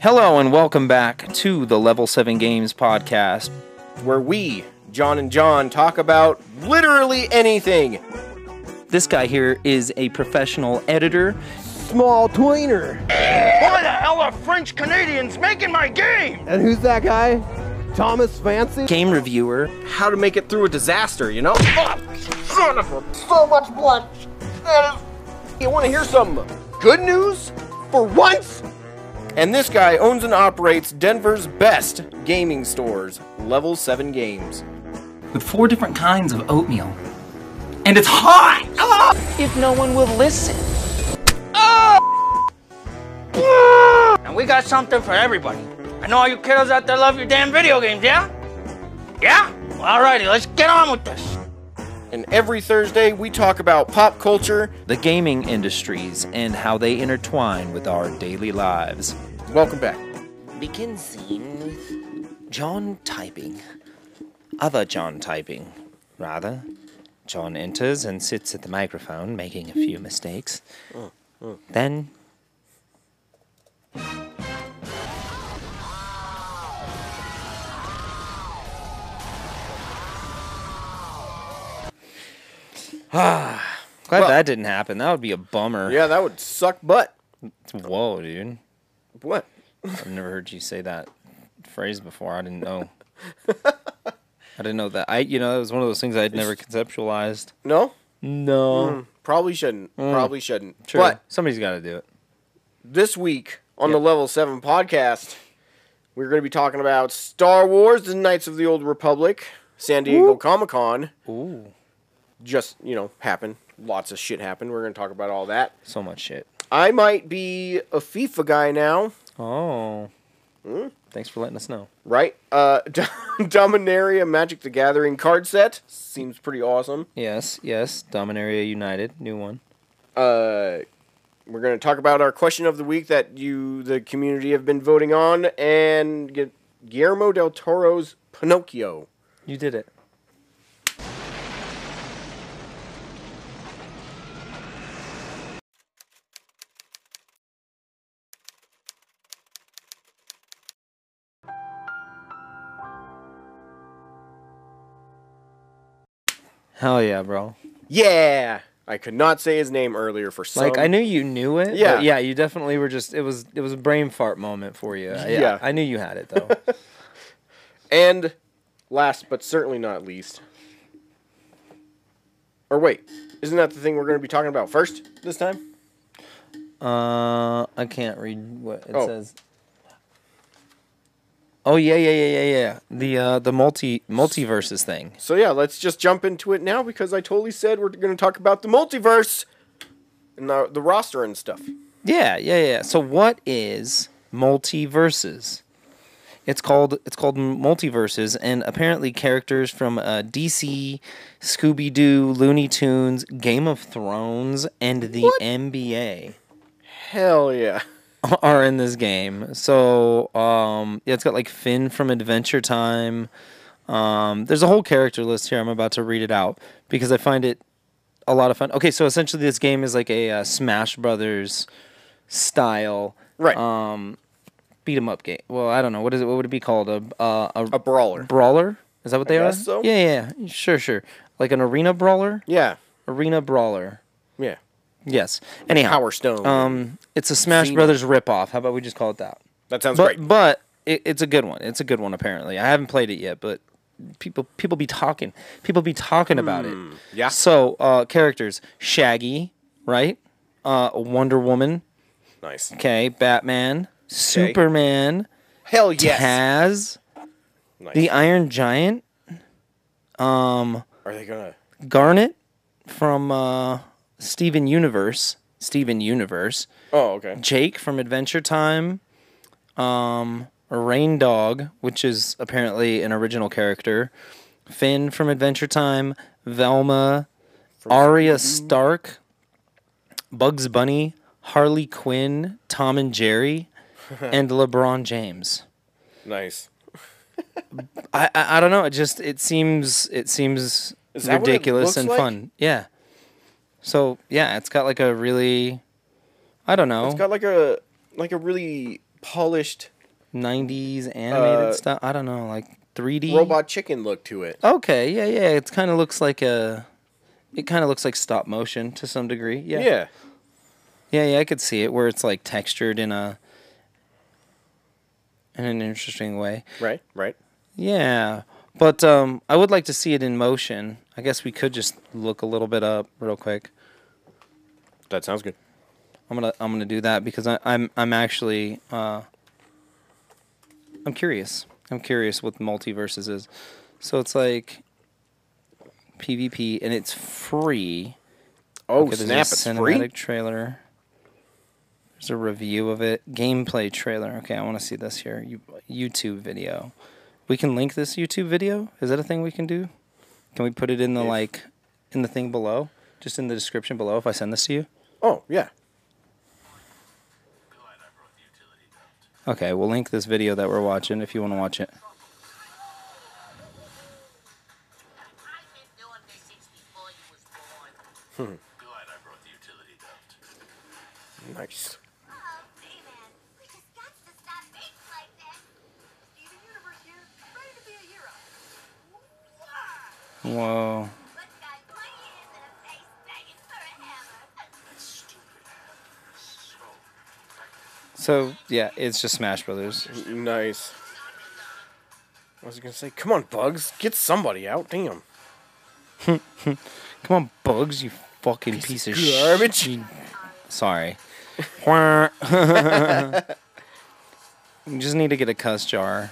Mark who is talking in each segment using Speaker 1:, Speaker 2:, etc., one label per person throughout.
Speaker 1: Hello and welcome back to the Level 7 Games podcast.
Speaker 2: where we, John and John, talk about literally anything.
Speaker 1: This guy here is a professional editor.
Speaker 3: Small Tweener.
Speaker 4: Why the hell are French Canadians making my game?
Speaker 3: And who's that guy? Thomas Fancy?
Speaker 1: Game reviewer,
Speaker 2: How to make it through a disaster, you know?
Speaker 4: Son of a so much blood. That is
Speaker 2: You want to hear some good news for once? And this guy owns and operates Denver's best gaming stores, Level 7 Games.
Speaker 5: with four different kinds of oatmeal. And it's hot!
Speaker 6: if no one will listen.
Speaker 4: And we got something for everybody. I know all you kiddos out there love your damn video games, yeah? Yeah? Well, alrighty, let's get on with this.
Speaker 2: And every Thursday, we talk about pop culture.
Speaker 1: the gaming industries, and how they intertwine with our daily lives.
Speaker 2: Welcome back.
Speaker 1: Begin scene with John typing. Other John typing, rather. John enters and sits at the microphone, making a few mistakes. Then. Ah, glad
Speaker 2: Well-
Speaker 1: that didn't happen. That would be a bummer.
Speaker 2: Yeah, that would suck butt.
Speaker 1: Whoa, dude.
Speaker 2: What?
Speaker 1: I've never heard you say that phrase before. I didn't know. I didn't know that. I, you know, that was one of those things I'd never conceptualized.
Speaker 2: No?
Speaker 1: No,
Speaker 2: Probably shouldn't. Probably shouldn't.
Speaker 1: sure.
Speaker 2: But
Speaker 1: somebody's got to do it.
Speaker 2: this week on the Level 7 podcast, we're going to be talking about Star Wars The Knights of the Old Republic, San Diego Comic Con.
Speaker 1: Ooh,
Speaker 2: Just, you know, happened. Lots of shit happened. We're going to talk about all that.
Speaker 1: so much shit.
Speaker 2: I might be a FIFA guy now,
Speaker 1: Oh, thanks for letting us know.
Speaker 2: right? Uh, Dominaria Magic the Gathering card set. Seems pretty awesome.
Speaker 1: Yes, yes. Dominaria United, new one.
Speaker 2: We're going to talk about our question of the week that you, the community, have been voting on and get Guillermo del Toro's Pinocchio.
Speaker 1: You did it. Hell yeah, bro!
Speaker 2: Yeah, I could not say his name earlier for some.
Speaker 1: Like I knew you knew it.
Speaker 2: Yeah.
Speaker 1: but yeah. You definitely were just. It was. It was a brain fart moment for you. I-
Speaker 2: Yeah.
Speaker 1: I knew you had it though.
Speaker 2: And last but certainly not least, or wait, isn't that the thing we're going to be talking about first this time?
Speaker 1: Uh, I can't read what it
Speaker 2: Oh.
Speaker 1: says. Oh yeah, yeah, yeah, yeah, yeah. The uh, the multi multiverses thing.
Speaker 2: So yeah, let's just jump into it now because I totally said we're going to talk about the multiverse and the, the roster and stuff.
Speaker 1: Yeah, yeah, yeah. So what is multiverses? It's called it's called multiverses, and apparently characters from uh, DC, Scooby Doo, Looney Tunes, Game of Thrones, and the NBA.
Speaker 2: Hell yeah.
Speaker 1: are in this game. So um, yeah, it's got like Finn from Adventure Time. Um, there's a whole character list here. I'm about to read it out because I find it a lot of fun. Okay, so essentially this game is like a uh, Smash Brothers style
Speaker 2: Right.
Speaker 1: Uh, beat 'em up game. Well, I don't know what is it. What would it be called? A uh, a,
Speaker 2: a brawler.
Speaker 1: brawler? Is that what they are?
Speaker 2: guess so.
Speaker 1: Yeah, yeah, yeah. sure, sure. Like an arena brawler.
Speaker 2: yeah.
Speaker 1: Arena brawler.
Speaker 2: Yeah.
Speaker 1: Yes. Anyhow,
Speaker 2: Power Stone.
Speaker 1: Um, it's a Smash Brothers ripoff. How about we just call it that?
Speaker 2: that sounds
Speaker 1: but
Speaker 2: great.
Speaker 1: but it, it's a good one. It's a good one. Apparently, I haven't played it yet, but people people be talking. People be talking about it.
Speaker 2: Hmm, yeah.
Speaker 1: So uh, characters: Shaggy, right? Uh, Wonder Woman.
Speaker 2: Nice.
Speaker 1: Okay. Batman. Superman.
Speaker 2: Hell yes.
Speaker 1: Taz.
Speaker 2: Nice.
Speaker 1: The Iron Giant.
Speaker 2: Are they going to.
Speaker 1: Garnet from uh, Steven Universe. Steven Universe.
Speaker 2: Oh, okay.
Speaker 1: Jake from Adventure Time, um, Rain Dog, which is apparently an original character, Finn from Adventure Time, Velma, Arya Stark, Bugs Bunny, Harley Quinn, Tom and Jerry, and LeBron James.
Speaker 2: Nice.
Speaker 1: I, I I don't know. It just it seems it seems
Speaker 2: Is that what it
Speaker 1: ridiculous
Speaker 2: looks
Speaker 1: and
Speaker 2: like?
Speaker 1: fun. Yeah. So yeah, it's got like a really, I don't know.
Speaker 2: It's got like a like a really polished
Speaker 1: 90s animated stuff. I don't know, like 3D
Speaker 2: robot chicken look to it.
Speaker 1: Okay, yeah, yeah. It kind of looks like a. It kind of looks like stop motion to some degree. Yeah.
Speaker 2: Yeah.
Speaker 1: Yeah, yeah, I could see it where it's like textured in a in an interesting way.
Speaker 2: Right. Right.
Speaker 1: Yeah. But um I would like to see it in motion. I guess we could just look a little bit up real quick.
Speaker 2: That sounds good.
Speaker 1: I'm gonna I'm gonna do that because I, I'm I'm actually uh I'm curious. I'm curious what multiverses is. So it's like PvP and it's free.
Speaker 2: Oh,
Speaker 1: Okay,
Speaker 2: snap!
Speaker 1: there's
Speaker 2: It's
Speaker 1: a
Speaker 2: free.
Speaker 1: cinematic trailer. There's a review of it. Gameplay trailer. Okay, I want to see this here. You, YouTube video. We can link this YouTube video. Is that a thing we can do? Can we put it in the like in the thing below? Just in the description below if I send this to you?
Speaker 2: Oh yeah.
Speaker 1: Okay, we'll link this video that we're watching if you want to watch it.
Speaker 7: I've been doing this since before you was born.
Speaker 8: Glad I brought the utility belt.
Speaker 2: Nice.
Speaker 7: Oh, man, we just got to stop things like that. Steven Universe here, ready to be a hero.
Speaker 1: Whoa.
Speaker 7: But got my ears in a face begging for a hammer.
Speaker 1: So yeah, it's just Smash Brothers.
Speaker 2: Nice. I was gonna say, come on, Bugs, get somebody out. Damn.
Speaker 1: Come on, Bugs, you fucking piece, of
Speaker 2: garbage.
Speaker 1: shit. Sorry. you just need to get a cuss jar.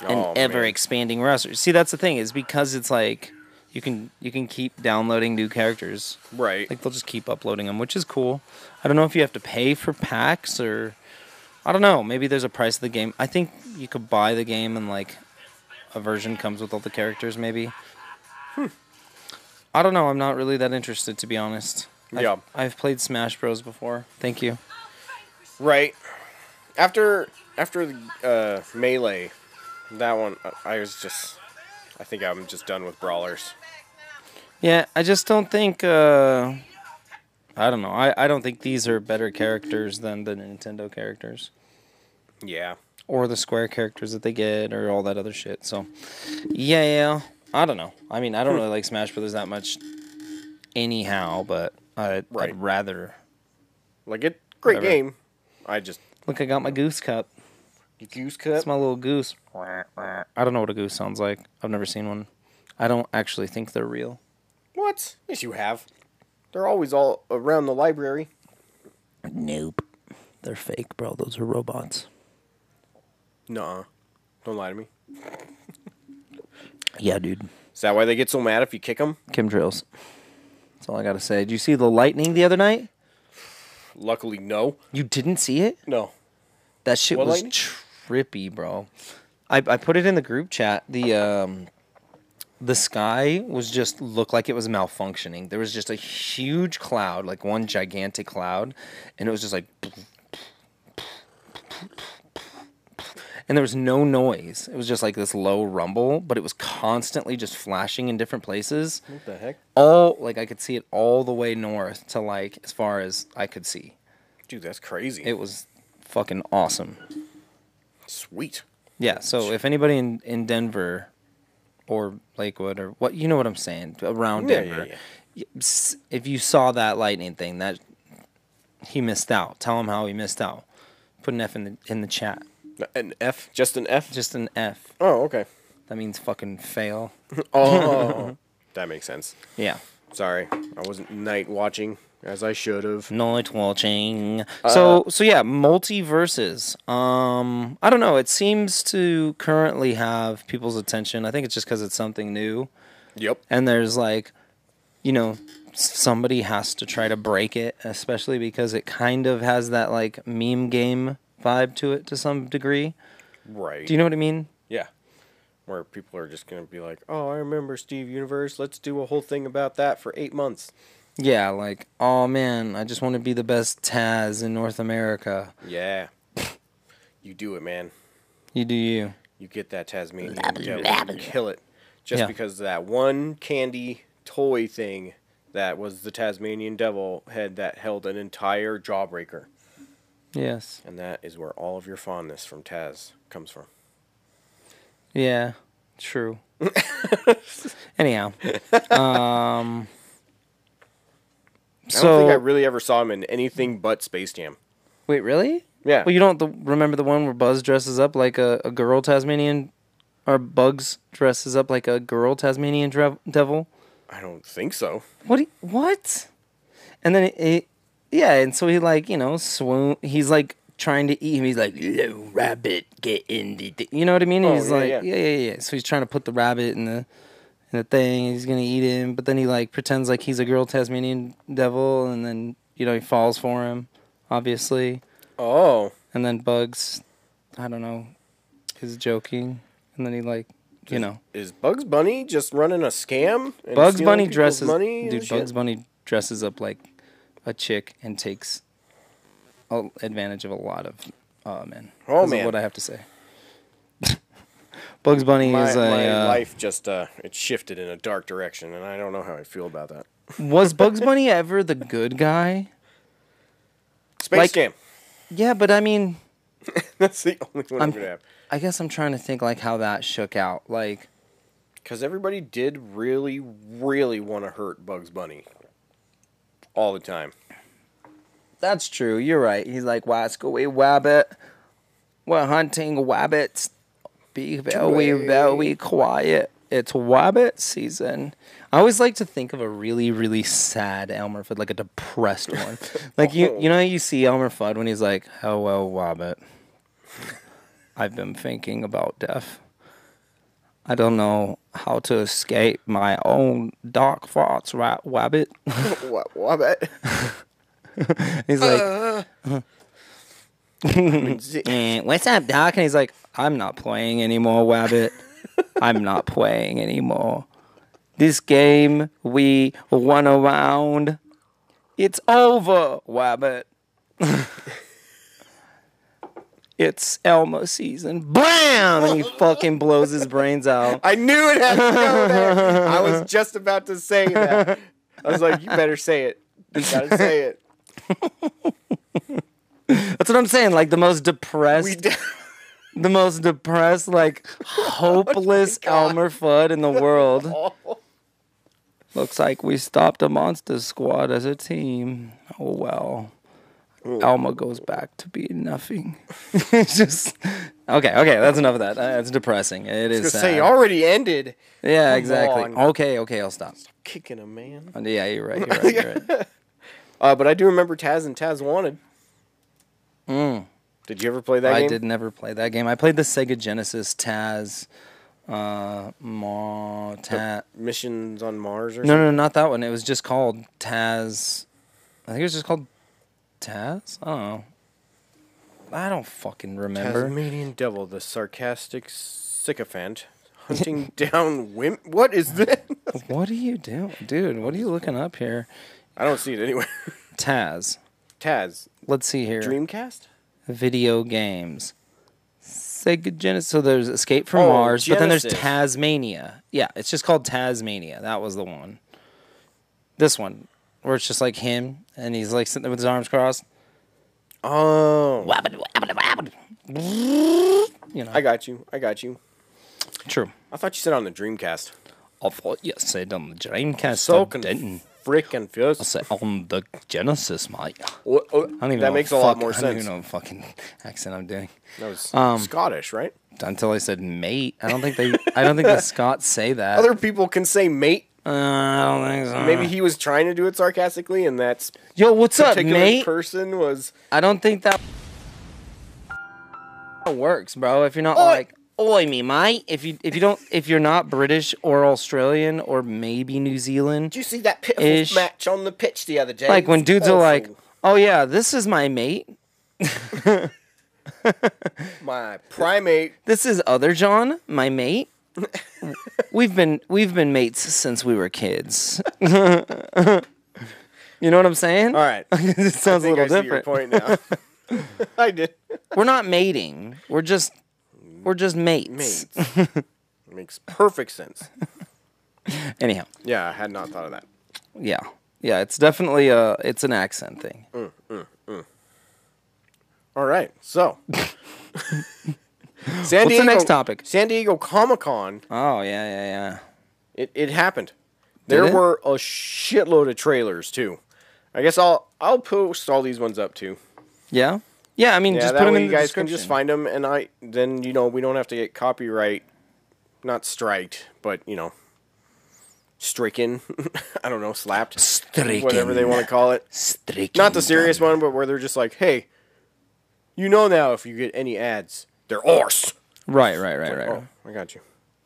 Speaker 1: An
Speaker 2: Oh, man.
Speaker 1: ever expanding roster. See, that's the thing is because it's like you can you can keep downloading new characters.
Speaker 2: Right.
Speaker 1: Like they'll just keep uploading them, which is cool. I don't know if you have to pay for packs or I don't know. Maybe there's a price of the game. I think you could buy the game and like a version comes with all the characters. Maybe. I don't know. I'm not really that interested to be honest. I've-
Speaker 2: Yeah.
Speaker 1: I've played Smash Bros before. Thank you.
Speaker 2: Right. After after uh, melee, that one I- I was just. I think I'm just done with brawlers.
Speaker 1: Yeah, I just don't think. Uh, I don't know. I, I don't think these are better characters than the Nintendo characters
Speaker 2: Yeah.
Speaker 1: or the Square characters that they get or all that other shit. So, yeah, yeah. I don't know. I mean, I don't really like Smash Brothers that much, anyhow. But I,
Speaker 2: Right.
Speaker 1: I'd rather.
Speaker 2: Like it, great
Speaker 1: Whatever.
Speaker 2: game. I just
Speaker 1: Look, I got my goose cup.
Speaker 2: goose cut.
Speaker 1: That's my little goose. I don't know what a goose sounds like. I've never seen one. I don't actually think they're real.
Speaker 2: What? Yes, you have. They're always all around the library.
Speaker 1: Nope. They're fake, bro. Those are robots.
Speaker 2: Nuh-uh. Don't lie to me.
Speaker 1: Yeah, dude.
Speaker 2: Is that why they get so mad if you kick them?
Speaker 1: chemtrails. That's all I gotta say. Did you see the lightning the other night?
Speaker 2: Luckily, no.
Speaker 1: You didn't see it?
Speaker 2: No.
Speaker 1: That shit
Speaker 2: What
Speaker 1: was
Speaker 2: lightning?
Speaker 1: trippy, bro. I, I put it in the group chat. The um the sky was just looked like it was malfunctioning. There was just a huge cloud, like one gigantic cloud, and it was just like and there was no noise. It was just like this low rumble, but it was constantly just flashing in different places.
Speaker 2: What the heck?
Speaker 1: all like I could see it all the way north to like as far as I could see.
Speaker 2: Dude, that's crazy.
Speaker 1: It was fucking awesome.
Speaker 2: Sweet.
Speaker 1: Yeah, so if anybody in, in Denver or Lakewood or what you know what I'm saying, around
Speaker 2: Yeah, yeah,
Speaker 1: Denver.
Speaker 2: yeah.
Speaker 1: y- s- If you saw that lightning thing, that he missed out. Tell him how he missed out. Put an F in the in the chat.
Speaker 2: An F? Just an F?
Speaker 1: Just an F.
Speaker 2: Oh, okay.
Speaker 1: That means fucking fail.
Speaker 2: Oh, that makes sense.
Speaker 1: Yeah.
Speaker 2: Sorry, I wasn't night watching as I should have.
Speaker 1: Night watching.
Speaker 2: Uh,
Speaker 1: so so yeah, multiverses. Um, I don't know. It seems to currently have people's attention. I think it's just because it's something new,
Speaker 2: Yep.
Speaker 1: and there's like, you know, s- somebody has to try to break it, especially because it kind of has that like meme game vibe to it to some degree.
Speaker 2: Right.
Speaker 1: Do you know what I mean?
Speaker 2: Yeah. Where people are just gonna be like, "Oh, I remember Steve Universe. Let's do a whole thing about that for eight months."
Speaker 1: Yeah, like, oh man, I just want to be the best Taz in North America.
Speaker 2: Yeah. you do it, man.
Speaker 1: You do you.
Speaker 2: You get that Tasmanian devil. You kill it. Just
Speaker 1: Yeah.
Speaker 2: because that one candy toy thing that was the Tasmanian devil head that held an entire jawbreaker.
Speaker 1: Yes.
Speaker 2: And that is where all of your fondness from Taz comes from.
Speaker 1: Yeah. True. Anyhow. Um.
Speaker 2: I don't think I
Speaker 1: So
Speaker 2: really ever saw him in anything but Space Jam.
Speaker 1: wait, really?
Speaker 2: Yeah.
Speaker 1: Well, you don't the, remember the one where Buzz dresses up like a, a girl Tasmanian, or Bugs dresses up like a girl Tasmanian drev- devil?
Speaker 2: I don't think so.
Speaker 1: What? He, what? And then it, it, yeah, and so he like you know swoon. He's like trying to eat him. He's like, "Little rabbit, get in the." Th-. You know what I mean?
Speaker 2: Oh,
Speaker 1: he's
Speaker 2: yeah,
Speaker 1: like,
Speaker 2: yeah.
Speaker 1: yeah. yeah, yeah, So he's trying to put the rabbit in the in the thing. He's gonna eat him, but then he like pretends like he's a girl Tasmanian devil, and then you know he falls for him, obviously.
Speaker 2: Oh.
Speaker 1: And then Bugs, I don't know, is joking, and then he like you know
Speaker 2: Is Bugs Bunny just running a scam? and
Speaker 1: Bugs
Speaker 2: stealing
Speaker 1: Bunny
Speaker 2: people's
Speaker 1: dresses
Speaker 2: money and
Speaker 1: dude
Speaker 2: shit?
Speaker 1: Bugs Bunny dresses up like a chick and takes a- advantage of a lot of uh, men.
Speaker 2: Oh,
Speaker 1: This is
Speaker 2: man.
Speaker 1: what I have to say. Bugs Bunny
Speaker 2: My,
Speaker 1: is a
Speaker 2: my
Speaker 1: uh,
Speaker 2: life just uh, it shifted in a dark direction, and I don't know how I feel about that.
Speaker 1: was Bugs Bunny ever the good guy?
Speaker 2: Space
Speaker 1: Like-
Speaker 2: Jam.
Speaker 1: Yeah, but I mean,
Speaker 2: That's the only one I'm,
Speaker 1: I'm-
Speaker 2: gonna have.
Speaker 1: I guess I'm trying to think like how that shook out. Like
Speaker 2: Because everybody did really, really want to hurt Bugs Bunny all the time.
Speaker 1: that's true. You're right. He's like, "Why go away, rabbit? We're hunting rabbits. Be very, very quiet. It's rabbit season." I always like to think of a really, really sad Elmer Fudd, like a depressed one. like you, you know, how you see Elmer Fudd when he's like, "Oh well, rabbit. I've been thinking about death. I don't know how to escape my own dark thoughts, right, rabbit."
Speaker 2: What? What?
Speaker 1: He's like,
Speaker 2: That's
Speaker 1: "Eh, what's up, Doc? And he's like, I'm not playing anymore, Wabbit. I'm not playing anymore. This game we won around. It's over, Wabbit. it's Elmo season. Bam! And he fucking blows his brains out.
Speaker 2: I knew it had to go there. I was just about to say that. I was like, you better say it. You gotta say it.
Speaker 1: That's what I'm saying. Like the most depressed.
Speaker 2: We did.
Speaker 1: the most depressed, like
Speaker 2: Oh
Speaker 1: hopeless Elmer Fudd in the world. Looks like we stopped a monster squad as a team. Oh well. Elmer goes back to being nothing. It's just okay. Okay, that's enough of that. Uh, It's depressing. It is.
Speaker 2: Just say
Speaker 1: sad.
Speaker 2: you already ended.
Speaker 1: yeah, exactly.
Speaker 2: on.
Speaker 1: Okay, okay, I'll stop.
Speaker 2: Kicking a man.
Speaker 1: Uh, Yeah, you're right. You're right. You're right.
Speaker 2: Uh, but I do remember Taz and Taz Wanted. Did you ever play that
Speaker 1: Mm. I
Speaker 2: game?
Speaker 1: did never play that game. I played the Sega Genesis Taz, uh, Ma Taz.
Speaker 2: Missions on Mars or
Speaker 1: No,
Speaker 2: something?
Speaker 1: no, not that one. It was just called Taz. I think it was just called Taz. I don't know. I don't fucking remember.
Speaker 2: Tasmanian Devil, the sarcastic sycophant, hunting down women. What is this?
Speaker 1: What are you doing, dude? What are you looking up here?
Speaker 2: I don't see it anywhere.
Speaker 1: Taz.
Speaker 2: Taz,
Speaker 1: Let's see here.
Speaker 2: Dreamcast?
Speaker 1: Video games. Sega Genesis. So there's Escape from
Speaker 2: Oh,
Speaker 1: Mars, but then there's
Speaker 2: Genesis.
Speaker 1: Tasmania. Yeah, it's just called Tasmania. That was the one. This one, where it's just like him, and he's like sitting there with his arms crossed.
Speaker 2: Oh,
Speaker 1: You know,
Speaker 2: I got you. I got you.
Speaker 1: true.
Speaker 2: I thought you said on the Dreamcast.
Speaker 1: I thought you said on the Dreamcast.
Speaker 2: So
Speaker 1: I didn't.
Speaker 2: freaking
Speaker 1: I
Speaker 2: fierce.
Speaker 1: said on um the Genesis, mate.
Speaker 2: Oh, oh,
Speaker 1: I don't even
Speaker 2: that
Speaker 1: know
Speaker 2: makes a
Speaker 1: fuck-
Speaker 2: lot more
Speaker 1: I don't even
Speaker 2: sense.
Speaker 1: know Um, what fucking accent I'm doing.
Speaker 2: That was Scottish, right?
Speaker 1: Until I said mate. I don't think they. I don't think the Scots say that.
Speaker 2: Other people can say mate.
Speaker 1: Uh, I don't think so.
Speaker 2: Maybe he was trying to do it sarcastically, and that
Speaker 1: Yo, what's up,
Speaker 2: particular
Speaker 1: mate?
Speaker 2: person was.
Speaker 1: I don't think that works, bro. If you're not like, oi me, mate. If you if you don't if you're not British or Australian or maybe New Zealand,
Speaker 2: Did you see that pitiful
Speaker 1: Ish.
Speaker 2: match on the pitch the other day?
Speaker 1: like when
Speaker 2: It's
Speaker 1: dudes are like,
Speaker 2: awful.
Speaker 1: oh yeah, this is my mate.
Speaker 2: my primate.
Speaker 1: This is other John, my mate. we've been we've been mates since we were kids. you know what I'm saying?
Speaker 2: All right.
Speaker 1: it sounds a
Speaker 2: I think
Speaker 1: little
Speaker 2: I
Speaker 1: different.
Speaker 2: see your point now. I did.
Speaker 1: We're not mating. We're just we're just mates.
Speaker 2: Mates. Makes perfect sense.
Speaker 1: Anyhow,
Speaker 2: Yeah, I had not thought of that.
Speaker 1: yeah,
Speaker 2: Mm.
Speaker 1: yeah. It's definitely a it's an accent thing.
Speaker 2: All right. So, San
Speaker 1: What's the next topic?
Speaker 2: San Diego Comic Con.
Speaker 1: Oh yeah, yeah, yeah.
Speaker 2: It, it happened. There
Speaker 1: it?
Speaker 2: were a shitload of trailers too. I guess I'll I'll post all these ones up too.
Speaker 1: Yeah. Yeah, I mean,
Speaker 2: Yeah,
Speaker 1: just
Speaker 2: that
Speaker 1: put them
Speaker 2: way
Speaker 1: in
Speaker 2: you
Speaker 1: the
Speaker 2: guys can
Speaker 1: description.
Speaker 2: just find them, and I then you know we don't have to get copyright, not striked, but you know, stricken. I don't know, slapped, whatever they want to call it. Not the serious one, but where they're just like, hey, you know now if you get any ads, they're ours.
Speaker 1: Right, right, right, right. right.
Speaker 2: Oh, I got you.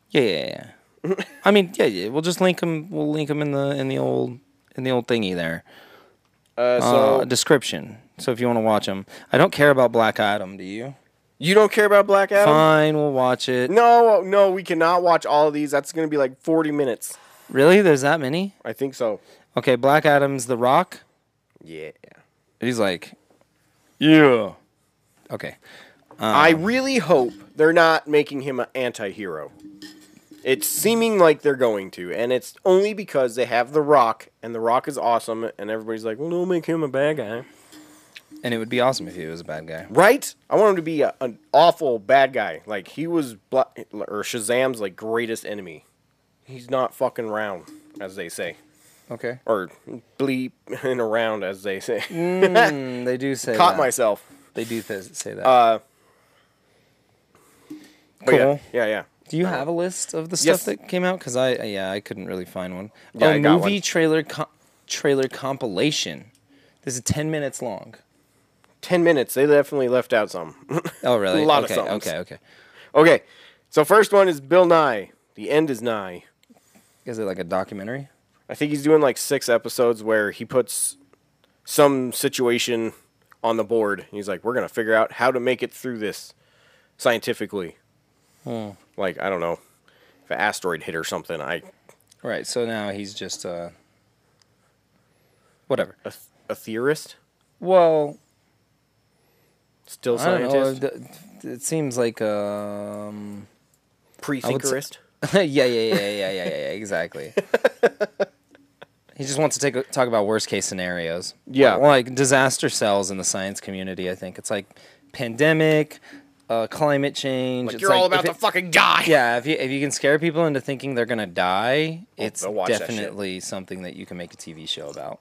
Speaker 1: Yeah, yeah, yeah. I mean, yeah, yeah. We'll just link them. We'll link them in the in the old in the old thingy there.
Speaker 2: Uh, so
Speaker 1: Uh, description. So if you want to watch them, I don't care about Black Adam. Do you?
Speaker 2: you don't care about Black Adam?
Speaker 1: Fine, we'll watch it.
Speaker 2: No, no, we cannot watch all of these. That's going to be like 40 minutes.
Speaker 1: Really? There's that many?
Speaker 2: I think so.
Speaker 1: Okay, Black Adam's The Rock.
Speaker 2: Yeah.
Speaker 1: He's like, yeah. Okay.
Speaker 2: I really hope they're not making him an anti hero. It's seeming like they're going to, and it's only because they have The Rock, and The Rock is awesome, and everybody's like, well, they'll make him a bad guy.
Speaker 1: And it would be awesome if he was a bad guy.
Speaker 2: Right? I want him to be a, an awful bad guy. Like, he was, Bla- or Shazam's, like, greatest enemy. He's not fucking round, as they say.
Speaker 1: Okay.
Speaker 2: Or bleep and around, as they say.
Speaker 1: Mm, they do say
Speaker 2: Caught Uh,
Speaker 1: that.
Speaker 2: myself.
Speaker 1: They do th- say that.
Speaker 2: But yeah,
Speaker 1: Cool.
Speaker 2: Yeah, yeah.
Speaker 1: do you have a list of the stuff
Speaker 2: Yes.
Speaker 1: that came out? Because I, yeah, I couldn't really find one.
Speaker 2: Yeah,
Speaker 1: oh,
Speaker 2: I got
Speaker 1: movie
Speaker 2: one.
Speaker 1: trailer co- trailer compilation. This is ten minutes long.
Speaker 2: 10 minutes. They definitely left out some.
Speaker 1: Oh, really?
Speaker 2: A lot of
Speaker 1: okay,
Speaker 2: songs.
Speaker 1: Okay, okay.
Speaker 2: okay. So, first one is Bill Nye. The end is nigh.
Speaker 1: Is it like a documentary?
Speaker 2: I think he's doing like six episodes where he puts some situation on the board. He's like, we're going to figure out how to make it through this scientifically.
Speaker 1: Hmm.
Speaker 2: Like, I don't know. If an asteroid hit or something, I
Speaker 1: Right. So now he's just uh, whatever.
Speaker 2: a, a theorist?
Speaker 1: Well,
Speaker 2: Still
Speaker 1: I don't know.
Speaker 2: scientist?
Speaker 1: It it seems like um, would say-
Speaker 2: Pre-thinkerist?
Speaker 1: yeah, yeah, yeah, yeah, yeah, yeah, yeah, exactly. he just wants to take a, talk about worst case scenarios.
Speaker 2: Yeah.
Speaker 1: like disaster cells in the science community. I think it's like pandemic, uh, climate change.
Speaker 2: Like,
Speaker 1: it's
Speaker 2: you're all
Speaker 1: if
Speaker 2: about to
Speaker 1: it-
Speaker 2: fucking die.
Speaker 1: Yeah, if you if you can scare people into thinking they're gonna die, it's
Speaker 2: Oh, they'll watch that shit.
Speaker 1: definitely something that you can make a TV show about.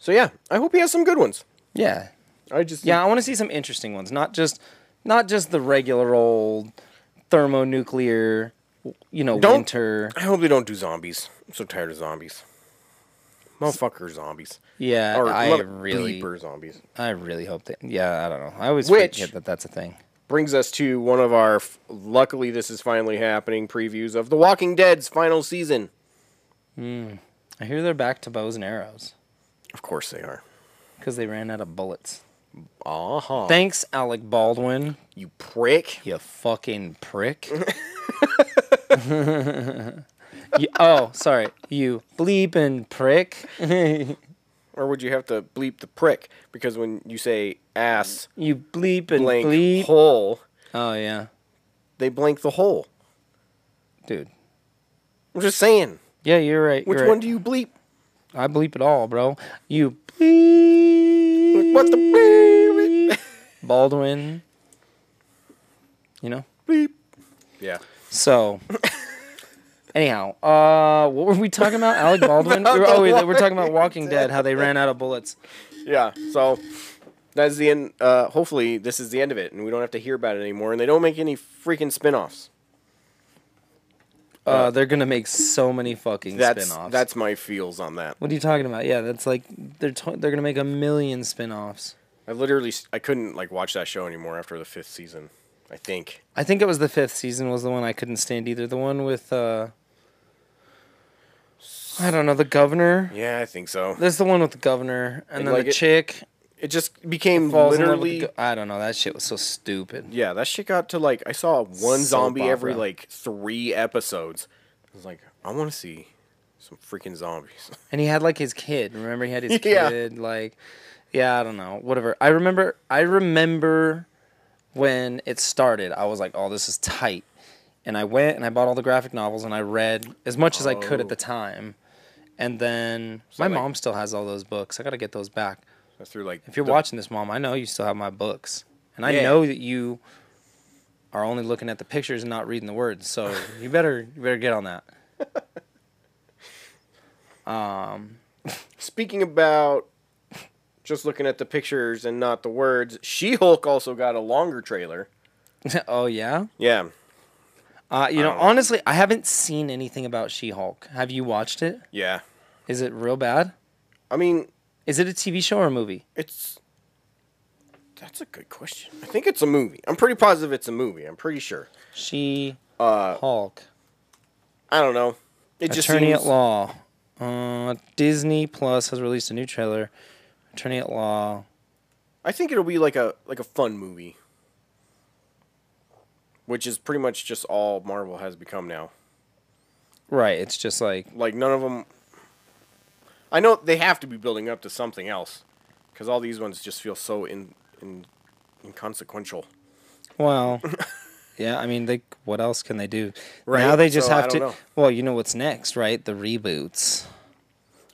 Speaker 2: So, yeah, I hope he has some good ones.
Speaker 1: Yeah,
Speaker 2: I just
Speaker 1: yeah. I want to see some interesting ones, not just not just the regular old thermonuclear, you know,
Speaker 2: Don't-
Speaker 1: winter.
Speaker 2: I hope they don't do zombies. I'm so tired of zombies. Motherfucker zombies.
Speaker 1: Yeah, I
Speaker 2: mother-
Speaker 1: really,
Speaker 2: bleeper zombies.
Speaker 1: I really hope that. Yeah, I don't know. I always
Speaker 2: Which-
Speaker 1: forget that that's a thing.
Speaker 2: Brings us to one of our f- luckily this is finally happening previews of The Walking Dead's final season.
Speaker 1: I hear they're back to bows and arrows
Speaker 2: Of course they are.
Speaker 1: because they ran out of bullets.
Speaker 2: Uh-huh.
Speaker 1: Thanks, Alec Baldwin.
Speaker 2: you prick.
Speaker 1: You fucking prick. You- oh, sorry. You bleeping prick.
Speaker 2: Or would you have to bleep the prick because when you say ass
Speaker 1: You bleeping
Speaker 2: blank
Speaker 1: bleep.
Speaker 2: hole,
Speaker 1: Oh yeah,
Speaker 2: they blank the hole.
Speaker 1: dude.
Speaker 2: I'm just saying.
Speaker 1: Yeah, you're right.
Speaker 2: Which
Speaker 1: you're
Speaker 2: one
Speaker 1: right.
Speaker 2: do you bleep?
Speaker 1: I bleep it all, bro. You bleep.
Speaker 2: What the bleep?
Speaker 1: Baldwin. You know?
Speaker 2: bleep. Yeah.
Speaker 1: So, anyhow, uh, what were we talking about? Alec Baldwin? We were,
Speaker 2: the
Speaker 1: oh, wait, we're
Speaker 2: Walking
Speaker 1: talking about Walking Dead, how they ran out of bullets.
Speaker 2: Yeah. So that's the end. Uh, hopefully, this is the end of it, and we don't have to hear about it anymore. And they don't make any freaking spin-offs.
Speaker 1: Uh, they're going to make so many fucking
Speaker 2: That's
Speaker 1: spin offs.
Speaker 2: that's my feels on that.
Speaker 1: What are you talking about? Yeah, that's like they're to- they're gonna make a million spin-offs.
Speaker 2: I literally s- I couldn't like watch that show anymore after the fifth season. I think
Speaker 1: I think it was the fifth season was the one I couldn't stand either. The one with uh, I don't know the governor.
Speaker 2: yeah, I think so.
Speaker 1: There's the one with the governor and,
Speaker 2: And,
Speaker 1: then
Speaker 2: like,
Speaker 1: the
Speaker 2: it
Speaker 1: chick
Speaker 2: It just became
Speaker 1: falls in love with the
Speaker 2: literally
Speaker 1: go- I don't know that shit was so stupid.
Speaker 2: yeah. That shit got to like I saw
Speaker 1: Soap
Speaker 2: one zombie every
Speaker 1: opera.
Speaker 2: like three episodes. I was like, I want to see some freaking zombies.
Speaker 1: And he had like his kid. Remember he had his
Speaker 2: Yeah.
Speaker 1: kid like yeah, I don't know. Whatever. I remember I remember when it started. I was like, "Oh, this is tight." And I went and I bought all the graphic novels and I read as much as I could at the time. And then my
Speaker 2: that Oh. like-
Speaker 1: mom still has all those books. I got to get those back.
Speaker 2: I threw like
Speaker 1: If you're
Speaker 2: the-
Speaker 1: watching this, mom, I know you still have my books, and I
Speaker 2: Yeah.
Speaker 1: know that you are only looking at the pictures and not reading the words. So you better you better get on that.
Speaker 2: Speaking about just looking at the pictures and not the words, She Hulk also got a longer trailer.
Speaker 1: oh yeah,
Speaker 2: Yeah.
Speaker 1: uh, you know, honestly, I haven't seen anything about She-Hulk. Have you watched it?
Speaker 2: Yeah.
Speaker 1: Is it real bad?
Speaker 2: I mean,
Speaker 1: Is it a TV show or a movie?
Speaker 2: it's. That's a good question. I think it's a movie. I'm pretty positive it's a movie. I'm pretty sure.
Speaker 1: She Hulk,
Speaker 2: I don't know. It just
Speaker 1: Attorney
Speaker 2: seems,
Speaker 1: at Law. Uh, Disney Plus has released a new trailer. Attorney at Law.
Speaker 2: I think it'll be like a like a fun movie, which is pretty much just all Marvel has become now.
Speaker 1: Right, it's just like
Speaker 2: Like none of them. I know they have to be building up to something else, because all these ones just feel so in, in inconsequential.
Speaker 1: Well, yeah, I mean, they what else can they do?
Speaker 2: Right,
Speaker 1: Now they just
Speaker 2: so I
Speaker 1: have
Speaker 2: don't
Speaker 1: to.
Speaker 2: know.
Speaker 1: Well, you know what's next, right? The reboots.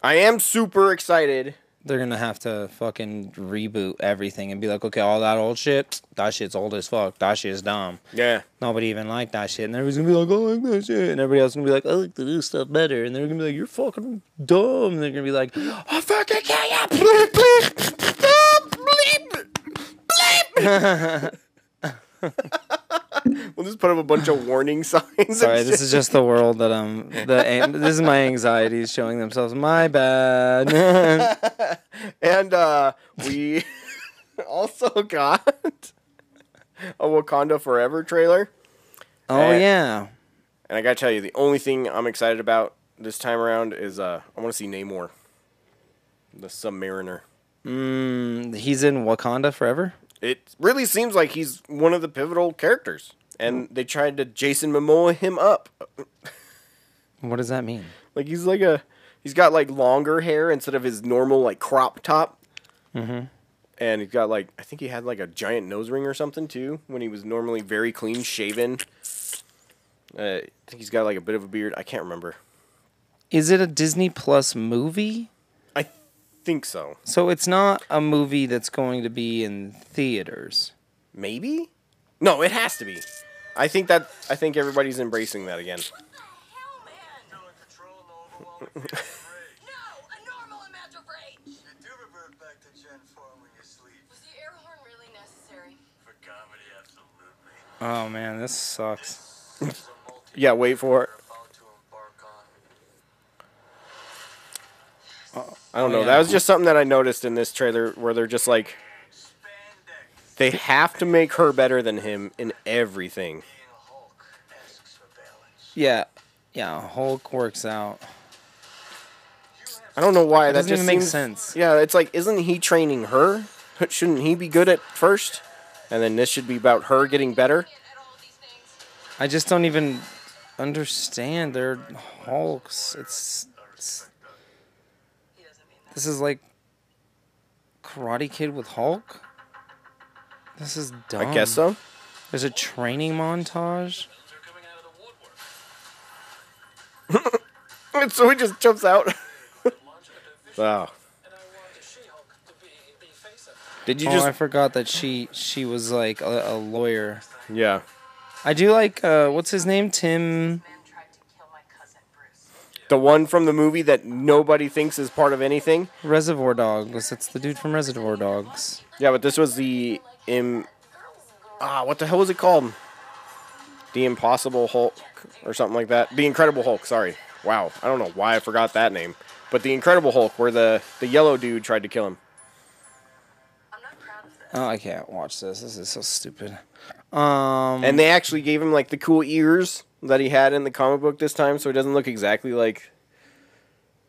Speaker 2: I am super excited.
Speaker 1: They're gonna have to fucking reboot everything and be like, okay, all that old shit, that shit's old as fuck. That shit is dumb.
Speaker 2: Yeah.
Speaker 1: Nobody even liked that shit, and everybody's gonna be like, I like that shit, and everybody else gonna be like, I like the new stuff better, and they're gonna be like, you're fucking dumb, and they're gonna be like, I fucking kill you.
Speaker 2: We'll just put up a bunch of warning signs.
Speaker 1: Sorry, this is just the world that I'm. The an- this is my anxieties showing themselves. My bad.
Speaker 2: and uh, we also got a Wakanda Forever trailer.
Speaker 1: oh yeah.
Speaker 2: And I gotta tell you, the only thing I'm excited about this time around is uh, I want to see Namor, the Submariner.
Speaker 1: He's in Wakanda forever.
Speaker 2: It really seems like he's one of the pivotal characters, and they tried to Jason Momoa him up.
Speaker 1: What does that mean?
Speaker 2: Like he's like a he's got like longer hair instead of his normal like crop top. Mm-hmm. And he's got like I think he had like a giant nose ring or something too when he was normally very clean shaven. Uh, I think he's got like a bit of a beard. I can't remember.
Speaker 1: Is it a Disney Plus movie?
Speaker 2: I think so.
Speaker 1: So it's not a movie that's going to be in theaters.
Speaker 2: Maybe? No, it has to be. I think that I think everybody's embracing that again.
Speaker 7: What the hell, man?
Speaker 8: Feeling control and overwhelming feeling of rage.
Speaker 7: No, a normal amount of rage.
Speaker 8: You do revert back to Gen 4 when you sleep.
Speaker 7: Was the air horn really necessary?
Speaker 8: For comedy,
Speaker 1: Oh
Speaker 8: absolutely.
Speaker 1: man, this sucks.
Speaker 8: This is a multi
Speaker 2: Yeah, wait for it.
Speaker 8: we're about to embark on.
Speaker 2: I
Speaker 1: Oh,
Speaker 2: don't know. That was just something that I noticed in this trailer where they're just like
Speaker 8: Spandex
Speaker 2: they have to make her better than him in everything.
Speaker 8: being a Hulk asks for balance.
Speaker 1: Yeah, yeah. Hulk works out.
Speaker 2: I don't know why that,
Speaker 1: doesn't
Speaker 2: just
Speaker 1: even make
Speaker 2: seems-
Speaker 1: sense.
Speaker 2: Yeah, it's like isn't he training her? Shouldn't he be good at first? And then this should be about her getting better.
Speaker 7: At all these things.
Speaker 1: I just don't even understand. They're Hulks. It's, it's
Speaker 7: He doesn't mean that.
Speaker 1: this is like Karate Kid with Hulk. This is dumb.
Speaker 2: I guess so.
Speaker 1: There's a training montage.
Speaker 8: They're coming out of the woodwork.
Speaker 2: so he just jumps out. wow.
Speaker 8: And I want the She-Hulk to be the face of
Speaker 2: Did you
Speaker 1: oh,
Speaker 2: just
Speaker 1: I forgot that she she was like a, a lawyer.
Speaker 2: Yeah.
Speaker 1: I do like uh, what's his name, Tim.
Speaker 7: Man tried to kill my cousin Bruce.
Speaker 2: The one from the movie that nobody thinks is part of anything.
Speaker 1: Reservoir Dogs. It's the dude from Reservoir Dogs.
Speaker 2: Yeah, but this was the im ah what the hell was it called? The Impossible Hulk or something like that. The Incredible Hulk. Sorry. Wow, I don't know why I forgot that name. But the Incredible Hulk, where the the yellow dude tried to kill him.
Speaker 7: I'm not proud of this.
Speaker 1: Oh, I can't watch this. This is so stupid. Um,
Speaker 2: And they actually gave him like the cool ears that he had in the comic book this time, so he doesn't look exactly like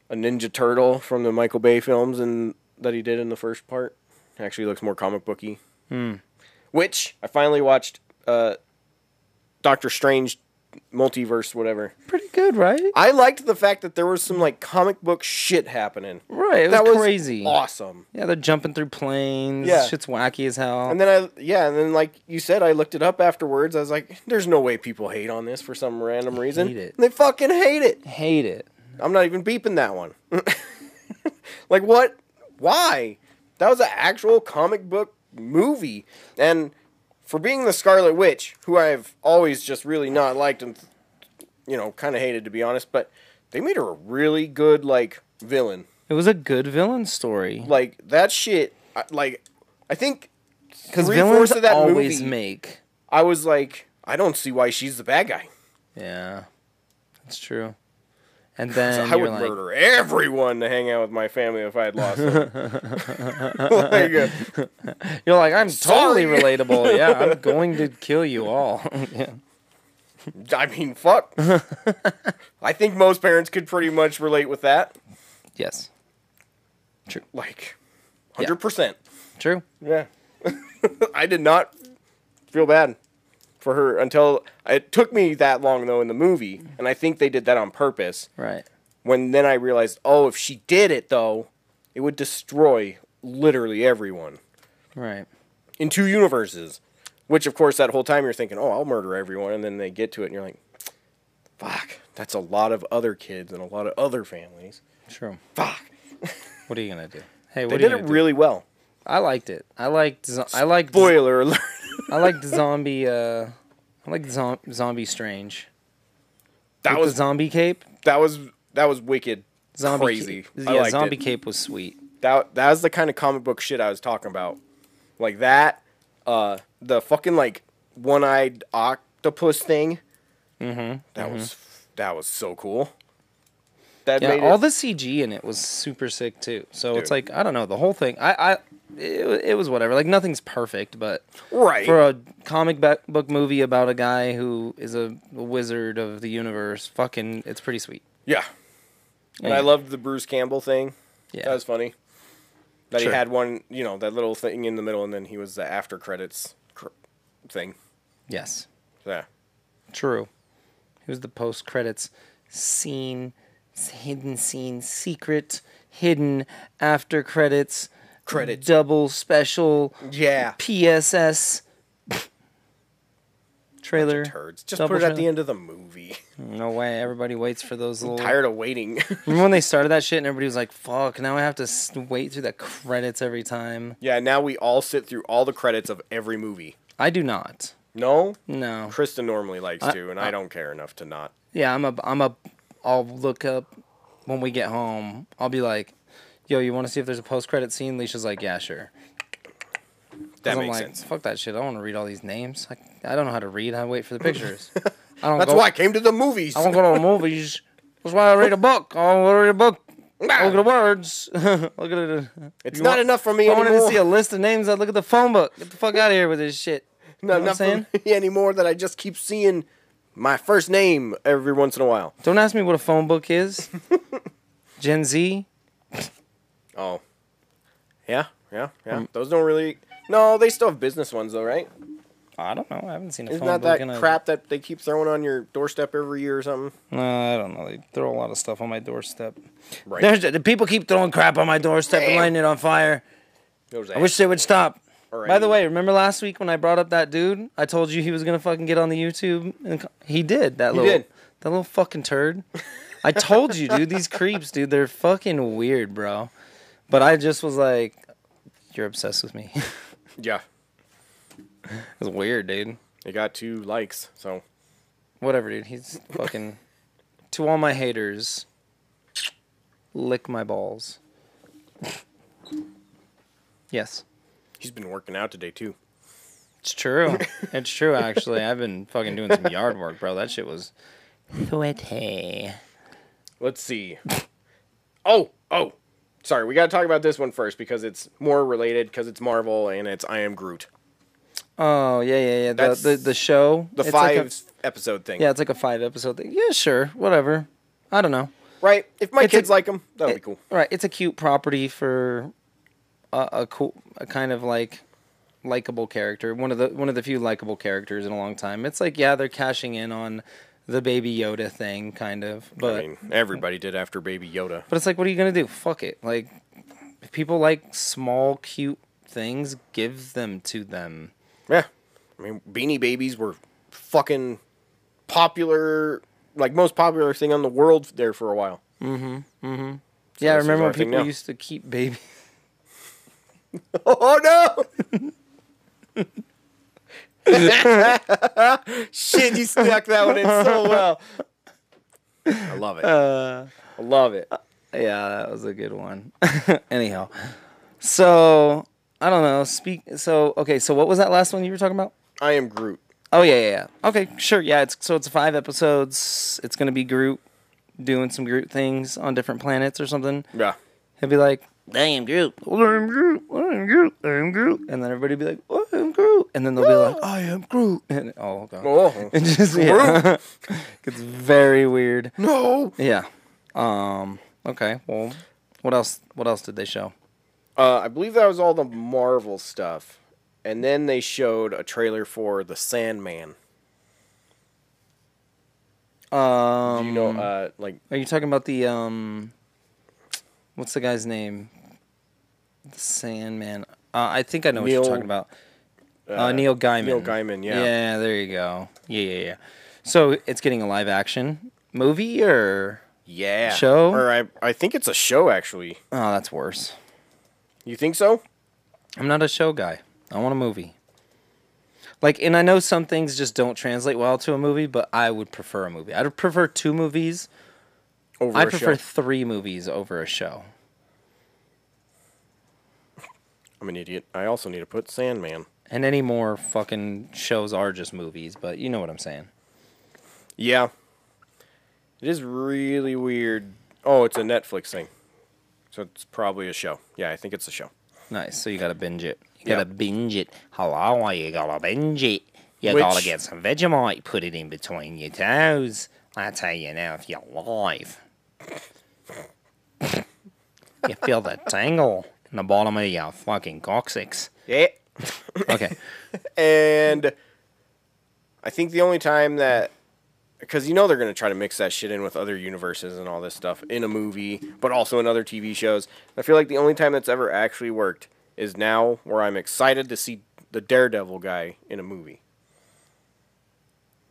Speaker 2: a Ninja Turtle from the Michael Bay films and that he did in the first part. Actually, looks more comic booky. Which I finally watched uh, Doctor Strange multiverse whatever.
Speaker 1: pretty good, right?
Speaker 2: I liked the fact that there was some like comic book shit happening.
Speaker 1: Right, it was
Speaker 2: that was
Speaker 1: crazy.
Speaker 2: Awesome.
Speaker 1: Yeah, they're jumping through planes.
Speaker 2: Yeah.
Speaker 1: shit's wacky as hell.
Speaker 2: And then I yeah, and then like you said, I looked it up afterwards. I was like, "There's no way people hate on this for some random reason."
Speaker 1: Hate it.
Speaker 2: And they fucking hate it.
Speaker 1: Hate it.
Speaker 2: I'm not even beeping that one. like what? Why? That was an actual comic book movie. And for being the Scarlet Witch, who I've always just really not liked and, you know, kind of hated to be honest, but they made her a really good, like, villain.
Speaker 1: It was a good villain story.
Speaker 2: Like, that shit, I- like, I think
Speaker 1: Because
Speaker 2: three-fourths
Speaker 1: villains
Speaker 2: of that
Speaker 1: always
Speaker 2: movie-
Speaker 1: make.
Speaker 2: I was like, I don't see why she's the bad guy.
Speaker 1: Yeah, that's true. And then
Speaker 2: I
Speaker 1: you're
Speaker 2: would
Speaker 1: like,
Speaker 2: murder everyone to hang out with my family if I had lost them. like, uh,
Speaker 1: you're like, I'm totally
Speaker 2: Sorry.
Speaker 1: relatable. yeah, I'm going to kill you all. yeah.
Speaker 2: I mean, fuck. I think most parents could pretty much relate with that.
Speaker 1: Yes,
Speaker 2: Like, 100%.
Speaker 1: true.
Speaker 2: Yeah. I did not feel bad for her until it took me that long, though, in the movie. And I think they did that on purpose.
Speaker 1: Right.
Speaker 2: When then I realized, oh, if she did it, though, it would destroy literally everyone.
Speaker 1: Right.
Speaker 2: in two universes. Which, of course, that whole time you're thinking, oh, I'll murder everyone. And then they get to it and you're like, fuck, that's a lot of other kids and a lot of other families.
Speaker 1: True.
Speaker 2: Fuck.
Speaker 1: What are you gonna do? Hey,
Speaker 2: They
Speaker 1: what
Speaker 2: did
Speaker 1: are you
Speaker 2: it
Speaker 1: gonna
Speaker 2: really well.
Speaker 1: Do? I liked it. I liked. Zo- I liked.
Speaker 2: Spoiler alert.
Speaker 1: I liked zombie. Uh, I liked zom- zombie strange.
Speaker 2: that
Speaker 1: With the
Speaker 2: was
Speaker 1: zombie cape.
Speaker 2: that was that was wicked.
Speaker 1: Zombie
Speaker 2: crazy.
Speaker 1: Cape.
Speaker 2: I
Speaker 1: Yeah,
Speaker 2: liked
Speaker 1: zombie
Speaker 2: it.
Speaker 1: cape was sweet.
Speaker 2: That that was the kind of comic book shit I was talking about. Like that, uh, the fucking like one eyed octopus thing. Mm-hmm. That was that was so cool. That
Speaker 1: Mm-hmm. Yeah,
Speaker 2: made
Speaker 1: all
Speaker 2: it,
Speaker 1: the CG in it was super sick too. So it's
Speaker 2: Dude.
Speaker 1: like I don't know the whole thing. I, I it, wa- it was whatever. Like nothing's perfect, but
Speaker 2: right.
Speaker 1: for a comic ba- book movie about a guy who is a wizard of the universe, fucking, it's pretty sweet.
Speaker 2: Yeah. And I
Speaker 1: Yeah.
Speaker 2: loved the Bruce Campbell thing.
Speaker 1: Yeah,
Speaker 2: That was funny. That
Speaker 1: Sure.
Speaker 2: he had one, you know, that little thing in the middle, and then he was the after credits cr- thing.
Speaker 1: yes,
Speaker 2: Yeah.
Speaker 1: true. He was the post credits scene, hidden scene, secret, hidden after credits,
Speaker 2: Credits.
Speaker 1: double special,
Speaker 2: Yeah.
Speaker 1: PSS trailer.
Speaker 2: Turds. Just
Speaker 1: Double
Speaker 2: put it at the
Speaker 1: trailer.
Speaker 2: end of the movie.
Speaker 1: No way. Everybody waits for those little.
Speaker 2: Tired of waiting.
Speaker 1: Remember when they started that shit and everybody was like, "Fuck!" Now I have to s- wait through the credits every time.
Speaker 2: yeah, now we all sit through all the credits of every movie.
Speaker 1: I do not.
Speaker 2: No?
Speaker 1: No.
Speaker 2: Krista normally likes
Speaker 1: Mm. I-
Speaker 2: to, and I don't care enough to not.
Speaker 1: Yeah, I'm a. I'm a. I'll look up when we get home. I'll be like, "Yo, you want to see if there's a post-credit scene?" Leisha's like, "Yeah, sure." 'Cause
Speaker 2: That
Speaker 1: I'm
Speaker 2: makes
Speaker 1: like,
Speaker 2: sense.
Speaker 1: "Fuck that shit! I don't want to read all these names. I, I don't know how to read. I wait for the pictures. I don't
Speaker 2: That's
Speaker 1: go.
Speaker 2: why I came to the movies.
Speaker 1: I don't go to the movies. That's why I read a book. I want to read a book. Look at the words. look at it.
Speaker 2: It's not enough for me
Speaker 1: I
Speaker 2: anymore.
Speaker 1: wanted to see a list of names. I'd look at the phone book. Get the fuck out of here with this shit. You know
Speaker 2: not
Speaker 1: what I'm
Speaker 2: enough
Speaker 1: saying?
Speaker 2: for me anymore that I just keep seeing my first name every once in a while.
Speaker 1: Don't ask me what a phone book is. Gen Z.
Speaker 2: Oh. Yeah, yeah, yeah.
Speaker 1: Mm.
Speaker 2: Those don't really. No, they still have business ones though, right?
Speaker 1: I don't know. I haven't seen a
Speaker 2: Isn't
Speaker 1: phone
Speaker 2: that
Speaker 1: book
Speaker 2: that
Speaker 1: in a-
Speaker 2: crap that they keep throwing on your doorstep every year or something?
Speaker 1: No, I don't know. They throw a lot of stuff on my doorstep.
Speaker 2: Right.
Speaker 1: There's the people keep throwing crap on my doorstep and lighting it on fire.
Speaker 2: There's
Speaker 1: I wish they would stop.
Speaker 2: Alrighty.
Speaker 1: By the way, remember last week when I brought up that dude? I told you he was gonna fucking get on the YouTube, and co- he did. That
Speaker 2: He
Speaker 1: little
Speaker 2: did.
Speaker 1: that little fucking turd. I told you, dude. These creeps, dude. They're fucking weird, bro. But I just was like, "You're obsessed with me." it
Speaker 2: Yeah,
Speaker 1: was weird, dude.
Speaker 2: they got two likes, so
Speaker 1: Whatever, dude. He's fucking. to all my haters, lick my balls. yes.
Speaker 2: he's been working out today too.
Speaker 1: It's true. it's true. Actually, I've been fucking doing some yard work, bro. That shit was sweaty.
Speaker 2: Let's see. Oh, oh, sorry. We got to talk about this one first because it's more related because it's Marvel and it's I Am Groot.
Speaker 1: Oh yeah, yeah, yeah. The
Speaker 2: That's
Speaker 1: the, the show.
Speaker 2: The
Speaker 1: It's
Speaker 2: five
Speaker 1: Like a,
Speaker 2: episode thing.
Speaker 1: yeah, it's like a five episode thing. Yeah, sure, whatever. I don't know.
Speaker 2: Right. If my
Speaker 1: It's a-
Speaker 2: kids like him, that would be cool.
Speaker 1: Right, it's a cute property for a, a cool, a kind of like likable character. One of the one of the few likable characters in a long time. It's like yeah, they're cashing in on the baby Yoda thing, kind of. But
Speaker 2: I mean, everybody did after Baby Yoda.
Speaker 1: But it's like, what are you gonna do? Fuck it. Like, if people like small, cute things, give them to them.
Speaker 2: Yeah. I mean, Beanie Babies were fucking popular, like most popular thing on the world there for a while.
Speaker 1: yeah, I
Speaker 2: this is
Speaker 1: remember
Speaker 2: our
Speaker 1: when
Speaker 2: thing
Speaker 1: people
Speaker 2: now.
Speaker 1: used to keep baby.
Speaker 2: Oh no! Shit, you stuck that one in so well. I love it.
Speaker 1: Uh,
Speaker 2: I love it.
Speaker 1: Yeah, that was a good one. Anyhow, so I don't know. Speak. So okay. So what was that last one you were talking about?
Speaker 2: I am Groot.
Speaker 1: Oh yeah, yeah, yeah. Okay, sure. Yeah, it's so it's five episodes. It's gonna be Groot doing some Groot things on different planets or something.
Speaker 2: Yeah.
Speaker 1: He'll be like, I am Groot. I am Groot. I am Groot. I am Groot. And then everybody be like, I am Groot. And then they'll be like, I am Groot. And oh god.
Speaker 2: Oh
Speaker 1: It just yeah. it's very weird.
Speaker 2: no!
Speaker 1: Yeah. Um. Okay. Well, what else? What else did they show?
Speaker 2: Uh, I believe that was all the Marvel stuff, and then they showed a trailer for the Sandman.
Speaker 1: Um.
Speaker 2: Do you know, uh, like
Speaker 1: Are you talking about the um? What's the guy's name? The Sandman. Uh, I think I know what
Speaker 2: Neil-
Speaker 1: you're talking about. Uh, Neil Gaiman.
Speaker 2: Neil Gaiman, yeah.
Speaker 1: Yeah. There you go. Yeah. Yeah. Yeah. So it's getting a live action movie, or
Speaker 2: yeah
Speaker 1: Show?
Speaker 2: Or I, I think it's a show actually.
Speaker 1: oh, that's worse.
Speaker 2: You think so?
Speaker 1: I'm not a show guy. I want a movie. Like, and I know some things just don't translate well to a movie, but I would prefer a movie. I'd prefer two movies.
Speaker 2: Over
Speaker 1: I
Speaker 2: a
Speaker 1: prefer
Speaker 2: show.
Speaker 1: three movies over a show.
Speaker 2: I'm an idiot. I also need to put Sandman.
Speaker 1: And any more fucking shows are just movies, but you know what I'm saying.
Speaker 2: Yeah. It is really weird. Oh, it's a Netflix thing. So it's probably a show. Yeah, I think it's a show.
Speaker 1: Nice. So you gotta binge it. You
Speaker 2: Yep.
Speaker 1: gotta binge it. Hello, you gotta binge it. You
Speaker 2: Which-
Speaker 1: gotta get some Vegemite, put it in between your toes. I tell you now, if you're alive, you feel the tingle in the bottom of your fucking coccyx.
Speaker 2: Yeah.
Speaker 1: Okay.
Speaker 2: And I think the only time that because you know they're going to try to mix that shit in with other universes and all this stuff in a movie, but also in other TV shows. I feel like the only time that's ever actually worked is now where I'm excited to see the Daredevil guy in a movie.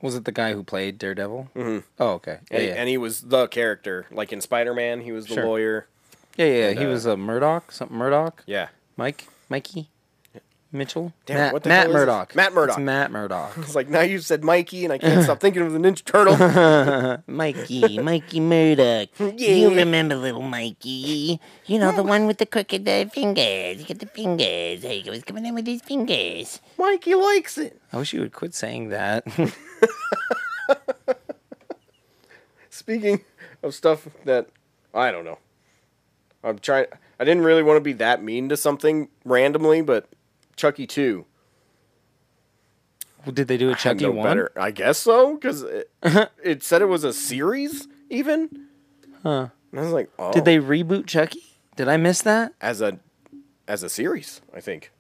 Speaker 1: Was it the guy who played Daredevil? Mm-hmm. Oh, okay. Yeah,
Speaker 2: And,
Speaker 1: yeah.
Speaker 2: and he was the character. Like in Spider Man, he was the
Speaker 1: Sure.
Speaker 2: lawyer.
Speaker 1: yeah, yeah. he
Speaker 2: uh,
Speaker 1: was a Murdoch, something Murdoch.
Speaker 2: Yeah.
Speaker 1: Mike, Mikey, Mitchell,
Speaker 2: Damn,
Speaker 1: Matt,
Speaker 2: what the
Speaker 1: Matt
Speaker 2: hell is this?
Speaker 1: Murdoch.
Speaker 2: Matt Murdoch.
Speaker 1: It's Matt Murdoch.
Speaker 2: It's like now you've said Mikey, and I can't stop thinking of the Ninja Turtle.
Speaker 9: Mikey, Mikey Murdoch. You remember little Mikey? You know, the one with the crooked uh, fingers. He got the fingers. Hey, he was coming in with his fingers.
Speaker 2: Mikey likes it.
Speaker 1: I wish you would quit saying that.
Speaker 2: Speaking of stuff that I don't know, I'm trying. I didn't really want to be that mean to something randomly, but Chucky Two.
Speaker 1: Did they do a
Speaker 2: had
Speaker 1: Chucky
Speaker 2: no
Speaker 1: one? Uh-huh.
Speaker 2: better. I guess so, because it, it said it was a series, even. Huh. And I was like, oh,
Speaker 1: Did they reboot Chucky? Did I miss that?
Speaker 2: as a as a series? I think,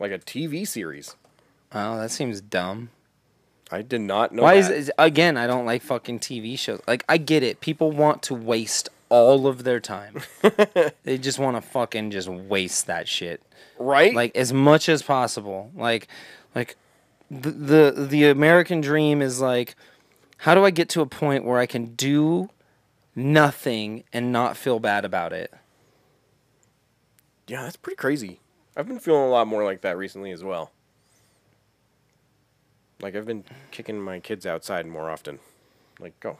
Speaker 2: like a TV series.
Speaker 1: Oh, that seems dumb.
Speaker 2: I did not know.
Speaker 1: Why is,
Speaker 2: that.
Speaker 1: is again? I don't like fucking TV shows. Like I get it. People want to waste all of their time. they just want to fucking just waste that shit.
Speaker 2: right?
Speaker 1: like as much as possible like like the, the the american dream is like how do i get to a point where i can do nothing and not feel bad about it
Speaker 2: yeah, that's pretty crazy. I've been feeling a lot more like that recently as well. Like I've been kicking my kids outside more often. Like go.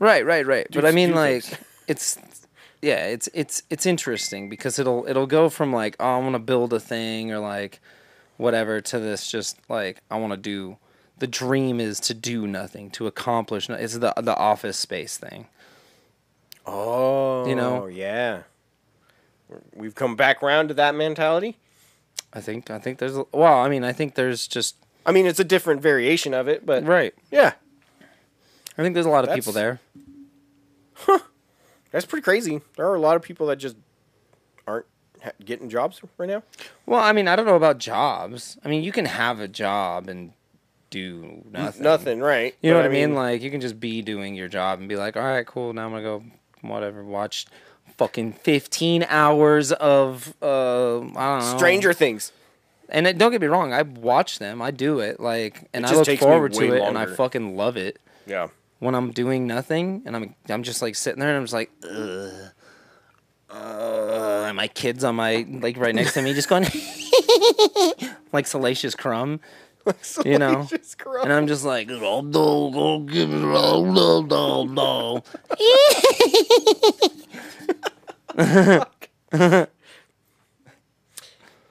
Speaker 1: right right right but i mean
Speaker 2: do
Speaker 1: like
Speaker 2: things.
Speaker 1: it's yeah it's it's it's interesting because it'll it'll go from like oh i want to build a thing or like whatever to this just like i want to do the dream is to do nothing to accomplish no, it's the the office space thing
Speaker 2: Oh,
Speaker 1: know?
Speaker 2: yeah. We've come back round to that mentality.
Speaker 1: i think i think there's a- well i mean i think there's just
Speaker 2: I mean, it's a different variation of it, but
Speaker 1: Right.
Speaker 2: yeah,
Speaker 1: I think there's a lot of people there.
Speaker 2: That's- that's pretty crazy. There are a lot of people that just aren't ha- getting jobs right now.
Speaker 1: Well, I mean, I don't know about jobs. I mean, you can have a job and do nothing.
Speaker 2: Nothing, right?
Speaker 1: You know
Speaker 2: But
Speaker 1: what I mean? Like you can just be doing your job and be like, "All right, cool. Now I'm going to go whatever watch fucking 15 hours of uh I don't know.
Speaker 2: Stranger Things.
Speaker 1: And it, don't get me wrong, I watch them. I do it like and I
Speaker 2: just
Speaker 1: look
Speaker 2: takes me
Speaker 1: forward to
Speaker 2: way
Speaker 1: it and I
Speaker 2: longer.
Speaker 1: fucking love it.
Speaker 2: Yeah.
Speaker 1: when I'm doing nothing and I'm I'm just like sitting there and I'm just like, Ugh. Uh, and my kids on my like right next to me just going like salacious crumb. you know, and I'm just like, "Oh, no, go give it all, no, no, no."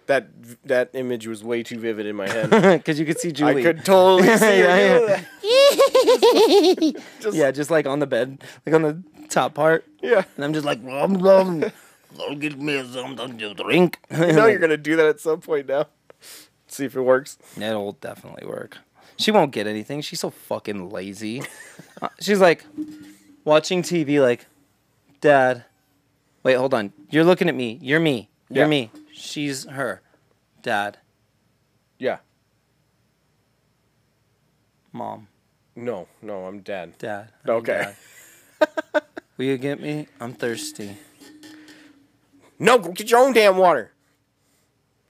Speaker 2: That that image was way too vivid in my head.
Speaker 1: because you could see
Speaker 2: I
Speaker 1: Julie.
Speaker 2: could totally see
Speaker 1: Yeah,
Speaker 2: her do
Speaker 1: yeah.
Speaker 2: that.
Speaker 1: yeah, just like on the bed, like on the top part,
Speaker 2: Yeah.
Speaker 1: and I'm just like, "Rum, rum, go get me something to drink."
Speaker 2: You know you're gonna do that at some point now. See if it works.
Speaker 1: It'll definitely work. She won't get anything. She's so fucking lazy. Uh, She's like watching TV, like, Dad, wait, hold on. You're looking at me. You're me. You're
Speaker 2: Yeah.
Speaker 1: me. She's her. Dad,
Speaker 2: Yeah.
Speaker 1: mom,
Speaker 2: No, no, I'm dead.
Speaker 1: dad. I mean,
Speaker 2: Okay.
Speaker 1: Dad. Will you get me? I'm thirsty.
Speaker 2: No, go get your own damn water.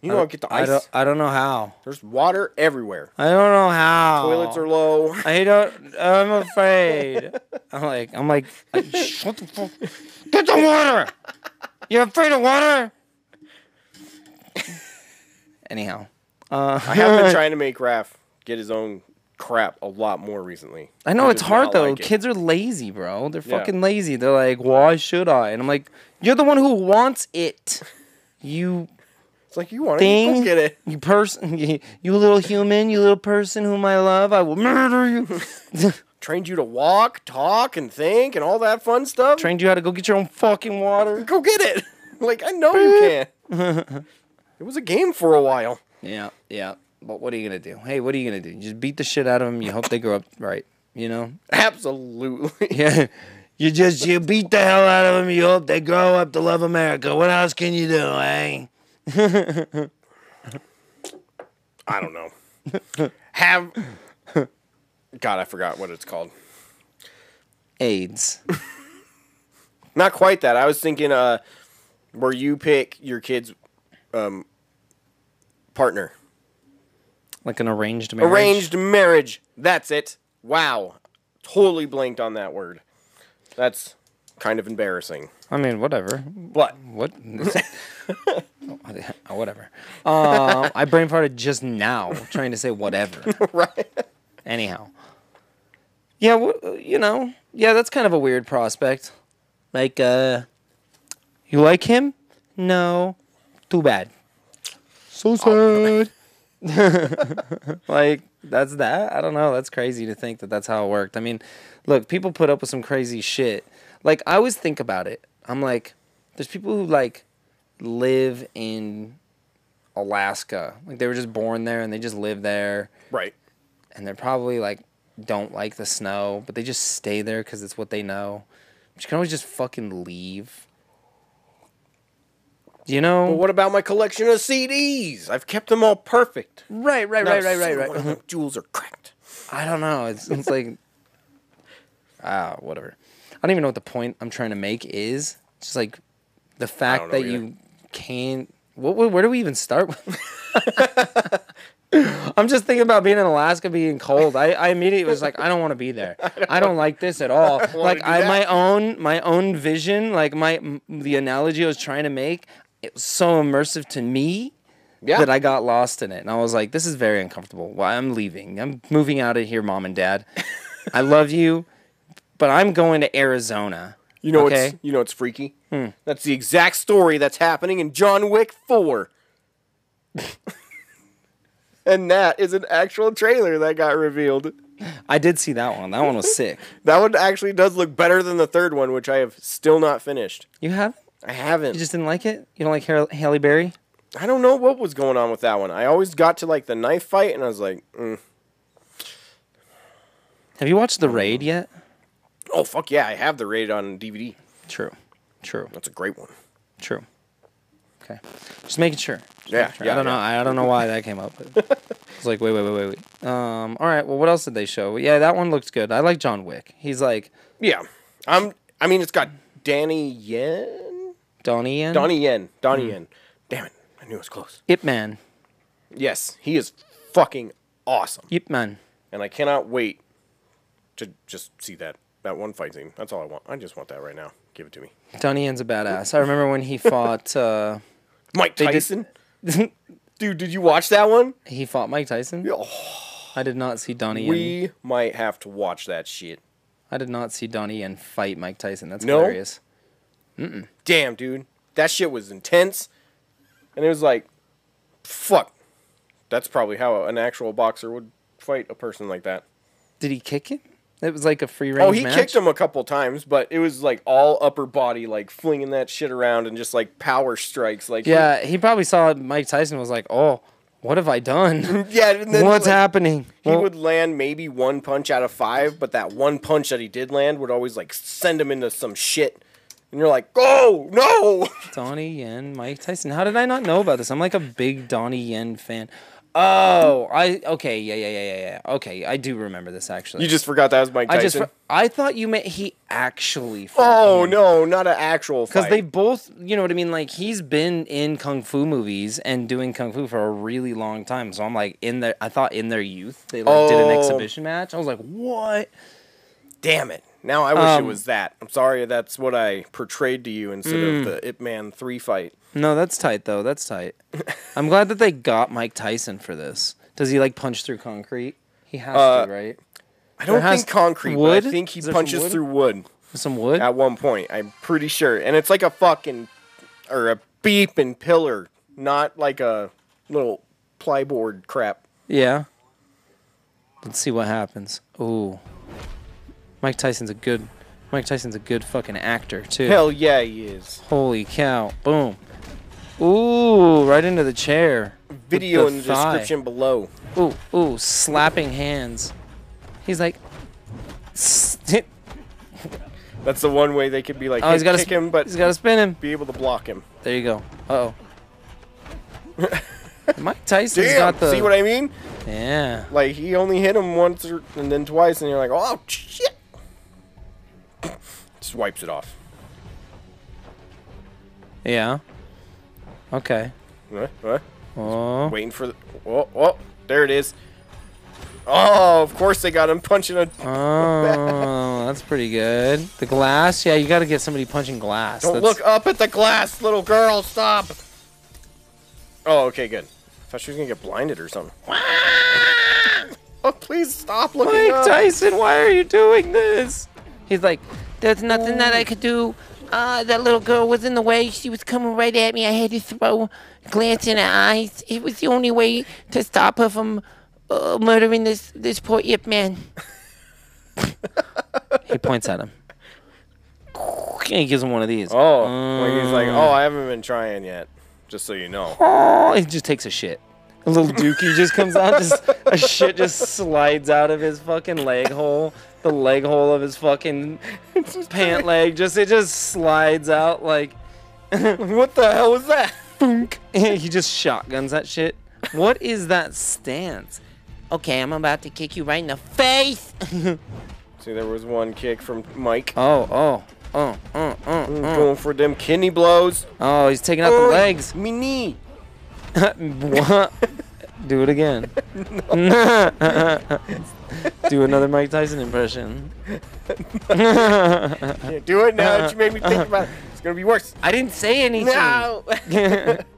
Speaker 2: You don't get the
Speaker 1: I
Speaker 2: ice.
Speaker 1: don't, I don't know how.
Speaker 2: There's water everywhere.
Speaker 1: I don't know how.
Speaker 2: Toilets are low.
Speaker 1: I don't. I'm afraid. I'm like. I'm like. Shut the fuck. Get the water. You're afraid of water. Anyhow, uh,
Speaker 2: I have been trying to make Raph get his own crap a lot more recently.
Speaker 1: I know
Speaker 2: He
Speaker 1: it's
Speaker 2: does
Speaker 1: hard
Speaker 2: not
Speaker 1: though.
Speaker 2: like it.
Speaker 1: Kids are lazy, bro. They're
Speaker 2: Yeah.
Speaker 1: fucking lazy. They're like, why should I? And I'm like, you're the one who wants it. You
Speaker 2: It's like you want it,
Speaker 1: thing.
Speaker 2: go get it.
Speaker 1: You person. You little human. You little person whom I love. I will murder you.
Speaker 2: Trained you to walk, talk, and think, and all that fun stuff.
Speaker 1: Trained you how to go get your own fucking water.
Speaker 2: go get it. like I know you can. it was a game for a while.
Speaker 1: Yeah, yeah. But what are you gonna do? Hey, what are you gonna do? You just beat the shit out of them. You hope they grow up right. You know?
Speaker 2: Absolutely.
Speaker 1: Yeah. You just you beat the hell out of them. You hope they grow up to love America. What else can you do, eh?
Speaker 2: I don't know. Have God, I forgot what it's called.
Speaker 1: AIDS.
Speaker 2: Not quite that. I was thinking uh where you pick your kid's um partner.
Speaker 1: Like an arranged marriage.
Speaker 2: Arranged marriage. That's it. Wow. Totally blanked on that word. That's kind of embarrassing.
Speaker 1: I mean, whatever.
Speaker 2: But
Speaker 1: What? Oh, whatever. Uh, I brain farted just now trying to say whatever.
Speaker 2: right.
Speaker 1: Anyhow. Yeah, wh- you know, yeah, that's kind of a weird prospect. Like, uh, you like him? No. Too bad. So sad. like, that's that? I don't know. That's crazy to think that that's how it worked. I mean, look, people put up with some crazy shit. Like, I always think about it. I'm like, there's people who, like, live in Alaska. Like, they were just born there and they just live there
Speaker 2: Right.
Speaker 1: and they're probably like don't like the snow, but they just stay there because it's what they know. But you can always just fucking leave. You know?
Speaker 2: But what about my collection of CDs? I've kept them all perfect.
Speaker 1: right, right,
Speaker 2: Not a single one of them Jewels are cracked.
Speaker 1: I don't know. It's, it's like, ah, whatever. I don't even know what the point I'm trying to make is. It's just like the fact
Speaker 2: know
Speaker 1: that
Speaker 2: either.
Speaker 1: you can't. What, what, where do we even start with? I'm just thinking about being in Alaska, being cold. I, I immediately was like, I don't want to be there. I don't, like this at all. like
Speaker 2: do
Speaker 1: I,
Speaker 2: that.
Speaker 1: my own, my own vision, like my m- the analogy I was trying to make, it was so immersive to me
Speaker 2: Yeah.
Speaker 1: that I got lost in it. And I was like, this is very uncomfortable. Well, I'm leaving. I'm moving out of here, mom and dad. I love you, but I'm going to Arizona.
Speaker 2: You know
Speaker 1: okay? Hmm.
Speaker 2: it's you know it's freaky. That's the exact story that's happening in John Wick 4. and that is an actual trailer that got revealed.
Speaker 1: I did see that one. That one was sick.
Speaker 2: That one actually does look better than the third one, which I have still not finished.
Speaker 1: You have?
Speaker 2: I haven't.
Speaker 1: You just didn't like it? You don't like Har- Halle Berry?
Speaker 2: I don't know what was going on with that one. I always got to like the knife fight, and I was like, mm.
Speaker 1: Have you watched The Raid yet?
Speaker 2: "Oh fuck yeah, I have the rated on DVD.
Speaker 1: True. True.
Speaker 2: That's a great one."
Speaker 1: True. Okay. Just making sure. Just
Speaker 2: Yeah,
Speaker 1: making sure.
Speaker 2: yeah,
Speaker 1: I don't know.
Speaker 2: yeah.
Speaker 1: I don't know why that came up. But it's like wait, wait, wait, wait, wait. Um. All right. Well, what else did they show? Yeah, that one looked good. I like John Wick. He's like
Speaker 2: Yeah, I'm. I mean, it's got Danny Yen,
Speaker 1: Donnie Yen.
Speaker 2: Donnie Yen,
Speaker 1: Hmm.
Speaker 2: Donnie Yen. Damn it, I knew it was close.
Speaker 1: Ip Man.
Speaker 2: Yes, he is fucking awesome,
Speaker 1: Ip Man.
Speaker 2: and I cannot wait to just see that that one fight scene. That's all I want. I just want that right now. Give it to me.
Speaker 1: Donnie Yen's a badass. I remember when he fought uh,
Speaker 2: Mike
Speaker 1: did-
Speaker 2: Tyson. Dude, did you watch that one?
Speaker 1: he fought Mike Tyson. I did not see Donnie Yen.
Speaker 2: We might have to watch that shit.
Speaker 1: I did not see Donnie Yen fight Mike Tyson. That's
Speaker 2: No?
Speaker 1: hilarious.
Speaker 2: Damn, dude. That shit was intense. And it was like, fuck. That's probably how an actual boxer would fight a person like that.
Speaker 1: Did he kick him? It was like a free range.
Speaker 2: Oh, he
Speaker 1: match.
Speaker 2: kicked him a couple times, but it was like all upper body, like flinging that shit around and just like power strikes. Like,
Speaker 1: Yeah, he probably saw Mike Tyson was like, "Oh, what have I done?
Speaker 2: yeah. And then,
Speaker 1: What's
Speaker 2: like,
Speaker 1: happening?"
Speaker 2: He
Speaker 1: Well,
Speaker 2: would land maybe one punch out of five, but that one punch that he did land would always like send him into some shit. And you're like, oh no!
Speaker 1: Donnie Yen, Mike Tyson. How did I not know about this? I'm like a big Donnie Yen fan. Oh, I okay, yeah, yeah, yeah, yeah, yeah. Okay, I do remember this actually.
Speaker 2: You just forgot that was Mike
Speaker 1: I
Speaker 2: Tyson.
Speaker 1: just, I thought you meant he actually.
Speaker 2: oh no, not an actual fight.
Speaker 1: because they both, you know what I mean. Like he's been in kung fu movies and doing kung fu for a really long time. So I'm like in their, I thought in their youth they like did an
Speaker 2: Oh.
Speaker 1: exhibition match. I was like, what?
Speaker 2: Damn it! Now I wish
Speaker 1: Um,
Speaker 2: it was that. I'm sorry that's what I portrayed to you instead
Speaker 1: Mm.
Speaker 2: of the Ip Man three fight.
Speaker 1: No, that's tight though. That's tight. I'm glad that they got Mike Tyson for this. Does he like punch through concrete? He has
Speaker 2: Uh,
Speaker 1: to, right?
Speaker 2: I don't
Speaker 1: has-
Speaker 2: think concrete.
Speaker 1: wood?
Speaker 2: But I think he
Speaker 1: Is there some
Speaker 2: punches
Speaker 1: wood?
Speaker 2: through wood
Speaker 1: Some wood.
Speaker 2: at one point. I'm pretty sure, and it's like a fucking or a beep and pillar, not like a little plyboard crap.
Speaker 1: Yeah. Let's see what happens. Ooh. Mike Tyson's a good Mike Tyson's a good fucking actor too.
Speaker 2: Hell yeah, he is.
Speaker 1: Holy cow. Boom. Ooh, right into the chair. With
Speaker 2: Video in the
Speaker 1: thigh.
Speaker 2: description below.
Speaker 1: Ooh, ooh, slapping hands. He's like st-
Speaker 2: That's the one way they could be like,
Speaker 1: Oh,
Speaker 2: hey,
Speaker 1: he's got to
Speaker 2: kick him, but
Speaker 1: he's got to spin him.
Speaker 2: be able to block him.
Speaker 1: There you go. Uh-oh. Mike Tyson's
Speaker 2: Damn,
Speaker 1: got the
Speaker 2: see what I mean?
Speaker 1: Yeah.
Speaker 2: Like he only hit him once or, and then twice, and you're like, oh shit. Just wipes it off.
Speaker 1: Yeah. Okay.
Speaker 2: Huh? Huh?
Speaker 1: Oh.
Speaker 2: Waiting for the. Oh, oh, there it is. Oh, of course they got him punching a.
Speaker 1: Oh, that's pretty good. The glass, yeah, you got to get somebody punching glass.
Speaker 2: Don't
Speaker 1: That's-
Speaker 2: look up at the glass, little girl. Stop. Oh, okay, good. I thought she was gonna get blinded or something. oh, please stop looking
Speaker 1: Mike
Speaker 2: up.
Speaker 1: Tyson, why are you doing this? He's like,
Speaker 9: There's nothing that I could do. Uh, that little girl was in the way. She was coming right at me. I had to throw glance in her eyes. It was the only way to stop her from uh, murdering this this poor Ip man.
Speaker 1: he points at him. And he gives him one of these.
Speaker 2: Oh,
Speaker 1: Mm.
Speaker 2: like he's like, oh, I haven't been trying yet. Just so you know.
Speaker 1: Oh, he just takes a shit. A little dookie just comes out, just a shit just slides out of his fucking leg hole. The leg hole of his fucking pant leg, just it just slides out like
Speaker 2: what the hell was that?
Speaker 1: boonk. he just shotguns that shit. What is that stance?
Speaker 9: Okay, I'm about to kick you right in the face.
Speaker 2: See, there was one kick from Mike. Mm.
Speaker 1: Oh, oh, oh, oh, oh, oh.
Speaker 2: Going for them kidney blows.
Speaker 1: Oh, he's taking out the
Speaker 2: Oh,
Speaker 1: legs.
Speaker 2: Me knee.
Speaker 1: What? Do it again. Do another Mike Tyson impression.
Speaker 2: Yeah, do it now. that you made me think about it. It's gonna be worse.
Speaker 1: I didn't say anything.
Speaker 2: No.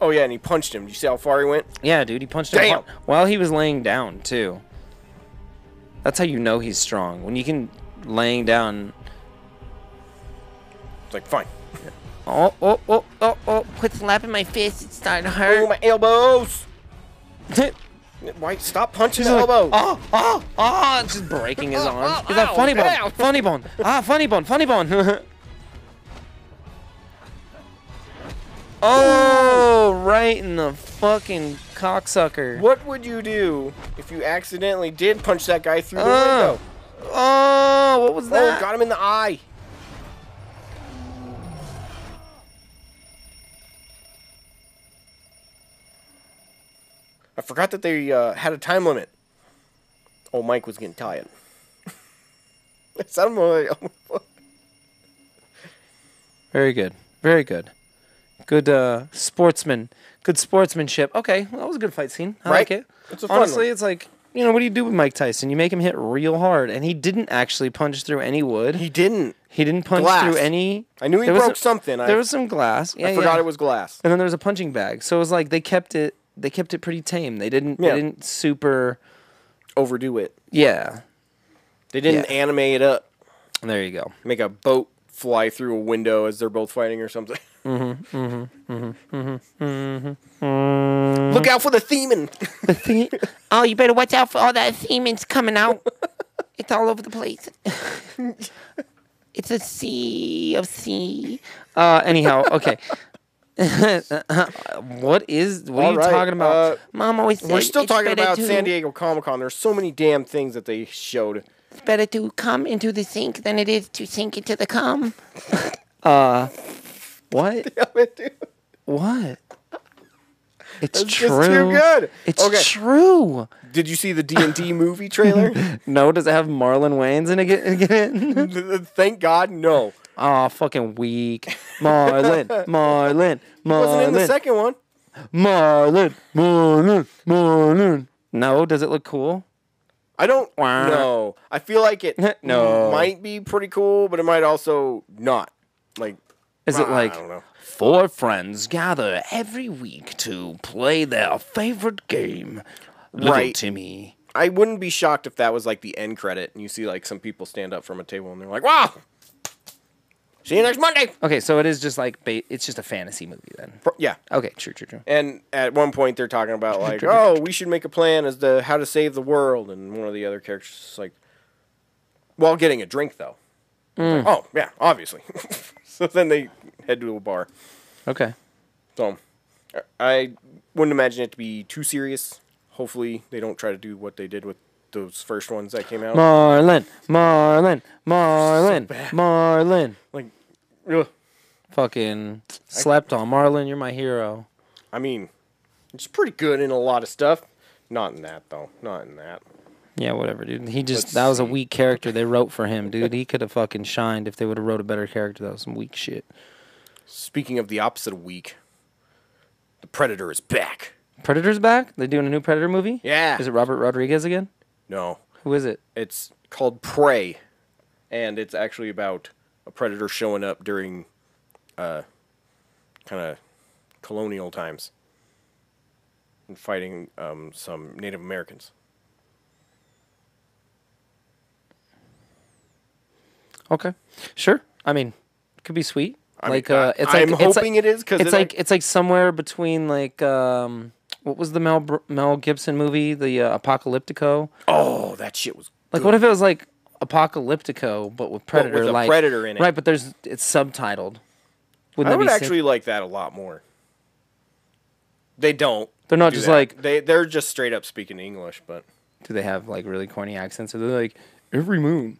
Speaker 2: oh yeah, and he punched him. You see how far he went?
Speaker 1: Yeah, dude, he punched him
Speaker 2: Damn.
Speaker 1: hard- while he was laying down too. That's how you know he's strong when you can laying down.
Speaker 2: It's like fine.
Speaker 1: Oh, oh, oh, oh, oh.
Speaker 9: Quit slapping my fist. It's starting to
Speaker 2: Oh
Speaker 9: hurt.
Speaker 2: my elbows. Why? Stop punching the elbow.
Speaker 1: Oh,
Speaker 2: oh,
Speaker 1: oh, oh! Just breaking his arm. He's like funny bone, funny bone, ah, funny bone, funny bone. oh, right in the fucking cocksucker.
Speaker 2: What would you do if you accidentally did punch that guy through the
Speaker 1: Oh,
Speaker 2: window?
Speaker 1: oh, what was
Speaker 2: Oh,
Speaker 1: that?
Speaker 2: got him in the eye. I forgot that they uh, had a time limit. Oh, Mike was getting tired. It sounded more like- oh,
Speaker 1: Very good, very good, good uh, sportsman, good sportsmanship. Okay, well, that was a good fight scene. I
Speaker 2: Right?
Speaker 1: like it.
Speaker 2: It's a fun
Speaker 1: Honestly,
Speaker 2: one.
Speaker 1: it's like you know, what do you do with Mike Tyson? You make him hit real hard, and he didn't actually punch through any wood.
Speaker 2: He
Speaker 1: He,
Speaker 2: didn't.
Speaker 1: didn't punch
Speaker 2: Glass.
Speaker 1: through any.
Speaker 2: I knew he
Speaker 1: there was
Speaker 2: broke
Speaker 1: a-
Speaker 2: something. I-
Speaker 1: There was some glass. Yeah,
Speaker 2: I forgot
Speaker 1: yeah.
Speaker 2: it was glass.
Speaker 1: And then there was a punching bag. So it was like they kept it. They kept it pretty tame. They didn't.
Speaker 2: Yeah.
Speaker 1: They didn't super.
Speaker 2: Overdo it.
Speaker 1: Yeah.
Speaker 2: They didn't
Speaker 1: Yeah.
Speaker 2: anime it up.
Speaker 1: There you go.
Speaker 2: Make a boat fly through a window as they're both fighting or something. Mm-hmm. Mm-hmm. Mm-hmm. Mm-hmm. Look out for the theming.
Speaker 9: Oh, you better watch out for all that theming's coming out. it's all over the place. it's a sea of sea.
Speaker 1: Uh, anyhow, okay. what is? What are you
Speaker 2: Alright,
Speaker 1: talking about?
Speaker 2: uh,
Speaker 9: Mom always said
Speaker 2: We're still
Speaker 9: it's
Speaker 2: talking
Speaker 9: better
Speaker 2: about
Speaker 9: to,
Speaker 2: San Diego Comic Con. There's so many damn things that they showed.
Speaker 9: It's better to come into the sink than it is to sink into the cum.
Speaker 1: what? What? It's
Speaker 2: It's
Speaker 1: true.
Speaker 2: just too good.
Speaker 1: It's
Speaker 2: Okay.
Speaker 1: true.
Speaker 2: Did you see the D and D movie trailer?
Speaker 1: No, does it have Marlon Wayans in it again?
Speaker 2: Thank God, no.
Speaker 1: Aw, fucking weak. Marlon, Marlon, Marlon.
Speaker 2: Wasn't in the second one.
Speaker 1: Marlon, Marlon, Marlon. No, does it look cool?
Speaker 2: I don't
Speaker 1: Wah.
Speaker 2: know. I feel like it
Speaker 1: No.
Speaker 2: might be pretty cool, but it might also not. Like,
Speaker 1: Is it
Speaker 2: I
Speaker 1: like
Speaker 2: don't know.
Speaker 1: four friends gather every week to play their favorite game? Little
Speaker 2: Right.
Speaker 1: Timmy.
Speaker 2: I wouldn't be shocked if that was like the end credit, and you see like some people stand up from a table and they're like, "Wow, see you next Monday."
Speaker 1: Okay, so it is just like ba- it's just a fantasy movie then.
Speaker 2: Pro- Yeah.
Speaker 1: Okay, true, true, true.
Speaker 2: And at one point, they're talking about like, "Oh, we should make a plan as to how to save the world," and one of the other characters is like, "While getting a drink, though." It's like, oh yeah, obviously. so then they head to a bar.
Speaker 1: Okay.
Speaker 2: So I wouldn't imagine it to be too serious. Hopefully, they don't try to do what they did with those first ones that came out.
Speaker 1: Marlin, Marlin, Marlin, Marlin.
Speaker 2: Like, ugh.
Speaker 1: Fucking slept on. Marlin, you're my hero.
Speaker 2: I mean, it's pretty good in a lot of stuff. Not in that though. Not in that.
Speaker 1: Yeah, whatever, dude. He just that was a weak character they wrote for him, dude. He could have fucking shined if they would have wrote a better character. That was some weak shit.
Speaker 2: Speaking of the opposite of weak, the Predator is back.
Speaker 1: Predator's back. They're doing a new Predator movie.
Speaker 2: Yeah.
Speaker 1: Is it Robert Rodriguez again?
Speaker 2: No,
Speaker 1: Who is it?
Speaker 2: it's called Prey, and it's actually about a predator showing up during, uh, kind of colonial times and fighting um, some Native Americans.
Speaker 1: Okay. Sure. I mean, it could be sweet.
Speaker 2: I
Speaker 1: like
Speaker 2: mean,
Speaker 1: uh,
Speaker 2: I-
Speaker 1: it's like
Speaker 2: I'm
Speaker 1: it's
Speaker 2: hoping
Speaker 1: like,
Speaker 2: it is, 'cause
Speaker 1: it's
Speaker 2: it,
Speaker 1: like
Speaker 2: like-
Speaker 1: it's like somewhere between like um what was the Mel Br- Mel Gibson movie the uh, Apocalyptico?
Speaker 2: Oh, that shit was
Speaker 1: Like what if it was like Apocalyptico but with predator
Speaker 2: a
Speaker 1: like
Speaker 2: predator in it.
Speaker 1: Right, but there's it's subtitled. Wouldn't
Speaker 2: I
Speaker 1: that
Speaker 2: would
Speaker 1: be sick?
Speaker 2: actually like that a lot more. They don't.
Speaker 1: They're not
Speaker 2: do
Speaker 1: just
Speaker 2: that.
Speaker 1: like-
Speaker 2: they they're just straight up speaking English, but
Speaker 1: Do they have like really corny accents? Or they're like every moon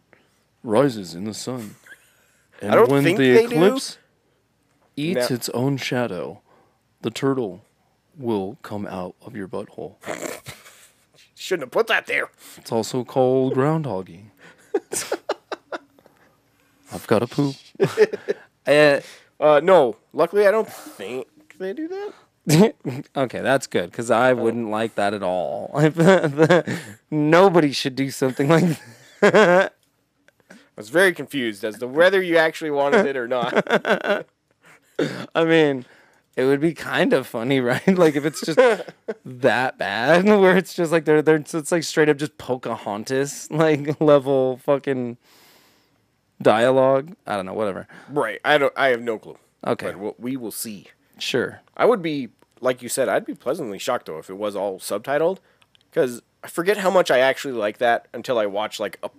Speaker 1: rises in the sun, and
Speaker 2: don't think they do.
Speaker 1: eats
Speaker 2: No.
Speaker 1: its own shadow, the turtle will come out of your butthole.
Speaker 2: shouldn't have put that there.
Speaker 1: It's also called groundhogging. I've got a poop. uh,
Speaker 2: Uh, no. Luckily, I don't think they do that.
Speaker 1: okay, that's good because I wouldn't like that at all. Nobody should do something like that.
Speaker 2: I was very confused as to whether you actually wanted it or not.
Speaker 1: I mean, it would be kind of funny, right? Like if it's just that bad, where it's just like they're they're it's like straight up just Pocahontas like level fucking dialogue. I don't know, whatever.
Speaker 2: right. I don't. I have no clue.
Speaker 1: Okay,
Speaker 2: But we'll, we will see.
Speaker 1: sure.
Speaker 2: I would be like you said. I'd be pleasantly shocked though if it was all subtitled, because I forget how much I actually like that until I watch like a,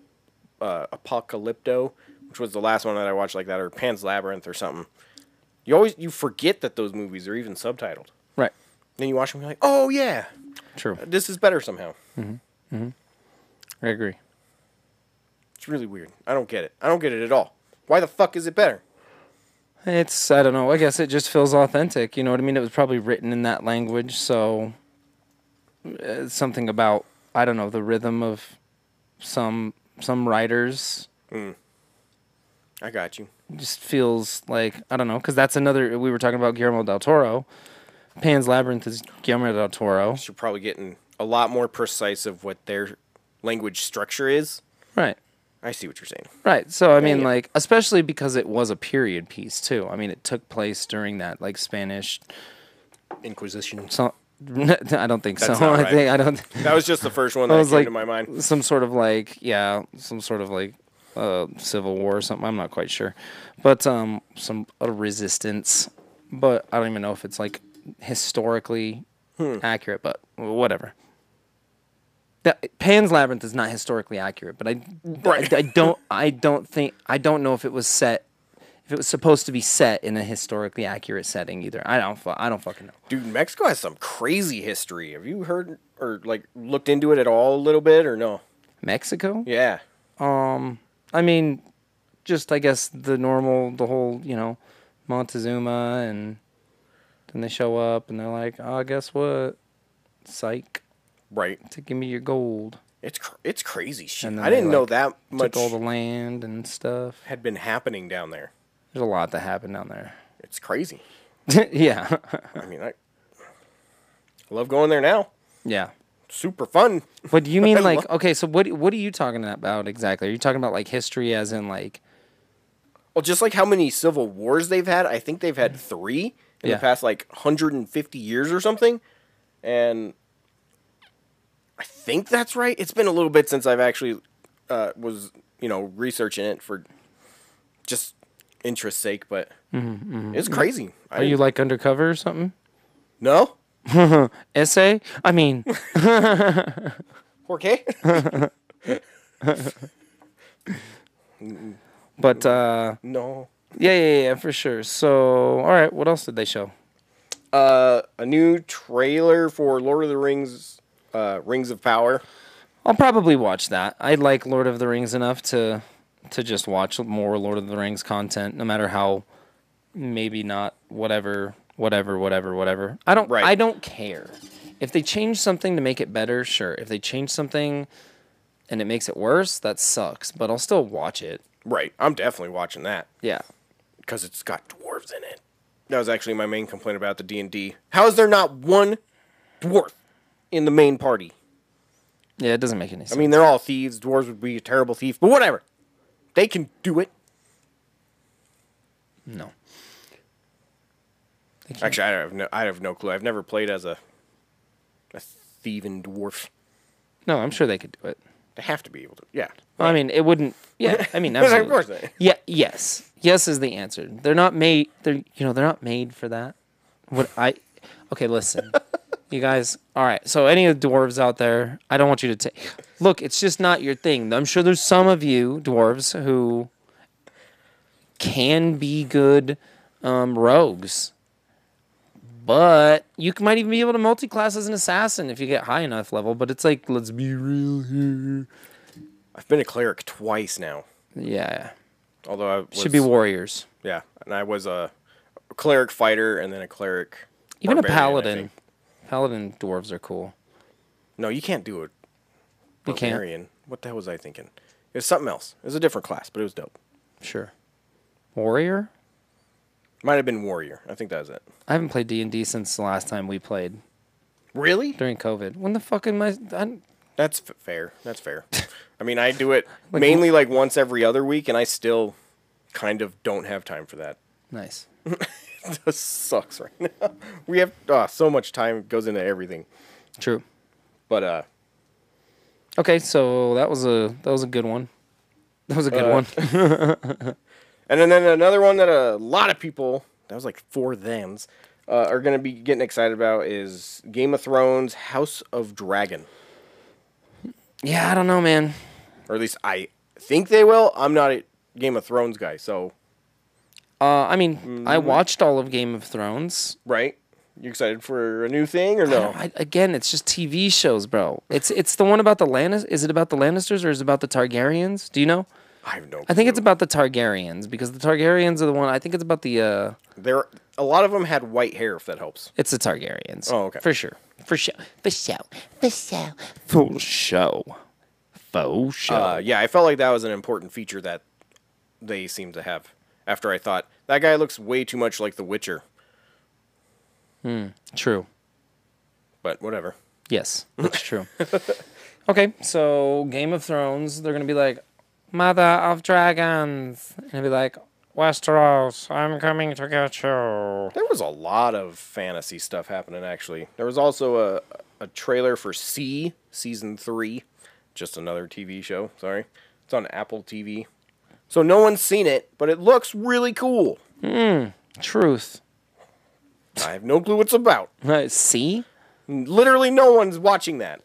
Speaker 2: uh, Apocalypto, which was the last one that I watched like that, or Pan's Labyrinth or something. You always you forget that those movies are even subtitled.
Speaker 1: Right.
Speaker 2: Then you watch them, and you're like, oh yeah,
Speaker 1: True.
Speaker 2: this is better somehow.
Speaker 1: I agree.
Speaker 2: It's really weird. I don't get it. I don't get it at all. Why the fuck is it better?
Speaker 1: It's I don't know. I guess it just feels authentic. You know what I mean? It was probably written in that language, so uh, something about I don't know the rhythm of some some writers
Speaker 2: I got you.
Speaker 1: just feels like I don't know because that's another we were talking about Guillermo del Toro. Pan's Labyrinth is Guillermo del Toro.
Speaker 2: You're probably getting a lot more precise of what their language structure is.
Speaker 1: Right.
Speaker 2: I see what you're saying.
Speaker 1: Right. So I mean, like, especially because it was a period piece too. I mean, it took place during that like Spanish.
Speaker 2: Inquisition.
Speaker 1: So I don't think
Speaker 2: That's
Speaker 1: so.
Speaker 2: not
Speaker 1: I
Speaker 2: right.
Speaker 1: think I don't.
Speaker 2: That was just the first one that
Speaker 1: I
Speaker 2: came
Speaker 1: was like
Speaker 2: to my mind.
Speaker 1: some sort of like yeah, some sort of like uh, civil war or something. I'm not quite sure, but um, some a resistance. But I don't even know if it's like historically
Speaker 2: Hmm.
Speaker 1: accurate. But whatever. That, Pan's Labyrinth is not historically accurate, but I,
Speaker 2: Right.
Speaker 1: I, I don't I don't think I don't know if it was set if it was supposed to be set in a historically accurate setting either. I don't fu- I don't fucking know.
Speaker 2: Dude, Mexico has some crazy history. Have you heard or like looked into it at all a little bit or no?
Speaker 1: Mexico?
Speaker 2: Yeah.
Speaker 1: I mean, just I guess the normal, the whole, you know, Montezuma, and then they show up and they're like, "Oh, guess what? Psych,
Speaker 2: Right.
Speaker 1: to give me your gold,
Speaker 2: It's cr- it's crazy shit.
Speaker 1: And then
Speaker 2: I didn't
Speaker 1: they,
Speaker 2: know
Speaker 1: like,
Speaker 2: that much
Speaker 1: took all the land and stuff."
Speaker 2: had been happening down there.
Speaker 1: There's a lot that happened down there.
Speaker 2: It's crazy.
Speaker 1: yeah,
Speaker 2: I mean, I I love going there now.
Speaker 1: yeah.
Speaker 2: Super fun.
Speaker 1: But do you mean
Speaker 2: I
Speaker 1: like
Speaker 2: love-
Speaker 1: okay? So what what are you talking about exactly? Are you talking about like history, as in like
Speaker 2: Well, just like how many civil wars they've had, I think they've had three in
Speaker 1: Yeah.
Speaker 2: the past like 150 years or something. And I think that's right. It's been a little bit since I've actually uh, was you know researching it for just interest sake, but it's crazy. I
Speaker 1: Mm-hmm, are you like undercover or something?
Speaker 2: no?
Speaker 1: Essay? I mean,
Speaker 2: 4K?
Speaker 1: but uh,
Speaker 2: no.
Speaker 1: yeah, yeah, yeah, for sure. So all right, what else did they show?
Speaker 2: Uh, a new trailer for Lord of the Rings, uh, Rings of Power.
Speaker 1: I'll probably watch that. I like Lord of the Rings enough to to just watch more Lord of the Rings content, no matter how maybe not whatever, whatever, whatever, whatever. I don't
Speaker 2: Right.
Speaker 1: I don't care. If they change something to make it better, sure. If they change something and it makes it worse, that sucks. But I'll still watch it.
Speaker 2: Right. I'm definitely watching that.
Speaker 1: Yeah.
Speaker 2: because it's got dwarves in it. That was actually my main complaint about the D and D. How is there not one dwarf in the main party?
Speaker 1: Yeah, it doesn't make any sense.
Speaker 2: I mean, they're all thieves. Dwarves would be a terrible thief, but whatever. They can do it.
Speaker 1: no.
Speaker 2: Actually, I have no, I have no clue. I've never played as a a thieving dwarf.
Speaker 1: No, I'm sure they could do it.
Speaker 2: They have to be able to. Yeah,
Speaker 1: I mean, it wouldn't. Yeah, I mean,
Speaker 2: Of
Speaker 1: absolutely.
Speaker 2: course they-
Speaker 1: Yeah, yes, yes is the answer. They're not made. They're you know they're not made for that. What I, okay, listen, you guys. All right, so any of the dwarves out there, I don't want you to take. Look, it's just not your thing. I'm sure there's some of you dwarves who can be good um, rogues, but you c- might even be able to multi-class as an assassin if you get high enough level. But it's like, let's be real here.
Speaker 2: I've been a cleric twice now.
Speaker 1: Yeah.
Speaker 2: Although I was,
Speaker 1: should be warriors.
Speaker 2: Yeah, and I was a cleric fighter and then a cleric.
Speaker 1: Even a
Speaker 2: barbarian, I
Speaker 1: paladin.
Speaker 2: think.
Speaker 1: Paladin dwarves are cool.
Speaker 2: No, you can't do it.
Speaker 1: You can't.
Speaker 2: Barbarian. What the hell was I thinking? It was something else. It was a different class, but it was dope.
Speaker 1: Sure. Warrior?
Speaker 2: Might have been warrior. I think that was it.
Speaker 1: I haven't played D and D since the last time we played
Speaker 2: Really?
Speaker 1: during COVID. When the fuck am I? I'm,
Speaker 2: That's f- fair. That's fair. I mean, I do it mainly like once every other week, and I still kind of don't have time for that.
Speaker 1: nice.
Speaker 2: This sucks right now. We have ah, so much time goes into everything,
Speaker 1: True.
Speaker 2: but uh,
Speaker 1: Okay, so that was a that was a good one. That was a
Speaker 2: Uh,
Speaker 1: good one.
Speaker 2: and then, then another one that a lot of people that was like four them's uh, are gonna be getting excited about is Game of Thrones House of Dragon,
Speaker 1: yeah, I don't know, man.
Speaker 2: or at least I think they will. I'm not a Game of Thrones guy, so
Speaker 1: Uh, I mean,
Speaker 2: Mm,
Speaker 1: I watched all of Game of Thrones.
Speaker 2: right. You excited for a new thing or no?
Speaker 1: I, again, it's just TV shows, bro. It's it's the one about the Lannis. Is it about the Lannisters or is it about the Targaryens? Do you know?
Speaker 2: I have no.
Speaker 1: I think it's
Speaker 2: clue.
Speaker 1: about the Targaryens because the Targaryens are the one. I think it's about the. Uh,
Speaker 2: There, a lot of them had white hair. If that helps.
Speaker 1: it's the Targaryens.
Speaker 2: Oh, okay.
Speaker 1: For sure. For sure.
Speaker 9: For show. For show.
Speaker 1: For show. For show.
Speaker 2: Uh, yeah, I felt like that was an important feature that they seemed to have. After I thought that guy looks way too much like The Witcher,
Speaker 1: True.
Speaker 2: but whatever.
Speaker 1: Yes, that's true. okay, so Game of Thrones, they're gonna be like, Mother of Dragons, and it'll be like, Westeros, I'm coming to get you.
Speaker 2: There was a lot of fantasy stuff happening. Actually, there was also a a trailer for C season three, just another TV show. Sorry, it's on Apple TV. So no one's seen it, but it looks really cool.
Speaker 1: Hmm, Truth. Uh,
Speaker 2: I have no clue what it's about.
Speaker 1: Right, C?
Speaker 2: Literally, no one's watching that.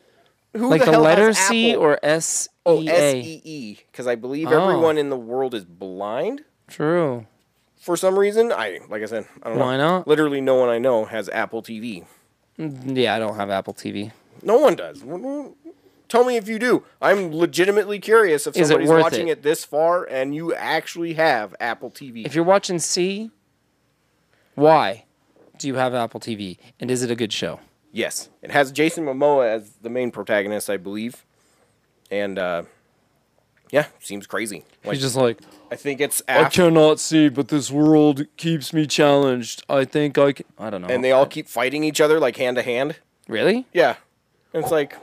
Speaker 2: Who
Speaker 1: Like the,
Speaker 2: hell has
Speaker 1: letter C
Speaker 2: Apple?
Speaker 1: or S
Speaker 2: oh
Speaker 1: E
Speaker 2: S
Speaker 1: A?
Speaker 2: E E? Because I believe
Speaker 1: Oh.
Speaker 2: everyone in the world is blind
Speaker 1: True.
Speaker 2: for some reason. I like I said, I don't know.
Speaker 1: Why not?
Speaker 2: Literally, no one I know has Apple TV.
Speaker 1: Yeah, I don't have Apple TV.
Speaker 2: No one does. Tell me if you do. I'm legitimately curious if
Speaker 1: Is it
Speaker 2: somebody's
Speaker 1: worth
Speaker 2: watching
Speaker 1: it?
Speaker 2: it? this far and you actually have Apple TV.
Speaker 1: If you're watching C, why do you have Apple TV? And is it a good show?
Speaker 2: yes, it has Jason Momoa as the main protagonist, I believe, and uh, yeah, seems crazy. Like,
Speaker 1: He's just like,
Speaker 2: I think it's
Speaker 1: I
Speaker 2: after,
Speaker 1: cannot see, but this world keeps me challenged. I think I can. I don't know.
Speaker 2: and they all keep fighting each other like hand to hand.
Speaker 1: really?
Speaker 2: Yeah, and it's like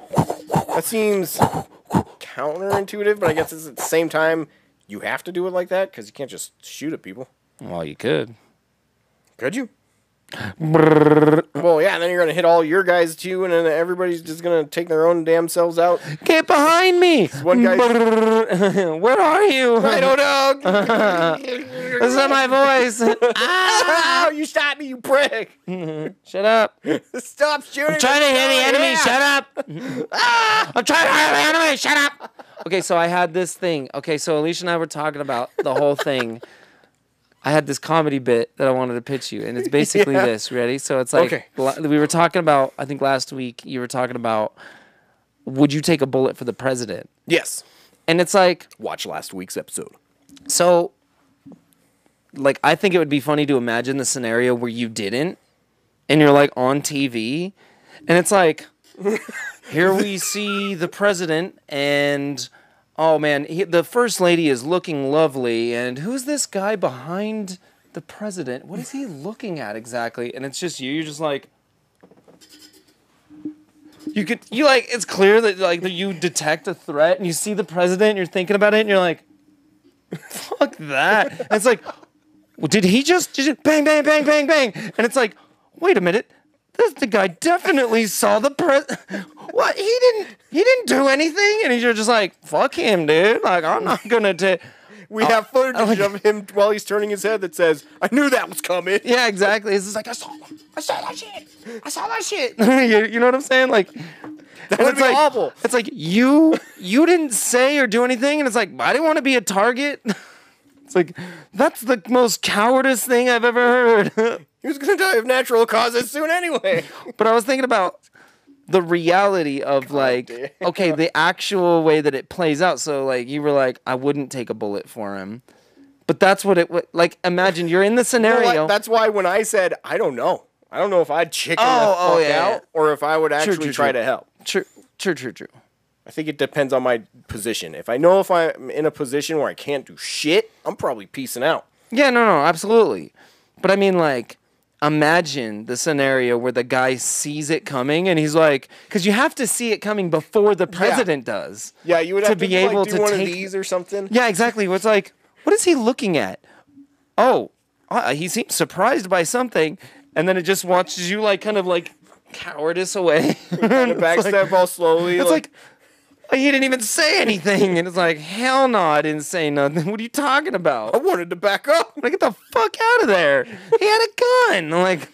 Speaker 2: that seems counterintuitive, but I guess it's at the same time you have to do it like that because you can't just shoot at people.
Speaker 1: Well, you could.
Speaker 2: Could you? well, yeah, and then you're gonna hit all your guys too, and then everybody's just gonna take their own damn selves out.
Speaker 1: Get behind me!
Speaker 2: One guy-
Speaker 1: Where are you?
Speaker 2: I don't know.
Speaker 1: This is my voice.
Speaker 2: Ow, you shot me, you prick!
Speaker 1: Shut up.
Speaker 2: Stop shooting! I'm
Speaker 1: trying to hear the enemy. Shut up. I'm trying to hear the enemy. Shut up. Okay, so I had this thing. Okay, so Alicia and I were talking about the whole thing. I had this comedy bit that I wanted to pitch you, and it's basically this. Ready? So it's like
Speaker 2: Okay.
Speaker 1: la- we were talking about. I think last week you were talking about. Would you take a bullet for the president?
Speaker 2: Yes.
Speaker 1: And it's like,
Speaker 2: Watch last week's episode.
Speaker 1: so, like, I think it would be funny to imagine the scenario where you didn't, and you're like on TV, and it's like, here we see the president, and oh man, he, the first lady is looking lovely, and who's this guy behind the president? What is he looking at exactly? And it's just you. You're just like. You could you like it's clear that like that you detect a threat and you see the president and you're thinking about it and you're like fuck that. And it's like, well, did he just, did it- bang, bang, bang, bang, bang? And it's like, wait a minute. This, the guy definitely saw the press. What he didn't he didn't do anything, and you're just like fuck him, dude. Like I'm not gonna take.
Speaker 2: We have footage
Speaker 1: like-
Speaker 2: of him while he's turning his head that says, "I knew that was coming."
Speaker 1: Yeah, exactly. It's just like I saw I saw that shit. I saw that shit. you, you know what I'm saying? Like that
Speaker 2: would be
Speaker 1: like,
Speaker 2: awful.
Speaker 1: It's like you you didn't say or do anything, and it's like I didn't want to be a target. It's like that's the most cowardice thing I've ever heard.
Speaker 2: He was gonna die of natural causes soon anyway.
Speaker 1: But I was thinking about the reality of like
Speaker 2: damn.
Speaker 1: okay, the actual way that it plays out. So like you were like, I wouldn't take a bullet for him. But that's what it would like imagine you're in the
Speaker 2: You know
Speaker 1: scenario.
Speaker 2: what? That's why when I said, "I don't know," I don't know if I'd chicken
Speaker 1: Oh,
Speaker 2: the
Speaker 1: oh,
Speaker 2: fuck
Speaker 1: yeah,
Speaker 2: out
Speaker 1: yeah.
Speaker 2: or if I would actually
Speaker 1: true,
Speaker 2: try
Speaker 1: true.
Speaker 2: to help.
Speaker 1: true true true true.
Speaker 2: I think it depends on my position. If I know if I'm in a position where I can't do shit, I'm probably peacing out.
Speaker 1: Yeah, no, no, absolutely. But I mean like imagine the scenario where the guy sees it coming and he's like cuz you have to see it coming before the president does.
Speaker 2: Yeah, you would
Speaker 1: To
Speaker 2: have to
Speaker 1: be
Speaker 2: like,
Speaker 1: able
Speaker 2: do
Speaker 1: to
Speaker 2: one
Speaker 1: take-
Speaker 2: of these or something.
Speaker 1: Yeah, exactly. Where It's like, what is he looking at? Oh, uh, he seems surprised by something, and then it just watches you like kind of like cowardice away.
Speaker 2: kind of backstep all slowly.
Speaker 1: it's like, "Oh, he didn't even say anything, and it's like, hell no, I didn't say nothing. What are you talking about?
Speaker 2: I wanted to back up.
Speaker 1: Like, get the fuck out of there. He had a gun. Like,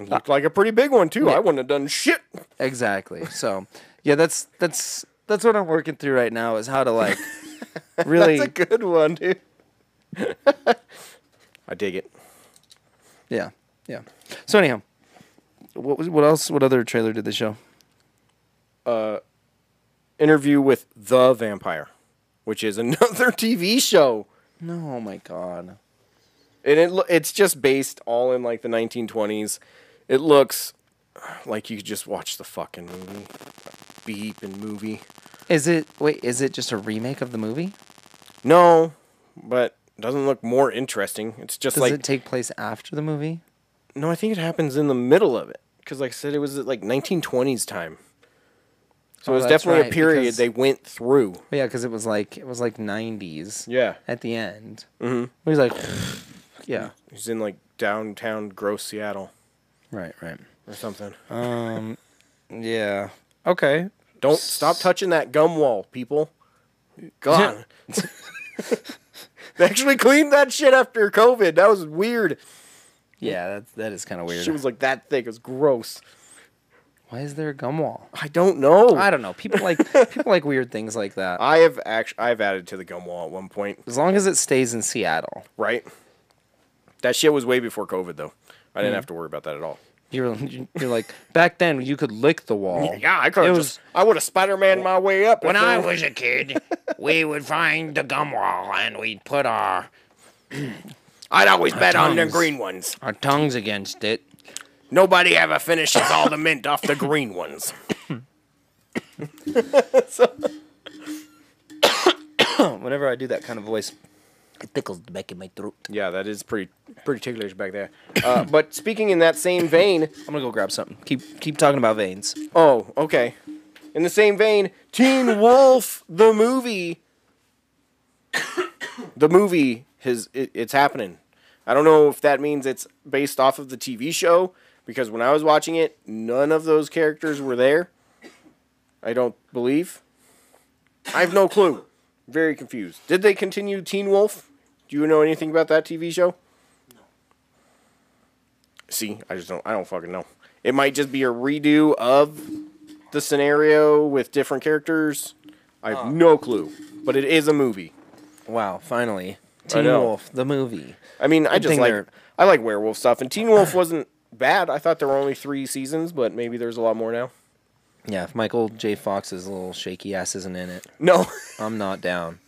Speaker 2: It looked like a pretty big one too. I wouldn't have done shit.
Speaker 1: exactly. So, yeah, that's that's that's what I'm working through right now is how to like really,
Speaker 2: It's a good one, dude. I dig it.
Speaker 1: yeah, yeah. So anyhow, what was what else? What other trailer did they show?
Speaker 2: Interview with the vampire, which is another TV show.
Speaker 1: No, oh my God.
Speaker 2: and it lo- it's just based all in like the 1920s. It looks uh, like you could just watch the fucking movie, beep and movie.
Speaker 1: Is it wait? Is it just a remake of the movie?
Speaker 2: No, but it doesn't look more interesting. It's just
Speaker 1: Does
Speaker 2: like
Speaker 1: it take place after the movie?
Speaker 2: no, I think it happens in the middle of it because like I said, it was like 1920s time. So
Speaker 1: Oh,
Speaker 2: it was
Speaker 1: that's
Speaker 2: definitely
Speaker 1: right,
Speaker 2: a period
Speaker 1: because-
Speaker 2: they went through.
Speaker 1: But Oh, yeah, because it was like it was like '90s.
Speaker 2: Yeah.
Speaker 1: At the end, mm-hmm. he was like, yeah,
Speaker 2: He's in like downtown gross Seattle
Speaker 1: right, right,
Speaker 2: or something.
Speaker 1: yeah, okay.
Speaker 2: Don't stop touching that gum wall, people. God. they actually cleaned that shit after COVID. That was weird.
Speaker 1: Yeah, that that is kind of weird.
Speaker 2: She was like that thick. It was gross.
Speaker 1: Why is there a gum wall?
Speaker 2: I don't know.
Speaker 1: I don't know. People like people like weird things like that.
Speaker 2: I have actually I've added to the gum wall at one point,
Speaker 1: As long as it stays in Seattle,
Speaker 2: right? That shit was way before COVID though. I didn't have to worry about that at all.
Speaker 1: you're you're like back then you could lick the wall.
Speaker 2: Yeah, I could
Speaker 1: It
Speaker 2: have
Speaker 1: was-
Speaker 2: just I would have Spider Man my way up.
Speaker 9: When I was a kid, we would find the gum wall and we'd put our,
Speaker 2: I'd always bet on the
Speaker 1: tongues.
Speaker 2: green ones.
Speaker 1: our tongues against it.
Speaker 2: Nobody ever finishes all the mint off the green ones.
Speaker 1: Whenever I do that kind of voice,
Speaker 9: it tickles the back of my throat.
Speaker 2: Yeah, that is pretty pretty ticklish back there. Uh, but speaking in that same vein,
Speaker 1: I'm gonna go grab something. Keep keep talking about veins.
Speaker 2: oh okay, in the same vein, Teen Wolf the movie, the movie has it, it's happening. I don't know if that means it's based off of the TV show because when I was watching it, none of those characters were there. I don't believe. I have no clue. Very confused. Did they continue Teen Wolf? Do you know anything about that TV show? See, I just don't. I don't fucking know. It might just be a redo of the scenario with different characters. I have no clue. But it is a movie.
Speaker 1: Wow, finally, Teen
Speaker 2: know.
Speaker 1: Wolf the movie.
Speaker 2: I mean, I
Speaker 1: Good
Speaker 2: just
Speaker 1: thing
Speaker 2: like
Speaker 1: they're-
Speaker 2: I like werewolf stuff, and Teen Wolf wasn't bad. I thought there were only three seasons, but maybe there's a lot more now.
Speaker 1: Yeah, if Michael J. Fox's little shaky ass isn't in it,
Speaker 2: No,
Speaker 1: I'm not down.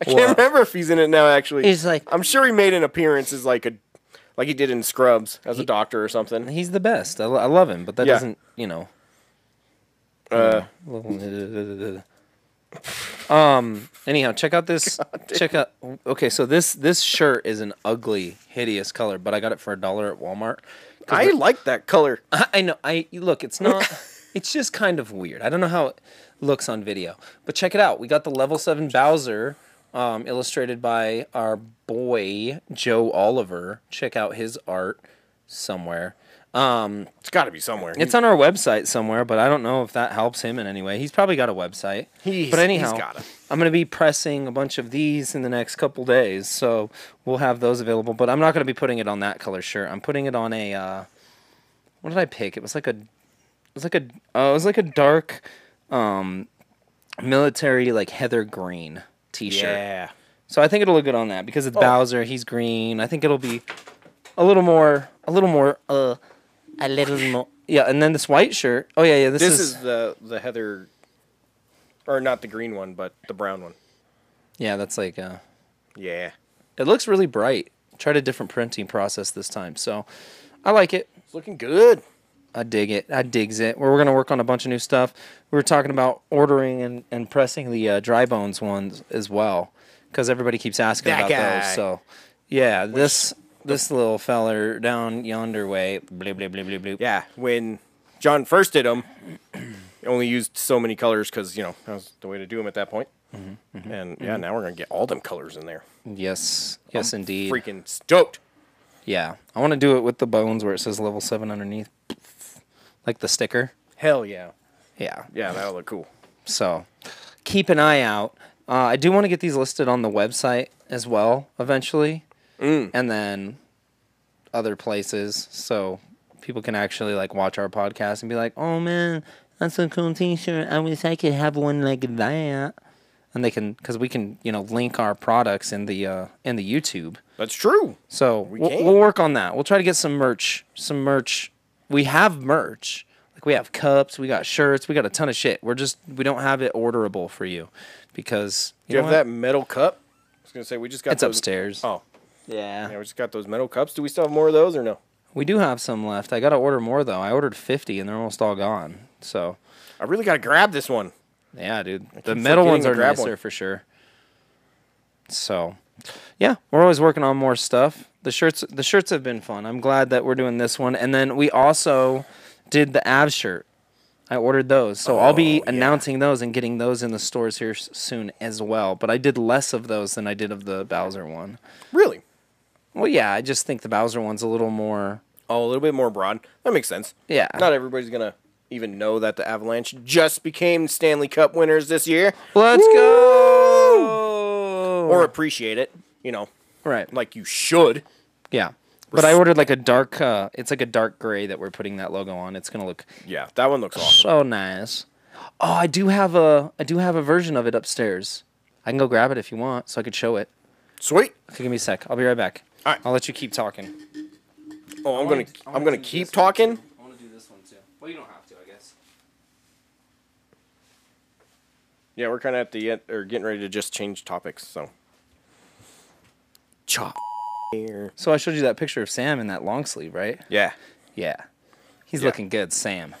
Speaker 2: I can't remember if he's in it now. Actually,
Speaker 9: He's like-
Speaker 2: I'm sure he made an appearance as like a like he did in Scrubs as a doctor or something.
Speaker 1: He's the best. I, lo- I love him, but that
Speaker 2: Yeah.
Speaker 1: doesn't, you know. Uh. um. Anyhow, check out this. Check out. Okay, so this this shirt is an ugly, hideous color, but I got it for a dollar at Walmart.
Speaker 2: I like that color.
Speaker 1: I, I know. I look. It's not. it's just kind of weird. I don't know how it looks on video, but check it out. We got the level seven Bowser, um, illustrated by our boy Joe Oliver. Check out his art somewhere. Um,
Speaker 2: It's got to be somewhere.
Speaker 1: it's on our website somewhere, but I don't know if that helps him in any way. He's probably got a website.
Speaker 2: He's-
Speaker 1: but anyhow,
Speaker 2: he's got it.
Speaker 1: I'm going to be pressing a bunch of these in the next couple days, so we'll have those available. But I'm not going to be putting it on that color shirt. I'm putting it on a. Uh, what did I pick? It was like a. It was like a. Uh, it was like a dark, um, military like heather green T-shirt.
Speaker 2: yeah. Oh.
Speaker 1: So I think it'll look good on that because it's Bowser. He's green. I think it'll be a little more, a little more, uh, a little more. Yeah, and then this white shirt. Oh yeah, yeah. This,
Speaker 2: This
Speaker 1: is,
Speaker 2: is the the heather, or not the green one, but the brown one.
Speaker 1: yeah. That's like uh,
Speaker 2: Yeah.
Speaker 1: it looks really bright. Tried a different printing process this time, so I like it.
Speaker 2: It's looking good.
Speaker 1: I dig it. I digs it. We're, we're gonna work on a bunch of new stuff. We were talking about ordering and, and pressing the uh, dry bones ones as well, because everybody keeps asking
Speaker 2: That
Speaker 1: about
Speaker 2: guy.
Speaker 1: those. So, yeah, this this little feller down yonder way. Blue, blue, blue, blue, blue.
Speaker 2: Yeah, when John first did them, only used so many colors because you know that was the way to do them at that point.
Speaker 1: Mm-hmm,
Speaker 2: And yeah, now we're gonna get all them colors in there.
Speaker 1: Yes. Yes, indeed.
Speaker 2: Freaking stoked.
Speaker 1: Yeah, I want to do it with the bones where it says level seven underneath, like the sticker.
Speaker 2: Hell yeah.
Speaker 1: Yeah.
Speaker 2: Yeah, that'll look cool.
Speaker 1: So keep an eye out. Uh, I do want to get these listed on the website as well eventually, and then other places so people can actually like watch our podcast and be like, "Oh man, that's a cool T-shirt. I wish I could have one like that." And they can, because we can, you know, link our products in the uh, in the YouTube.
Speaker 2: That's true.
Speaker 1: So we will
Speaker 2: can.
Speaker 1: we'll work on that. We'll try to get some merch. Some merch. We have merch. Like we have cups, we got shirts, we got a ton of shit. We're just we don't have it orderable for you because
Speaker 2: Do
Speaker 1: you
Speaker 2: you
Speaker 1: know
Speaker 2: have
Speaker 1: what?
Speaker 2: that metal cup? I was gonna say we just got
Speaker 1: It's
Speaker 2: those-
Speaker 1: upstairs.
Speaker 2: Oh,
Speaker 1: Yeah.
Speaker 2: yeah, we just got those metal cups. Do we still have more of those or no?
Speaker 1: we do have some left. I got to order more though. I ordered 50 and they're almost all gone. So,
Speaker 2: I really gotta grab this one.
Speaker 1: yeah, dude. The
Speaker 2: keep
Speaker 1: metal ones
Speaker 2: forgetting
Speaker 1: are
Speaker 2: to grab
Speaker 1: nicer
Speaker 2: one.
Speaker 1: for sure. So, yeah, we're always working on more stuff. The shirts, the shirts have been fun. I'm glad that we're doing this one, and then we also did the Av shirt. I ordered those, so I'll
Speaker 2: Oh,
Speaker 1: be announcing those and getting those in the stores here s- soon as well. But I did less of those than I did of the Bowser one.
Speaker 2: Really?
Speaker 1: Well, yeah, I just think the Bowser one's a little more.
Speaker 2: Oh, a little bit more broad. That makes sense.
Speaker 1: Yeah.
Speaker 2: Not everybody's gonna even know that the Avalanche just became Stanley Cup winners this year,
Speaker 1: Let's go.
Speaker 2: or appreciate it. You know,
Speaker 1: right, like
Speaker 2: like you should.
Speaker 1: yeah. But I ordered like a dark. Uh, it's like a dark gray that we're putting that logo on. It's gonna look
Speaker 2: Yeah, that one looks awesome.
Speaker 1: so nice. Oh, I do have a I do have a version of it upstairs. I can go grab it if you want, so I could show it.
Speaker 2: Sweet.
Speaker 1: Okay, give me a sec. I'll be right back.
Speaker 2: All right.
Speaker 1: I'll let you keep talking.
Speaker 2: Oh, I'm gonna
Speaker 1: I wanna
Speaker 2: I'm gonna
Speaker 1: do
Speaker 2: keep
Speaker 1: this one.
Speaker 2: talking.
Speaker 1: I want to do this one too. Well, you don't have to, I guess.
Speaker 2: Yeah, we're kind of at the end, or getting ready to just change topics. So, chop.
Speaker 1: So I showed you that picture of Sam in that long sleeve, right?
Speaker 2: Yeah,
Speaker 1: Yeah. He's
Speaker 2: Yeah.
Speaker 1: looking good, Sam.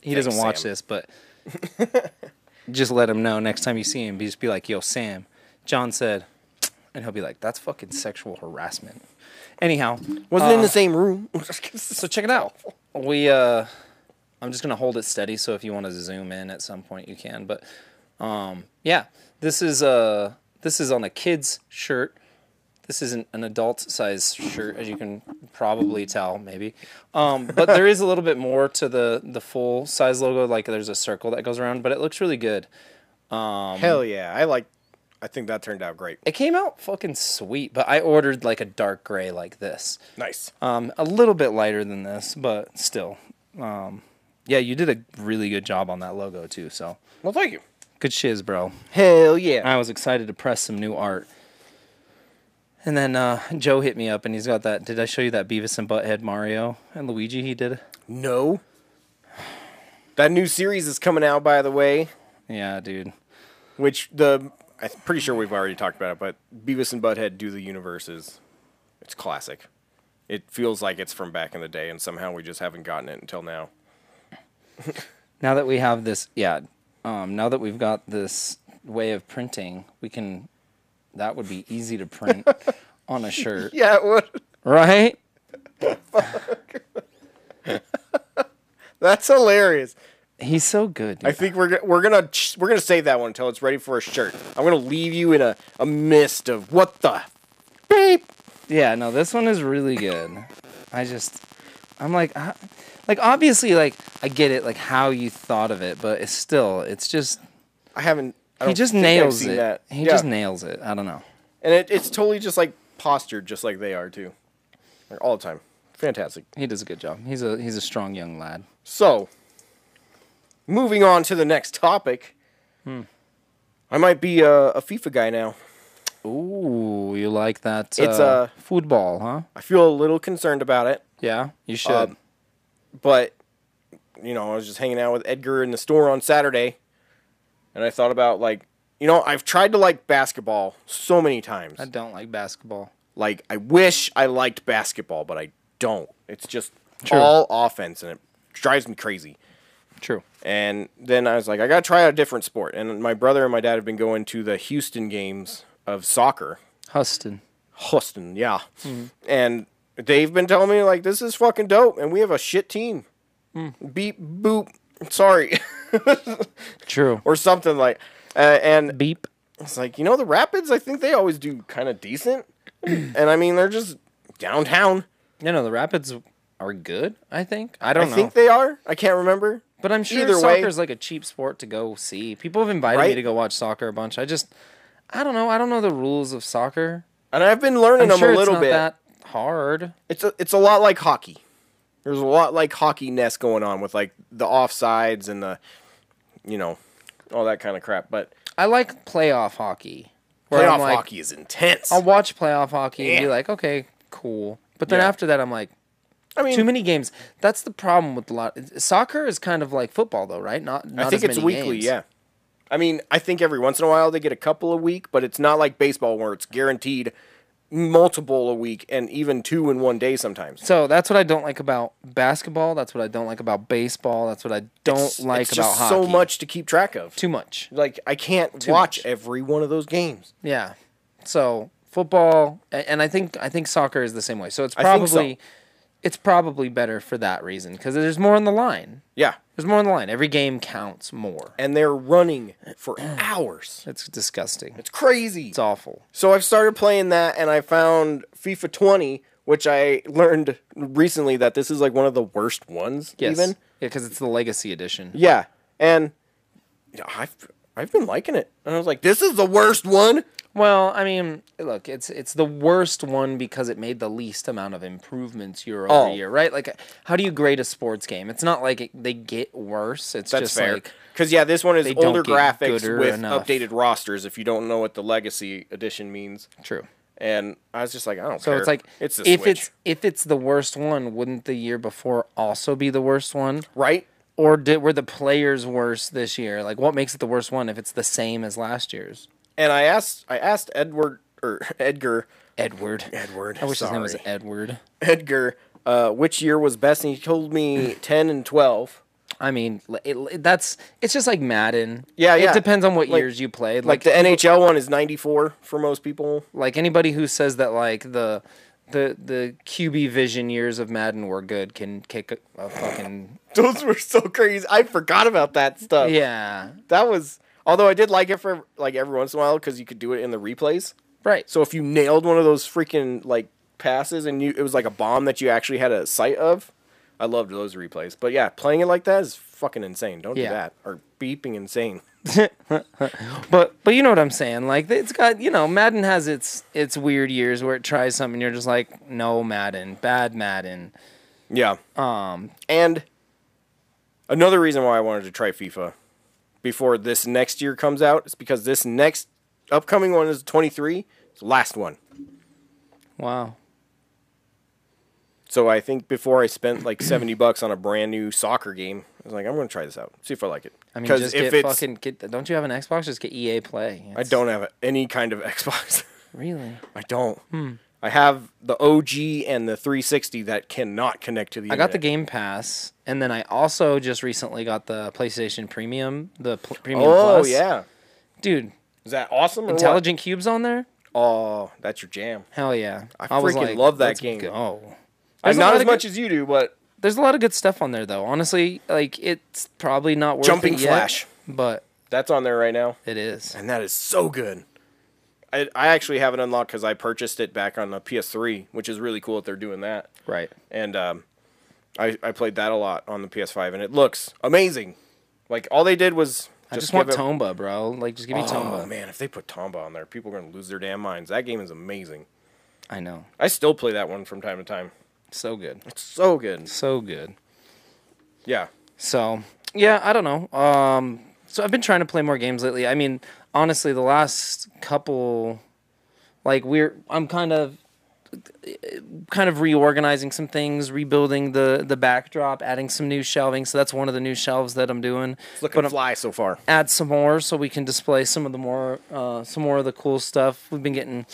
Speaker 1: He
Speaker 2: Thanks,
Speaker 1: doesn't watch
Speaker 2: Sam.
Speaker 1: this, but just let him know next time you see him. Just be like, yo, Sam, John said, and he'll be like, that's fucking sexual harassment. Anyhow,
Speaker 2: wasn't in the same room.
Speaker 1: so check it out. We, uh, I'm just gonna hold it steady. So if you want to zoom in at some point, you can. But um, yeah, this is uh, this is on a kid's shirt. This isn't an adult size shirt, as you can probably tell, maybe. Um, but there is a little bit more to the the full size logo. Like there's a circle that goes around, but it looks really good.
Speaker 2: Um, Hell yeah, I like. I think that turned out great.
Speaker 1: It came out fucking sweet, but I ordered like a dark gray like this.
Speaker 2: Nice.
Speaker 1: Um, a little bit lighter than this, but still. Um, yeah, you did a really good job on that logo too. So
Speaker 2: Well, thank you.
Speaker 1: good shiz, bro.
Speaker 2: Hell yeah.
Speaker 1: I was excited to press some new art. And then uh, Joe hit me up, and he's got that. Did I show you that Beavis and Butthead Mario and Luigi? He did.
Speaker 2: No. That new series is coming out, by the way,
Speaker 1: Yeah, dude.
Speaker 2: which the I'm pretty sure we've already talked about it, but Beavis and Butthead do the universes. It's classic. It feels like it's from back in the day, and somehow we just haven't gotten it until now.
Speaker 1: Now that we have this, yeah. Um, now that we've got this way of printing, we can. That would be easy to print on a shirt.
Speaker 2: Yeah, what?
Speaker 1: Right?
Speaker 2: That's hilarious.
Speaker 1: He's so good. Dude.
Speaker 2: I think we're go- we're gonna ch- we're gonna save that one until it's ready for a shirt. I'm gonna leave you in a, a mist of what the beep.
Speaker 1: Yeah, no, this one is really good. I just, I'm like, I, like obviously, like I get it, like how you thought of it, but it's still, it's just
Speaker 2: I haven't. I
Speaker 1: he
Speaker 2: don't
Speaker 1: just
Speaker 2: think I've
Speaker 1: nails
Speaker 2: seen
Speaker 1: it.
Speaker 2: That.
Speaker 1: He
Speaker 2: Yeah.
Speaker 1: just nails it. I don't know.
Speaker 2: and it, it's totally just like postured, just like they are too, like all the time. Fantastic.
Speaker 1: He does a good job. He's a he's a strong young lad.
Speaker 2: So, moving on to the next topic. I might be a, a FIFA guy now.
Speaker 1: Ooh, you like that?
Speaker 2: It's,
Speaker 1: uh,
Speaker 2: uh,
Speaker 1: football, huh?
Speaker 2: I feel a little concerned about it,
Speaker 1: Yeah, you should.
Speaker 2: Um, but you know, I was just hanging out with Edgar in the store on Saturday, and I thought about like, you know, I've tried to like basketball so many times.
Speaker 1: I don't like basketball.
Speaker 2: like, I wish I liked basketball, but I don't. It's just all offense, and it drives me crazy.
Speaker 1: True.
Speaker 2: And then I was like, I gotta try out a different sport. And my brother and my dad have been going to the Houston games of soccer.
Speaker 1: Huston.
Speaker 2: Houston, yeah.
Speaker 1: Mm-hmm.
Speaker 2: And they've been telling me like this is fucking dope, and we have a shit team.
Speaker 1: Mm.
Speaker 2: Beep boop. Sorry,
Speaker 1: True.
Speaker 2: or something like. Uh, and
Speaker 1: Beep.
Speaker 2: it's like you know the Rapids. I think they always do kind of decent. and I mean they're just downtown.
Speaker 1: No, no, the Rapids are good. I think. I don't
Speaker 2: I
Speaker 1: know.
Speaker 2: think they are. I can't remember.
Speaker 1: But I'm sure
Speaker 2: Either way-
Speaker 1: soccer is like a cheap sport to go see. People have invited me
Speaker 2: Right?
Speaker 1: to go watch soccer a bunch. I just, I don't know. I don't know the rules of soccer.
Speaker 2: And I've been learning
Speaker 1: I'm
Speaker 2: them
Speaker 1: sure
Speaker 2: a
Speaker 1: it's
Speaker 2: little
Speaker 1: not
Speaker 2: bit.
Speaker 1: that hard.
Speaker 2: it's a, it's a lot like hockey. There's a lot like hockey ness going on with like the offsides and the, you know, all that kind of crap. But
Speaker 1: I like playoff hockey. where
Speaker 2: playoff
Speaker 1: I'm like,
Speaker 2: hockey is intense.
Speaker 1: I'll watch playoff hockey and be
Speaker 2: Yeah.
Speaker 1: like, okay, cool. But then
Speaker 2: Yeah.
Speaker 1: after that, I'm like,
Speaker 2: I mean,
Speaker 1: too many games. That's the problem with a lot. Soccer is kind of like football, though, right? Not. not
Speaker 2: I think
Speaker 1: as many
Speaker 2: it's weekly.
Speaker 1: games.
Speaker 2: Yeah. I mean, I think every once in a while they get a couple a week, but it's not like baseball where it's guaranteed multiple a week and even two in one day sometimes.
Speaker 1: So that's what I don't like about basketball. That's what I don't like about baseball. That's what I don't like about
Speaker 2: it's just
Speaker 1: hockey.
Speaker 2: so much to keep track of.
Speaker 1: Too much.
Speaker 2: Like I can't watch every one of those games.
Speaker 1: Yeah. So football, a- and I think I think soccer is the same way. So it's
Speaker 2: I think
Speaker 1: probably
Speaker 2: so.
Speaker 1: it's probably better for that reason because there's more on the line.
Speaker 2: Yeah.
Speaker 1: There's more on the line. Every game counts more.
Speaker 2: And they're running for hours.
Speaker 1: It's disgusting.
Speaker 2: It's crazy.
Speaker 1: It's awful.
Speaker 2: So I've started playing that, and I found FIFA 20, which I learned recently that this is like one of the worst ones.
Speaker 1: Yes.
Speaker 2: Even
Speaker 1: Yeah, because it's the legacy edition.
Speaker 2: yeah, and yeah, I've I've been liking it, and I was like, this is the worst one.
Speaker 1: Well, I mean, look, it's it's the worst one because it made the least amount of improvements year over
Speaker 2: Oh.
Speaker 1: year, right? Like, how do you grade a sports game? It's not like it, they get worse. It's
Speaker 2: That's
Speaker 1: just
Speaker 2: fair.
Speaker 1: like
Speaker 2: Because yeah, this one is
Speaker 1: they don't
Speaker 2: older
Speaker 1: get
Speaker 2: graphics
Speaker 1: gooder
Speaker 2: with
Speaker 1: enough.
Speaker 2: updated rosters. If you don't know what the Legacy Edition means,
Speaker 1: true.
Speaker 2: and I was just like, I don't
Speaker 1: So
Speaker 2: care.
Speaker 1: it's like
Speaker 2: it's the
Speaker 1: if
Speaker 2: Switch,
Speaker 1: it's if it's the worst one, wouldn't the year before also be the worst one?
Speaker 2: right?
Speaker 1: Or did were the players worse this year? Like, what makes it the worst one if it's the same as last year's?
Speaker 2: And I asked I asked Edward or Edgar
Speaker 1: Edward.
Speaker 2: Edward.
Speaker 1: I wish his name was
Speaker 2: sorry.
Speaker 1: Edward.
Speaker 2: Edgar uh, which year was best, and he told me 10 and 12.
Speaker 1: I mean, l- it, l- that's it's just like Madden.
Speaker 2: Yeah, yeah.
Speaker 1: It depends on what
Speaker 2: Like-
Speaker 1: years you played.
Speaker 2: Like
Speaker 1: Like
Speaker 2: the NHL one is 94 for most people.
Speaker 1: like anybody who says that like the the the QB vision years of Madden were good can kick a, a fucking
Speaker 2: Those were so crazy. I forgot about that stuff.
Speaker 1: yeah
Speaker 2: That was, although I did like it for like every once in a while because you could do it in the replays.
Speaker 1: right. So
Speaker 2: So if you nailed one of those freaking like passes and you it was like a bomb that you actually had a sight of, I loved those replays. But yeah, playing it like that is fucking insane. Don't
Speaker 1: Yeah.
Speaker 2: do that or beeping insane.
Speaker 1: but but you know what I'm saying? Like it's got you know Madden has its its weird years where it tries something you're just like no Madden bad Madden.
Speaker 2: Yeah. Um and another reason why I wanted to try FIFA before this next year comes out is because this next upcoming one is 23, it's the last one.
Speaker 1: Wow.
Speaker 2: So I think before I spent like 70 bucks on a brand new soccer game, I was like I'm going to try this out. See if I like it.
Speaker 1: I mean,
Speaker 2: 'Cause
Speaker 1: just
Speaker 2: if
Speaker 1: get
Speaker 2: it's-
Speaker 1: fucking get. Don't you have an Xbox? Just get EA Play.
Speaker 2: I
Speaker 1: It's-
Speaker 2: don't have any kind of Xbox.
Speaker 1: really.
Speaker 2: I don't.
Speaker 1: Hmm.
Speaker 2: I have the OG and the 360 that cannot connect to the
Speaker 1: I got the
Speaker 2: internet.
Speaker 1: Game Pass, and then I also just recently got the PlayStation Premium, the pl- Premium
Speaker 2: Oh
Speaker 1: Plus.
Speaker 2: yeah.
Speaker 1: dude,
Speaker 2: Is that awesome or what?
Speaker 1: Intelligent Cubes on there?
Speaker 2: Oh, that's your jam.
Speaker 1: Hell yeah! I,
Speaker 2: freaking love that
Speaker 1: let's
Speaker 2: game.
Speaker 1: Go.
Speaker 2: I'm
Speaker 1: There's a
Speaker 2: not
Speaker 1: lot
Speaker 2: as
Speaker 1: of good-
Speaker 2: much as you do, but
Speaker 1: There's a lot of good stuff on there, though. Honestly, like it's probably not worth
Speaker 2: Jumping
Speaker 1: it yet,
Speaker 2: Flash.
Speaker 1: but
Speaker 2: That's on there right now,
Speaker 1: it is.
Speaker 2: and that is so good. I, I actually have it unlocked because I purchased it back on the PS3, which is really cool that they're doing that.
Speaker 1: Right.
Speaker 2: And um, I I played that a lot on the PS5, and it looks amazing. Like all they did was
Speaker 1: I just
Speaker 2: give
Speaker 1: want
Speaker 2: it-
Speaker 1: Tomba, bro. Like, just give me
Speaker 2: Oh
Speaker 1: Tomba.
Speaker 2: man, if they put Tomba on there, people are gonna lose their damn minds. That game is amazing.
Speaker 1: I know.
Speaker 2: I still play that one from time to time.
Speaker 1: So good.
Speaker 2: So good.
Speaker 1: So good.
Speaker 2: Yeah.
Speaker 1: So yeah, I don't know. Um, so I've been trying to play more games lately. I mean, honestly, the last couple, like we're I'm kind of kind of reorganizing some things, rebuilding the the backdrop, adding some new shelving. So that's one of the new shelves that I'm doing.
Speaker 2: It's looking
Speaker 1: But um, I'm-
Speaker 2: fly so far.
Speaker 1: add some more so we can display some of the more uh, some more of the cool stuff. We've been getting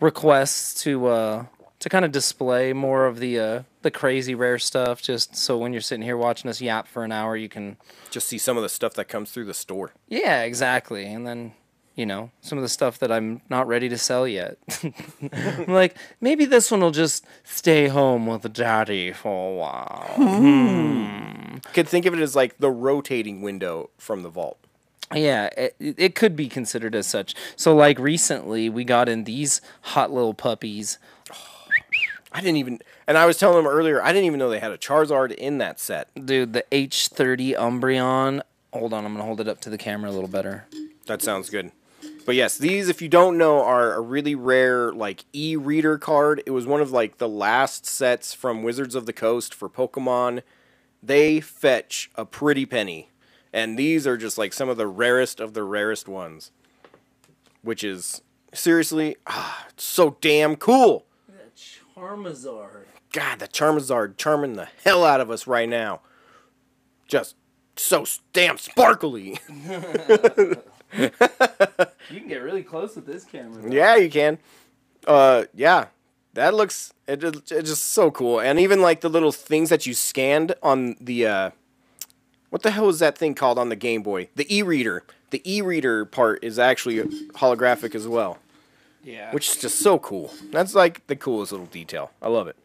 Speaker 1: requests to uh, to kind of display more of the uh, the crazy rare stuff, just so when you're sitting here watching us yap for an hour, you can
Speaker 2: Just see some of the stuff that comes through the store.
Speaker 1: yeah exactly, and then you know some of the stuff that I'm not ready to sell yet. I'm like maybe this one will just stay home with daddy for a while.
Speaker 2: could think of it as like the rotating window from the vault.
Speaker 1: Yeah, it, it could be considered as such. So like recently we got in these hot little puppies.
Speaker 2: I didn't even, and I was telling them earlier, I didn't even know they had a Charizard in that set.
Speaker 1: dude the h30 umbreon hold on i'm gonna hold it up to the camera a little better
Speaker 2: That sounds good. But yes, these, if you don't know, are a really rare like e-reader card. It was one of like the last sets from Wizards of the Coast for Pokemon. They fetch a pretty penny, and these are just like some of the rarest of the rarest ones, which is seriously ah, it's so damn cool.
Speaker 1: parmazar
Speaker 2: God, the Charmazard charming the hell out of us right now. Just so damn sparkly.
Speaker 1: you can get really close with this camera
Speaker 2: yeah, you can. Uh, yeah, that looks it, it, it's just so cool. And even like the little things that you scanned on the uh, what the hell is that thing called on the Game Boy? The e-reader. The e-reader part is actually holographic as well. Yeah. Which is just so cool. That's like the coolest little detail. I love it.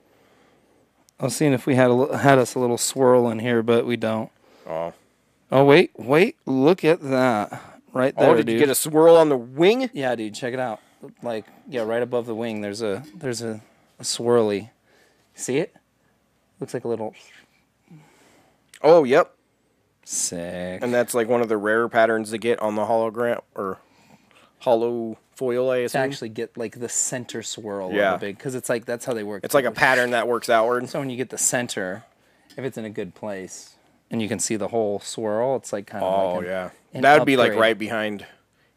Speaker 1: I was seeing if we had a, li- had us a little swirl in here, but we don't.
Speaker 2: Oh.
Speaker 1: Oh wait, wait! Look at that right there,
Speaker 2: Oh, did
Speaker 1: dude.
Speaker 2: you get a swirl on the wing?
Speaker 1: yeah, dude, check it out. Like, yeah, right above the wing, there's a there's a, a swirly. See it? Looks like a little
Speaker 2: Oh, yep.
Speaker 1: sick.
Speaker 2: And that's like one of the rarer patterns they get on the hologram or hollow foil, I
Speaker 1: to
Speaker 2: assume.
Speaker 1: actually get like the center swirl
Speaker 2: Yeah.
Speaker 1: of the big because it's like that's how they work.
Speaker 2: it's like a pattern that works outward.
Speaker 1: so when you get the center, if it's in a good place and you can see the whole swirl, it's like kind of
Speaker 2: Oh
Speaker 1: like an-
Speaker 2: yeah,
Speaker 1: an
Speaker 2: that would be like
Speaker 1: upgrade. Mm.
Speaker 2: right behind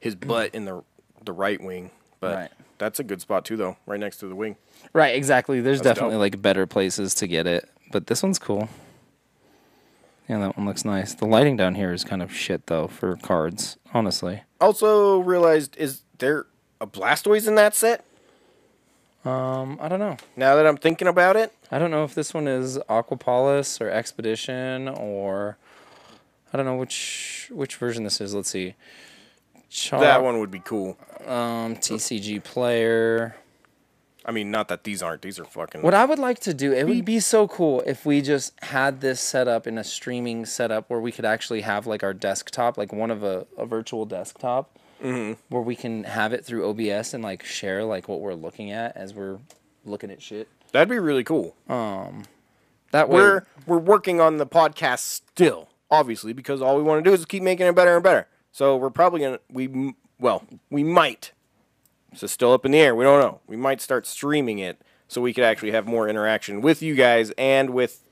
Speaker 2: his butt in the the right wing. But
Speaker 1: Right.
Speaker 2: that's a good spot too, though, right next to the wing.
Speaker 1: right exactly. There's
Speaker 2: That's
Speaker 1: definitely
Speaker 2: dope.
Speaker 1: like better places to get it, but this one's cool. Yeah, that one looks nice. The lighting down here is kind of shit though for cards, honestly.
Speaker 2: Also realized is there a Blastoise in that set?
Speaker 1: Um, I don't know.
Speaker 2: Now that I'm thinking about it,
Speaker 1: I don't know if this one is Aquapolis or Expedition or I don't know which which version this is. Let's see. Char-
Speaker 2: that one would be cool.
Speaker 1: Um, TCG player.
Speaker 2: I mean, not that these aren't; these are fucking.
Speaker 1: What I would like to do, it
Speaker 2: Mm.
Speaker 1: would be so cool if we just had this set up in a streaming setup where we could actually have like our desktop, like one of a, a virtual desktop,
Speaker 2: Mm-hmm.
Speaker 1: where we can have it through OBS and like share like what we're looking at as we're looking at shit.
Speaker 2: That'd be really cool.
Speaker 1: That way,
Speaker 2: we're we're working on the podcast still, obviously, because all we want to do is keep making it better and better. So we're probably gonna we m- well we might. So still up in the air. We don't know. We might start streaming it so we could actually have more interaction with you guys and with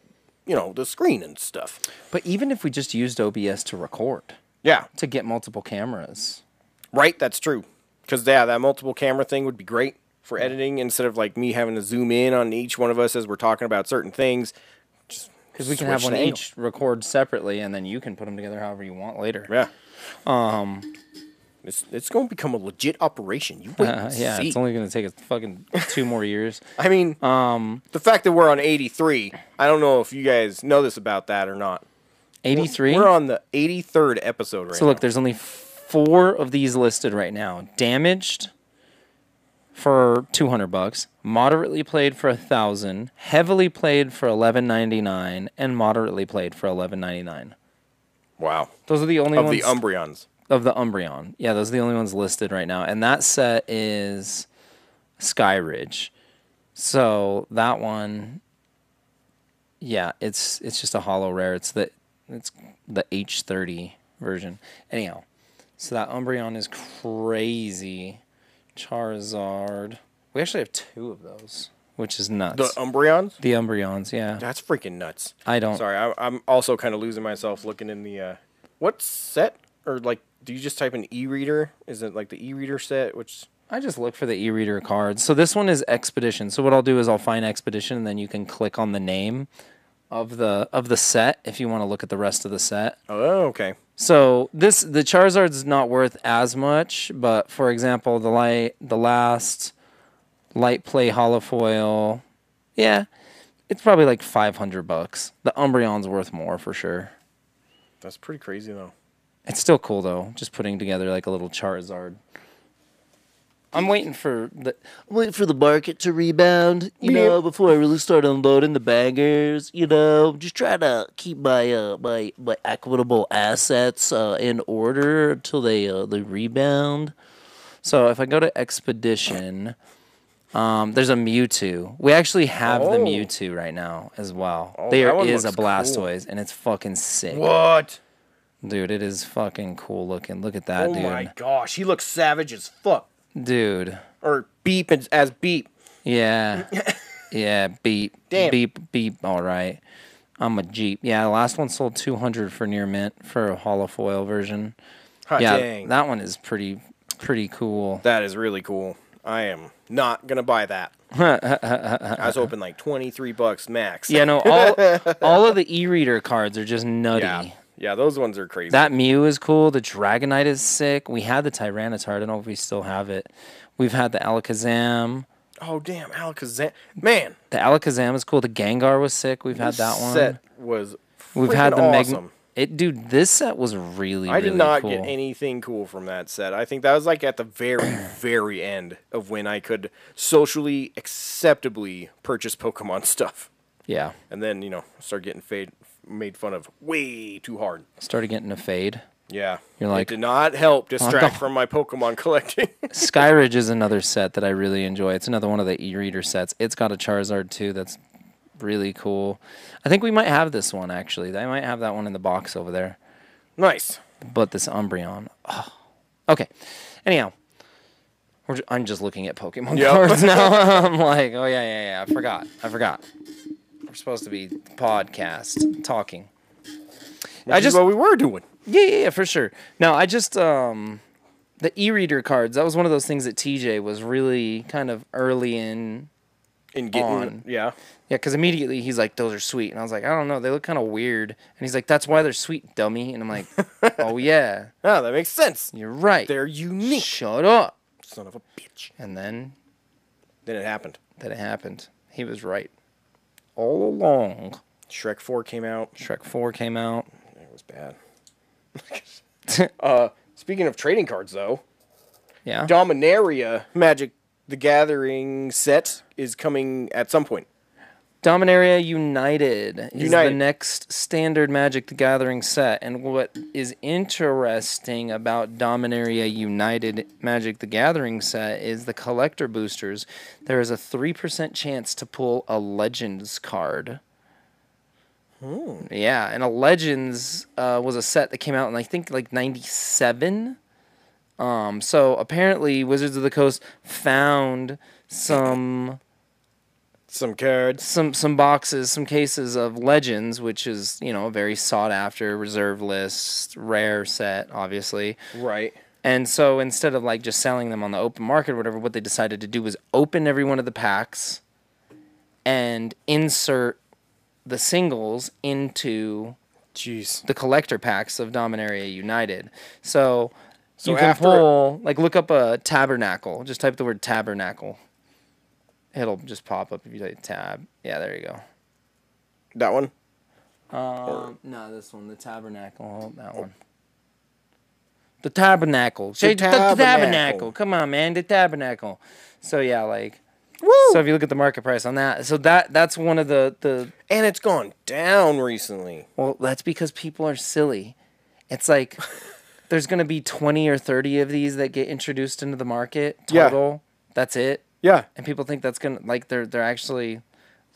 Speaker 2: you know the screen and stuff.
Speaker 1: but even if we just used OBS to record,
Speaker 2: Yeah,
Speaker 1: to get multiple cameras.
Speaker 2: right. That's true. Because yeah, that multiple camera thing would be great for editing instead of like me having to zoom in on each one of us as we're talking about certain things.
Speaker 1: Because we can have
Speaker 2: Switch
Speaker 1: one
Speaker 2: the
Speaker 1: each record separately, and then you can put them together however you want later.
Speaker 2: Yeah. Um.
Speaker 1: Um,
Speaker 2: It's, it's going to become a legit operation. You wait.
Speaker 1: Uh,
Speaker 2: and
Speaker 1: yeah,
Speaker 2: see.
Speaker 1: it's only going to take us fucking two more years.
Speaker 2: I mean, um, the fact that we're on 83, I don't know if you guys know this about that or not.
Speaker 1: 83?
Speaker 2: We're on the 83rd episode right
Speaker 1: so, look,
Speaker 2: now.
Speaker 1: there's only four of these listed right now. Damaged for 200 bucks, moderately played for 1000, heavily played for 11.99, and moderately played for 11.99.
Speaker 2: Wow.
Speaker 1: Those are the only
Speaker 2: Of
Speaker 1: ones
Speaker 2: the Umbreons.
Speaker 1: of the Umbreon. Yeah, those are the only ones listed right now. And that set is Sky Ridge. So that one yeah, it's it's just a hollow rare. It's the it's the H thirty version. Anyhow, so that Umbreon is crazy. Charizard. We actually have two of those, which is nuts.
Speaker 2: The Umbreons?
Speaker 1: the Umbreons, yeah.
Speaker 2: That's freaking nuts.
Speaker 1: I don't-
Speaker 2: Sorry, I, I'm also kind of losing myself looking in the. Uh, what set? Or like, do you just type in e reader? Is it like the e reader set? Which.
Speaker 1: I just look for the e-reader cards. So this one is Expedition. So what I'll do is I'll find Expedition, and then you can click on the name of the of the set if you want to look at the rest of the set.
Speaker 2: Oh, okay.
Speaker 1: So this the Charizard's not worth as much, but for example, the light the last light play holofoil, yeah, it's probably like five hundred bucks. The Umbreon's worth more for sure.
Speaker 2: That's pretty crazy, though.
Speaker 1: It's still cool though, just putting together like a little Charizard. I'm waiting for the
Speaker 9: Wait for the market to rebound, you know, before I really start unloading the bangers, you know.
Speaker 1: Um,
Speaker 9: Just try to keep my uh my my equitable assets uh in order until they uh they rebound.
Speaker 1: So if I go to Expedition, um, there's a Mewtwo. We actually have the
Speaker 2: Oh.
Speaker 1: Mewtwo right now as well.
Speaker 2: Oh, that
Speaker 1: there
Speaker 2: one
Speaker 1: is a
Speaker 2: looks cool.
Speaker 1: Blastoise, and it's fucking sick,
Speaker 2: What?
Speaker 1: dude. It is fucking cool looking. Look at that,
Speaker 2: Oh
Speaker 1: dude.
Speaker 2: my gosh. He looks savage as fuck.
Speaker 1: Dude,
Speaker 2: Or beep as, as beep.
Speaker 1: yeah, yeah. Beep,
Speaker 2: Damn.
Speaker 1: beep, beep. All right. I'm a Jeep. Yeah, the last one sold 200 for near mint for a holofoil version.
Speaker 2: Hot
Speaker 1: yeah,
Speaker 2: Ah, dang.
Speaker 1: that one is pretty, pretty cool.
Speaker 2: That is really cool. I am not gonna buy that. I was hoping like twenty three bucks max.
Speaker 1: Yeah, no, all all of the e-reader cards are just nutty.
Speaker 2: yeah, yeah. Those ones are crazy.
Speaker 1: That Mew is cool. The Dragonite is sick. We had the Tyranitar. I don't know if we still have it. We've had the Alakazam.
Speaker 2: oh damn, Alakazam, man.
Speaker 1: The Alakazam is cool. The Gengar was sick. We've had
Speaker 2: this
Speaker 1: that one.
Speaker 2: set was.
Speaker 1: We've had
Speaker 2: freaking
Speaker 1: the Mag-
Speaker 2: awesome.
Speaker 1: It, dude, this set was really.
Speaker 2: I did
Speaker 1: really
Speaker 2: not
Speaker 1: cool.
Speaker 2: get anything cool from that set. I think that was like at the very, very end of when I could socially acceptably purchase Pokemon stuff,
Speaker 1: Yeah,
Speaker 2: and then you know start getting fade, made fun of way too hard.
Speaker 1: started getting a fade.
Speaker 2: Yeah,
Speaker 1: You're like, "Oh
Speaker 2: it did not help distract
Speaker 1: the-
Speaker 2: from my Pokemon collecting.
Speaker 1: Skyridge is another set that I really enjoy. It's another one of the e-reader sets. It's got a Charizard too. That's really cool. I think we might have this one actually. I might have that one in the box over there.
Speaker 2: nice.
Speaker 1: But this Umbreon. Oh. Okay. Anyhow, we're ju- I'm just looking at Pokemon
Speaker 2: Yep.
Speaker 1: cards now. I'm like, oh yeah, yeah, yeah. I forgot. I forgot. We're supposed to be podcast talking. I
Speaker 2: Which is
Speaker 1: just
Speaker 2: what we were doing.
Speaker 1: yeah, yeah, yeah, for sure. Now, I just um the e-reader cards, that was one of those things that TJ was really kind of early in.
Speaker 2: In getting,
Speaker 1: On.
Speaker 2: yeah,
Speaker 1: Yeah, cuz immediately he's like those are sweet and I was like, I don't know, they look kind of weird. And he's like, that's why they're sweet, dummy. And I'm like, oh yeah,
Speaker 2: ah, that makes sense.
Speaker 1: you're right.
Speaker 2: They're unique.
Speaker 1: Shut up.
Speaker 2: Son of a bitch.
Speaker 1: And then
Speaker 2: Then it happened.
Speaker 1: that it happened. He was right. All along.
Speaker 2: Shrek Four came out.
Speaker 1: Shrek 4 came out.
Speaker 2: It was bad. Uh, Speaking of trading cards, though,
Speaker 1: yeah.
Speaker 2: Dominaria Magic the Gathering set is coming at some point.
Speaker 1: Dominaria United is
Speaker 2: United.
Speaker 1: the next standard Magic the Gathering set. And what is interesting about Dominaria United Magic the Gathering set is the collector boosters. There is a 3% chance to pull a Legends card. Yeah, and a Legends uh, was a set that came out in, I think, like 97. Um, so apparently, Wizards of the Coast found some
Speaker 2: Some cards.
Speaker 1: some some boxes, some cases of Legends, which is you know a very sought after reserve list, rare set, obviously.
Speaker 2: Right.
Speaker 1: And so instead of like just selling them on the open market or whatever, what they decided to do was open every one of the packs and insert the singles into
Speaker 2: Jeez.
Speaker 1: the collector packs of Dominaria United. So,
Speaker 2: So
Speaker 1: you can
Speaker 2: after-
Speaker 1: pull like look up a tabernacle. Just type the word tabernacle. It'll just pop up if you type tab. Yeah, there you go.
Speaker 2: That one?
Speaker 1: Um, no, this one, the tabernacle, that
Speaker 2: Oh.
Speaker 1: one. The tabernacle. Say The
Speaker 2: tabernacle.
Speaker 1: tabernacle. Come on, man, the tabernacle. So yeah, like. So if you look at the market price on that, so that that's one of the the
Speaker 2: And it's gone down recently.
Speaker 1: well, that's because people are silly. It's like there's going to be 20 or 30 of these that get introduced into the market
Speaker 2: Yeah.
Speaker 1: total. That's it.
Speaker 2: Yeah.
Speaker 1: And people think that's going to like they're they're actually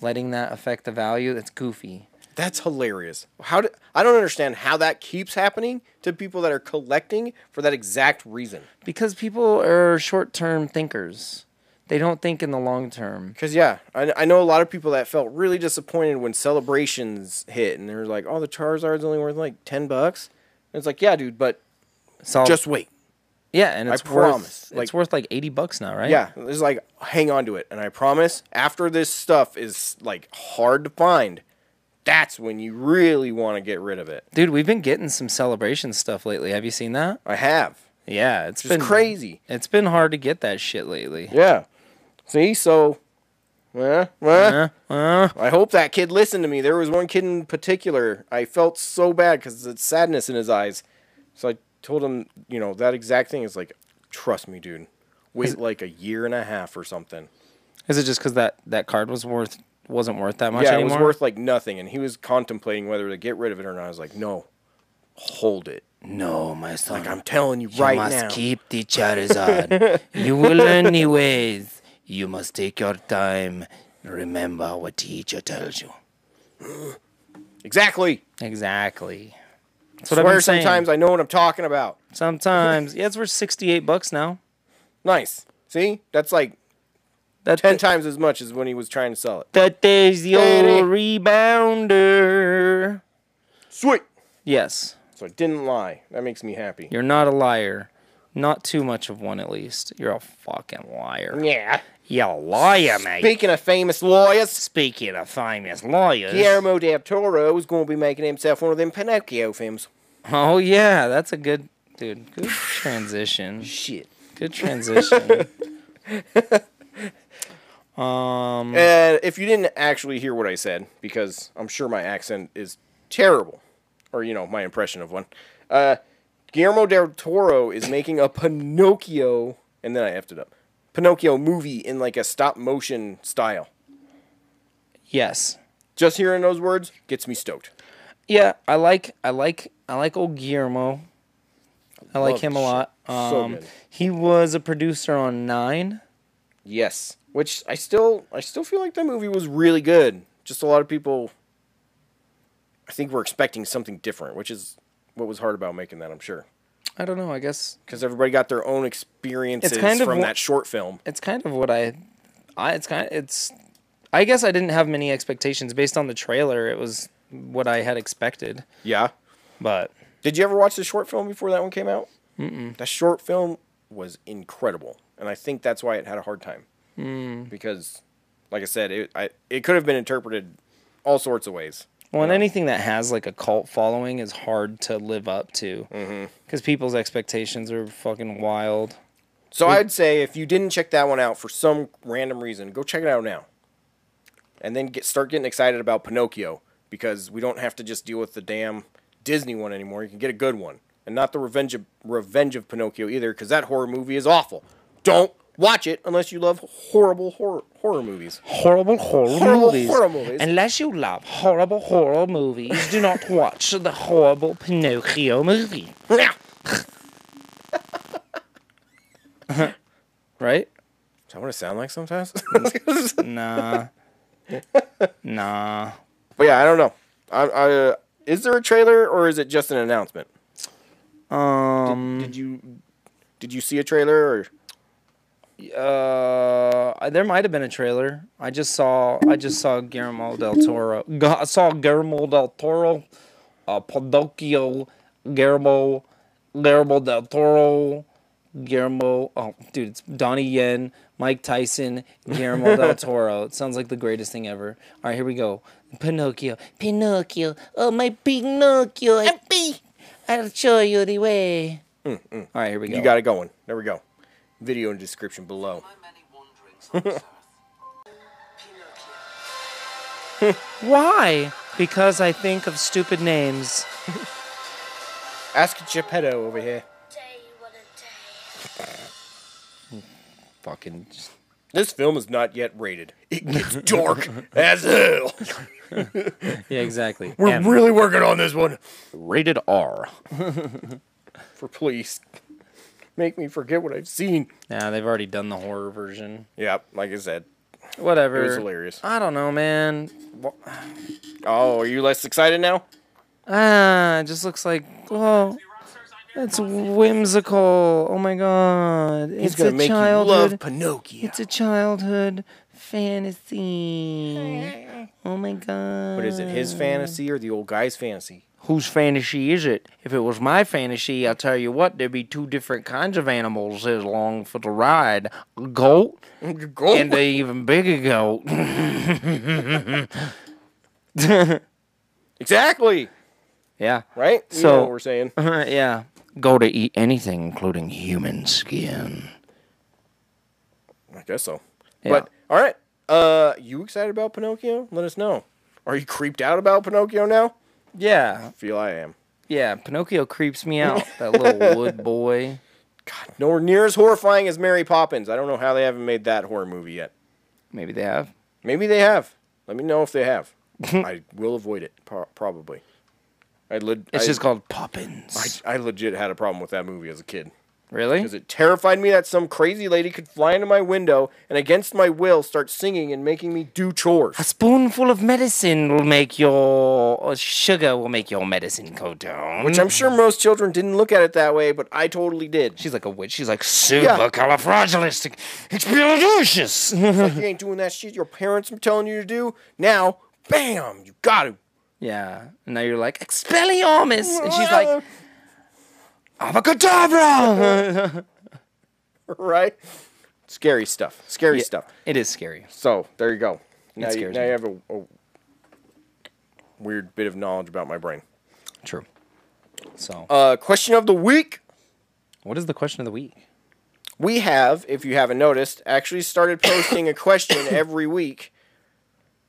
Speaker 1: letting that affect the value. That's goofy.
Speaker 2: That's hilarious. How do, I don't understand how that keeps happening to people that are collecting for that exact reason.
Speaker 1: Because people are short-term thinkers. They don't think in the long term.
Speaker 2: Because, yeah, I, I know a lot of people that felt really disappointed when celebrations hit and they were like, oh, the Charizard's only worth like 10 bucks. And it's like, yeah, dude, but
Speaker 1: So
Speaker 2: just wait.
Speaker 1: yeah, and it's worth
Speaker 2: promise, like-
Speaker 1: it's worth like 80 bucks now, right?
Speaker 2: Yeah, it's like hang on to it, and I promise. After this stuff is like hard to find, that's when you really want to get rid of it.
Speaker 1: Dude, we've been getting some celebration stuff lately. Have you seen that?
Speaker 2: I have.
Speaker 1: Yeah, it's
Speaker 2: It's
Speaker 1: been
Speaker 2: crazy.
Speaker 1: It's been hard to get that shit lately.
Speaker 2: Yeah. See, so. eh, eh.
Speaker 1: Uh,
Speaker 2: I hope that kid listened to me. There was one kid in particular. I felt so bad because the sadness in his eyes. So I told him, you know, that exact thing is like, trust me, dude. Wait like a year and a half or something.
Speaker 1: Is it just because that that card was worth wasn't worth that much
Speaker 2: yeah,
Speaker 1: anymore?
Speaker 2: it was worth like nothing, and he was contemplating whether to get rid of it or not. I was like, no, hold it.
Speaker 1: no, my son.
Speaker 2: Like I'm telling you right
Speaker 1: must
Speaker 2: now.
Speaker 1: keep the Charizard. you will learn the ways. You must take your time. Remember what teacher tells you.
Speaker 2: exactly.
Speaker 1: Exactly. That's
Speaker 2: Swear sometimes I know what I'm talking about.
Speaker 1: Sometimes. Yeah, it's worth 68 bucks now.
Speaker 2: Nice. See, that's like
Speaker 1: That,
Speaker 2: ten times as much as when he was trying to sell it.
Speaker 1: that there's the
Speaker 2: Baby.
Speaker 1: old rebounder.
Speaker 2: Sweet.
Speaker 1: Yes,
Speaker 2: So I didn't lie. That makes me happy.
Speaker 1: you're not a liar. Not too much of one, at least. You're a fucking liar.
Speaker 2: yeah.
Speaker 1: You're a liar, mate.
Speaker 2: Speaking of famous lawyers,
Speaker 1: Speaking of famous lawyers.
Speaker 2: Guillermo del Toro is going to be making himself one of them Pinocchio films.
Speaker 1: Oh yeah, that's a good dude. Good transition.
Speaker 2: Shit.
Speaker 1: Good transition.
Speaker 2: Uh, And if you didn't actually hear what I said, because I'm sure my accent is terrible, or you know my impression of one. Uh, Guillermo del Toro is making a Pinocchio, and then I effed it up. Pinocchio movie in like a stop motion style.
Speaker 1: Yes.
Speaker 2: Just hearing those words gets me stoked.
Speaker 1: Yeah, I like I like I like old Guillermo. I like
Speaker 2: Love
Speaker 1: him a
Speaker 2: this
Speaker 1: lot.
Speaker 2: shit. So
Speaker 1: Um,
Speaker 2: good.
Speaker 1: he was a producer on Nine.
Speaker 2: Yes, which I still I still feel like that movie was really good. Just a lot of people I think were expecting something different, which is what was hard about making that, I'm sure.
Speaker 1: I don't know. I guess
Speaker 2: Cuz everybody got their own experiences
Speaker 1: kind of
Speaker 2: from
Speaker 1: wha-
Speaker 2: that short film.
Speaker 1: it's kind of what I, I it's kind it's. I guess I didn't have many expectations based on the trailer. It was what I had expected,
Speaker 2: Yeah.
Speaker 1: but
Speaker 2: Did you ever watch the short film before that one came out? Mm-mm. That short film was incredible, and I think that's why it had a hard time. Mm. Because, like I said, it I, it could have been interpreted all sorts of ways.
Speaker 1: Well, and anything that has like a cult following is hard to live up to
Speaker 2: Mm-hmm.
Speaker 1: because people's expectations are fucking wild.
Speaker 2: So I'd say if you didn't check that one out for some random reason, go check it out now, and then get start getting excited about Pinocchio because we don't have to just deal with the damn Disney one anymore. You can get a good one, and not the revenge of Revenge of Pinocchio either, because that horror movie is awful. Don't watch it unless you love horrible horror horror movies.
Speaker 1: Horrible horror
Speaker 2: Horrible
Speaker 1: movies.
Speaker 2: horror movies.
Speaker 1: Unless you love horrible horror movies, do not watch the horrible Pinocchio movie. right?
Speaker 2: Does that want to sound like sometimes?
Speaker 1: Nah. nah.
Speaker 2: but yeah, I don't know. I, I, uh, is there a trailer or is it just an announcement?
Speaker 1: Um.
Speaker 2: Did you did you see a trailer or
Speaker 1: Uh, there might have been a trailer. I just saw I just saw Guillermo del Toro. Gu- I saw Guillermo del Toro, uh, Pinocchio, Guillermo, Guillermo del Toro, Guillermo. Oh, dude, it's Donnie Yen, Mike Tyson, Guillermo del Toro. It sounds like the greatest thing ever. All right, here we go. Pinocchio.
Speaker 9: Pinocchio, oh my Pinocchio, I be. I'll show you the way.
Speaker 1: All right, here we go.
Speaker 2: Mm, you got it going? There we go. Video in description below.
Speaker 8: My many wanderings on this earth. Pinocchio.
Speaker 1: Why? Because I think of stupid names.
Speaker 2: Ask Geppetto over here.
Speaker 7: Day, what a day.
Speaker 1: Fucking. Just,
Speaker 2: This film is not yet rated. It gets dark as hell.
Speaker 1: yeah, exactly.
Speaker 2: We're
Speaker 1: M.
Speaker 2: really working on this one. Rated R. For please make me forget what I've seen.
Speaker 1: Nah, they've already done the horror version.
Speaker 2: Yeah, like I said,
Speaker 1: Whatever.
Speaker 2: it was hilarious.
Speaker 1: I don't know, man.
Speaker 2: Oh, are you less excited now?
Speaker 1: Ah, it just looks like oh, it's whimsical. Oh my god, it's a childhood.
Speaker 2: Pinocchio.
Speaker 1: it's a childhood fantasy. Oh my god.
Speaker 2: What is it? His fantasy or the old guy's fantasy?
Speaker 1: Whose fantasy is it? If it was my fantasy, I'll tell you what, there'd be two different kinds of animals as long for the ride. A goat and an even bigger goat.
Speaker 2: exactly.
Speaker 1: yeah.
Speaker 2: Right. You
Speaker 1: So-
Speaker 2: know what we're saying.
Speaker 1: yeah. Go to eat anything, including human skin.
Speaker 2: I guess so.
Speaker 1: Yeah.
Speaker 2: But all right. Uh, you excited about Pinocchio? Let us know. Are you creeped out about Pinocchio now?
Speaker 1: Yeah,
Speaker 2: feel I am.
Speaker 1: yeah. Pinocchio creeps me out. That little wood boy.
Speaker 2: Nowhere near as horrifying as Mary Poppins. I don't know how they haven't made that horror movie yet.
Speaker 1: Maybe they have.
Speaker 2: Maybe they have. Let me know if they have. I will avoid it pro- probably. I le-
Speaker 1: It's
Speaker 2: I,
Speaker 1: just called Poppins.
Speaker 2: I, I legit had a problem with that movie as a kid.
Speaker 1: really?
Speaker 2: because it terrified me that some crazy lady could fly into my window and against my will start singing and making me do
Speaker 1: A
Speaker 2: chores.
Speaker 1: spoonful of medicine will make your or sugar will make your medicine go down.
Speaker 2: Which I'm sure most children didn't look at it that way, but I totally did. She's
Speaker 1: She's like a witch. She's like supercalifragilistic. Expialidocious.
Speaker 2: like, you ain't doing that shit your parents are telling you to do. Now, bam, you got to.
Speaker 1: yeah. And now you're like expelliarmus, and she's like avacadabra.
Speaker 2: right? Scary stuff. Scary stuff.
Speaker 1: it is scary.
Speaker 2: So there you go. Now, you,
Speaker 1: scares
Speaker 2: now
Speaker 1: me.
Speaker 2: you have a, a weird bit of knowledge about my brain.
Speaker 1: True. So,
Speaker 2: Uh, question of the week.
Speaker 1: what is the question of the week?
Speaker 2: we have, if you haven't noticed, actually started posting a question every week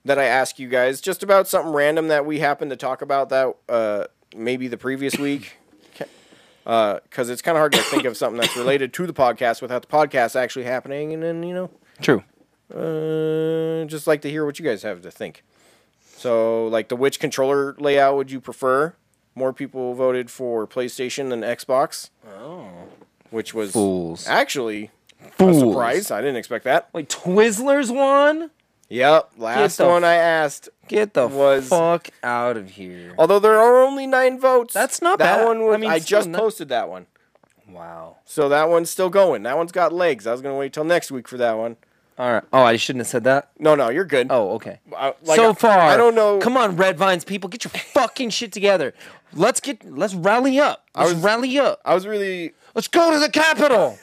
Speaker 2: that I ask you guys just about something random that we happen to talk about that uh, maybe the previous week. Because it's kind of hard to think of something that's related to the podcast without the podcast actually happening. And then, you know,
Speaker 1: True.
Speaker 2: uh, just like to hear what you guys have to think. So, like, the which controller layout would you prefer? More people voted for PlayStation than Xbox. Oh. Which was
Speaker 1: Fools.
Speaker 2: actually a
Speaker 1: Fools.
Speaker 2: surprise. I didn't expect that.
Speaker 1: Wait, Twizzlers won?
Speaker 2: Yep. Last
Speaker 1: the
Speaker 2: one I asked.
Speaker 1: Get the
Speaker 2: Was-
Speaker 1: fuck out of here.
Speaker 2: Although there are only nine votes.
Speaker 1: That's not
Speaker 2: that
Speaker 1: bad.
Speaker 2: one. Was,
Speaker 1: I
Speaker 2: I,
Speaker 1: mean, still
Speaker 2: just
Speaker 1: not-
Speaker 2: posted that one.
Speaker 1: Wow.
Speaker 2: So that one's still going. That one's got legs. I was gonna wait till next week for that one.
Speaker 1: All right. Oh, I shouldn't have said that.
Speaker 2: No, no, you're good.
Speaker 1: Oh, okay.
Speaker 2: I- like,
Speaker 1: so
Speaker 2: I-
Speaker 1: far,
Speaker 2: I don't know.
Speaker 1: Come on, Red Vines people, get your fucking shit together. Let's get let's rally up. Let's
Speaker 2: was-
Speaker 1: rally up.
Speaker 2: I was really.
Speaker 1: Let's go to the Capitol.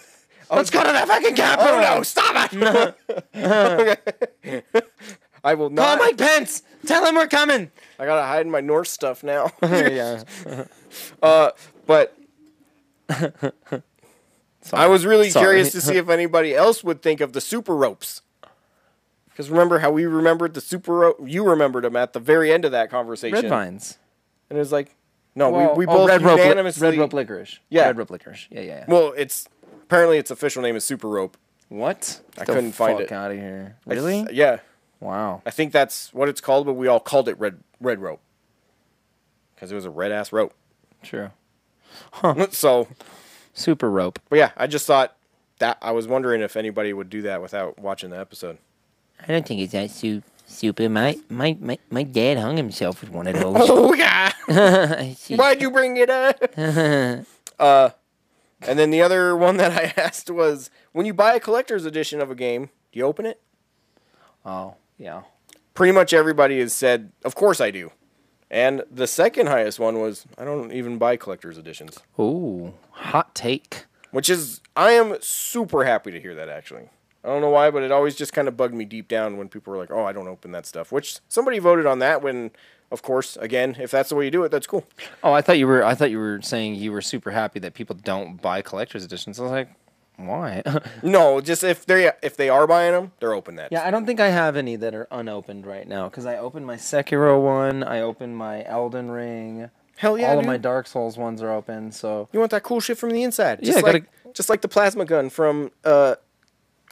Speaker 9: Oh.
Speaker 1: Let's go to the fucking Capitol.
Speaker 2: Oh no! Stop it! I will
Speaker 1: Call
Speaker 2: not.
Speaker 1: Mike Pence. Tell him we're coming.
Speaker 2: I gotta hide my North stuff now. Uh,
Speaker 1: yeah.
Speaker 2: but I was really
Speaker 1: Sorry.
Speaker 2: curious to see if anybody else would think of the super ropes. Because remember how we remembered the super rope? You remembered them at the very end of that conversation.
Speaker 1: Red Vines.
Speaker 2: And it was like, no,
Speaker 1: Well,
Speaker 2: we, we
Speaker 1: oh,
Speaker 2: both
Speaker 1: red rope, li-
Speaker 2: unanimously.
Speaker 1: red rope licorice.
Speaker 2: Yeah.
Speaker 1: Red rope licorice. Yeah, yeah. yeah.
Speaker 2: Well, it's apparently its official name is super rope.
Speaker 1: what?
Speaker 2: I couldn't find it.
Speaker 1: out of here.
Speaker 2: I th-
Speaker 1: Really?
Speaker 2: yeah,
Speaker 1: wow.
Speaker 2: I think that's what it's called, but we all called it red red rope because it was a red ass rope.
Speaker 1: True.
Speaker 2: so,
Speaker 1: Super rope.
Speaker 2: but yeah, I just thought that I was wondering if anybody would do that without watching the episode.
Speaker 9: I don't think it's that su- super. My, my my my dad hung himself with one of those.
Speaker 2: Oh yeah.
Speaker 9: I see.
Speaker 2: Why'd you bring it up? uh, and then the other one that I asked was when you buy a collector's edition of a game, do you open it?
Speaker 1: Oh, yeah.
Speaker 2: Pretty much everybody has said, of course I do. And the second highest one was, I don't even buy collector's editions,
Speaker 1: Ooh, hot take.
Speaker 2: which is, I am super happy to hear that actually. I don't know why, but it always just kind of bugged me deep down when people were like, oh, I don't open that stuff, which somebody voted on that when, of course, again, if that's the way you do it, that's cool.
Speaker 1: Oh, I thought you were. I thought you were saying you were super happy that people don't buy collector's editions. I was like, why?
Speaker 2: No, just if they if they are buying them, they're open that.
Speaker 1: yeah, I don't think I have any that are unopened right now because I opened my Sekiro one. I opened my Elden Ring.
Speaker 2: Hell yeah,
Speaker 1: all of
Speaker 2: dude.
Speaker 1: my Dark Souls ones are open. So
Speaker 2: You want that cool shit from the inside. Just
Speaker 1: Yeah, gotta-
Speaker 2: like just like the plasma gun from uh,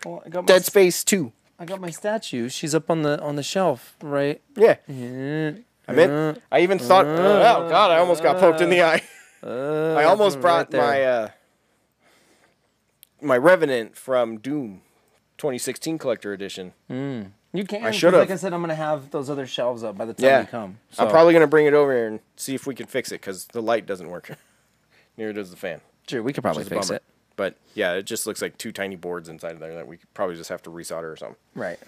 Speaker 1: well, I got my,
Speaker 2: Dead Space 2.
Speaker 1: I got my statue. She's up on the on the shelf, right?
Speaker 2: Yeah.
Speaker 1: Mm-hmm.
Speaker 2: I meant I even thought oh god, I almost got poked in the eye. I almost brought
Speaker 1: Mm-hmm. there.
Speaker 2: my uh, my Revenant from Doom 2016 collector edition.
Speaker 1: You can.
Speaker 2: I
Speaker 1: 'cause
Speaker 2: should've.
Speaker 1: Like I said, I'm gonna have those other shelves up by the time
Speaker 2: Yeah.
Speaker 1: you come.
Speaker 2: I'm probably going to bring it over here and see if we can fix it cuz the light doesn't work. Neither does the fan.
Speaker 1: Sure, we could probably
Speaker 2: It's a
Speaker 1: fix
Speaker 2: bummer.
Speaker 1: it.
Speaker 2: But yeah, it just looks like two tiny boards inside of there that we could probably just have to resolder or something.
Speaker 1: Right.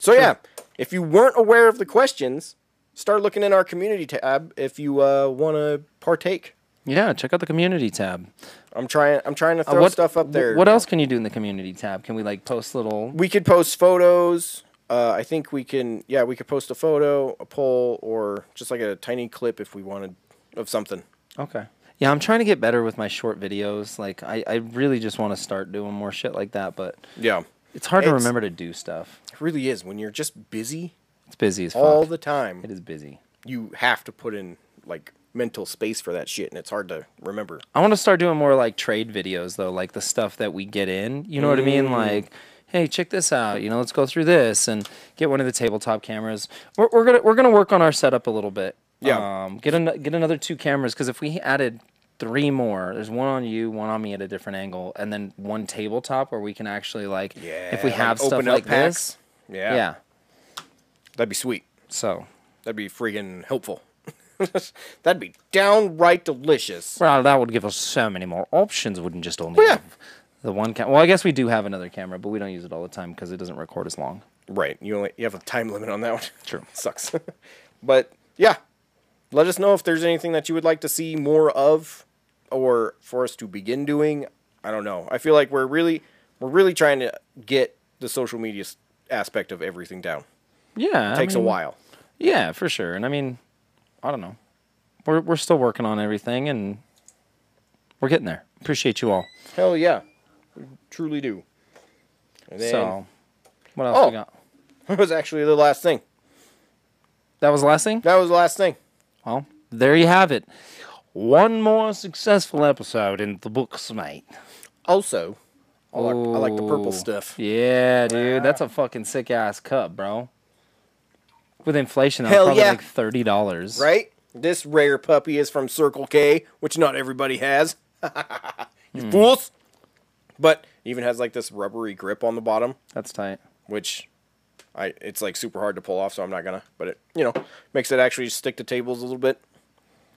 Speaker 2: So yeah, if you weren't aware of the questions, start looking in our community tab if you uh, want to partake.
Speaker 1: Yeah, check out the community tab.
Speaker 2: I'm trying. I'm trying to
Speaker 1: Uh,
Speaker 2: throw stuff up there.
Speaker 1: What else can you do in the community tab? Can we like post little?
Speaker 2: We could post photos. Uh, I think we can. Yeah, we could post a photo, a poll, or just like a tiny clip if we wanted of something.
Speaker 1: Okay. Yeah, I'm trying to get better with my short videos. Like, I, I really just want to start doing more shit like that, but
Speaker 2: Yeah,
Speaker 1: it's hard to
Speaker 2: It's-
Speaker 1: remember to do stuff.
Speaker 2: it really is. When you're just busy
Speaker 1: It's busy as fuck.
Speaker 2: all the time,
Speaker 1: it is busy.
Speaker 2: you have to put in like mental space for that shit, and it's hard to remember.
Speaker 1: I want to start doing more like trade videos though, like the stuff that we get in. You know what I
Speaker 2: Mm.
Speaker 1: mean? Like, hey, check this out. You know, let's go through this and get one of the tabletop cameras. We're, we're gonna we're gonna work on our setup a little bit.
Speaker 2: Yeah.
Speaker 1: Um, get an, get another two cameras because if we added three more, there's one on you, one on me at a different angle, and then one tabletop where we can actually like, if we
Speaker 2: like,
Speaker 1: have stuff
Speaker 2: open up
Speaker 1: like
Speaker 2: packs.
Speaker 1: this,
Speaker 2: Yeah,
Speaker 1: yeah.
Speaker 2: that'd be sweet.
Speaker 1: So
Speaker 2: That'd be freaking helpful. That'd be downright delicious.
Speaker 1: Well, that would give us so many more options. Wouldn't just only
Speaker 2: yeah.
Speaker 1: have the one camera. Well, I guess we do have another camera, but we don't use it all the time because it doesn't record as long.
Speaker 2: Right. You only you have a time limit on that one.
Speaker 1: True.
Speaker 2: Sucks. but yeah. Let us know if there's anything that you would like to see more of or for us to begin doing. I don't know. I feel like we're really we're really trying to get the social media s- aspect of everything down.
Speaker 1: Yeah, I
Speaker 2: Takes
Speaker 1: mean,
Speaker 2: a while.
Speaker 1: Yeah, for sure. And I mean, I don't know. We're we're still working on everything, and we're getting there. Appreciate you all.
Speaker 2: Hell yeah. We truly do. And then
Speaker 1: So, what else
Speaker 2: Oh.
Speaker 1: we got?
Speaker 2: that was actually the last thing.
Speaker 1: That was the last thing.
Speaker 2: That was the last thing.
Speaker 1: Well, there you have it. One more successful episode in the books, mate.
Speaker 2: Also, I like, I like the purple stuff.
Speaker 1: Yeah, dude, that's a fucking sick ass cup, bro. With inflation, that's
Speaker 2: Hell
Speaker 1: probably
Speaker 2: yeah.
Speaker 1: like thirty dollars.
Speaker 2: Right? This rare puppy is from Circle K, which not everybody has. you fools! But even has like this rubbery grip on the bottom,
Speaker 1: That's tight.
Speaker 2: which I it's like super hard to pull off, so I'm not gonna. But it you know makes it actually stick to tables a little bit.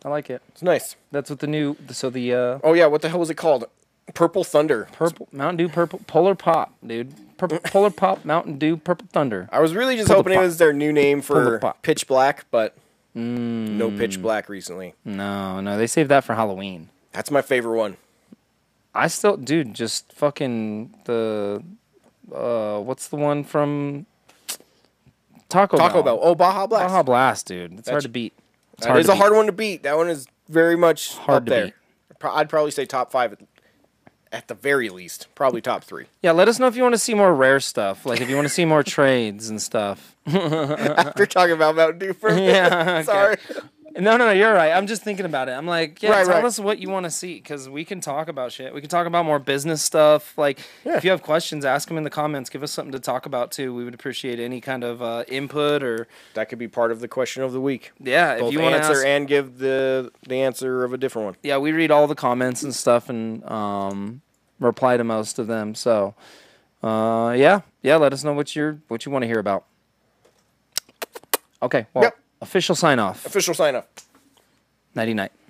Speaker 1: I like it.
Speaker 2: It's nice.
Speaker 1: That's what the new. So the uh,
Speaker 2: Oh yeah, what the hell was it called? Purple Thunder.
Speaker 1: purple Mountain Dew purple Polar Pop, dude. Purple Polar Pop Mountain Dew Purple Thunder.
Speaker 2: I was really just
Speaker 1: Pull the
Speaker 2: hoping it
Speaker 1: pot.
Speaker 2: was their new name
Speaker 1: Pull
Speaker 2: for
Speaker 1: the pot.
Speaker 2: Pitch Black, but no Pitch Black recently.
Speaker 1: No, no, they saved that for Halloween.
Speaker 2: That's my favorite one.
Speaker 1: I still, dude, just fucking the, uh, what's the one from Taco Bell?
Speaker 2: Taco Bell. Oh, Baja Blast.
Speaker 1: Baja Blast, dude. It's hard to beat. It's
Speaker 2: That is
Speaker 1: to
Speaker 2: a
Speaker 1: beat.
Speaker 2: hard one to beat. That one is very much
Speaker 1: Hard
Speaker 2: up
Speaker 1: to
Speaker 2: there.
Speaker 1: beat.
Speaker 2: Pro- I'd probably say top five at, at the very least. Probably top three.
Speaker 1: Yeah, let us know if you want to see more rare stuff. Like if you want to see more trades and stuff.
Speaker 2: After talking about Mountain Dew for a minute.
Speaker 1: Yeah, okay.
Speaker 2: Sorry.
Speaker 1: No, no, no, you're right. I'm just thinking about it. I'm like, yeah,
Speaker 2: Right,
Speaker 1: tell
Speaker 2: right.
Speaker 1: us what you want to see because we can talk about shit. We can talk about more business stuff. Like, if you have questions, ask them in the comments. Give us something to talk about too. We would appreciate any kind of uh, input or
Speaker 2: That could be part of the question of the week.
Speaker 1: yeah,
Speaker 2: Both
Speaker 1: if you want to
Speaker 2: answer
Speaker 1: ask.
Speaker 2: and give the the answer of a different one.
Speaker 1: yeah, we read all the comments and stuff and um, reply to most of them. So, uh, yeah, yeah, let us know what you're what you want to hear about. Okay, well,
Speaker 2: Yep.
Speaker 1: official sign off.
Speaker 2: Official sign up.
Speaker 1: Nighty night.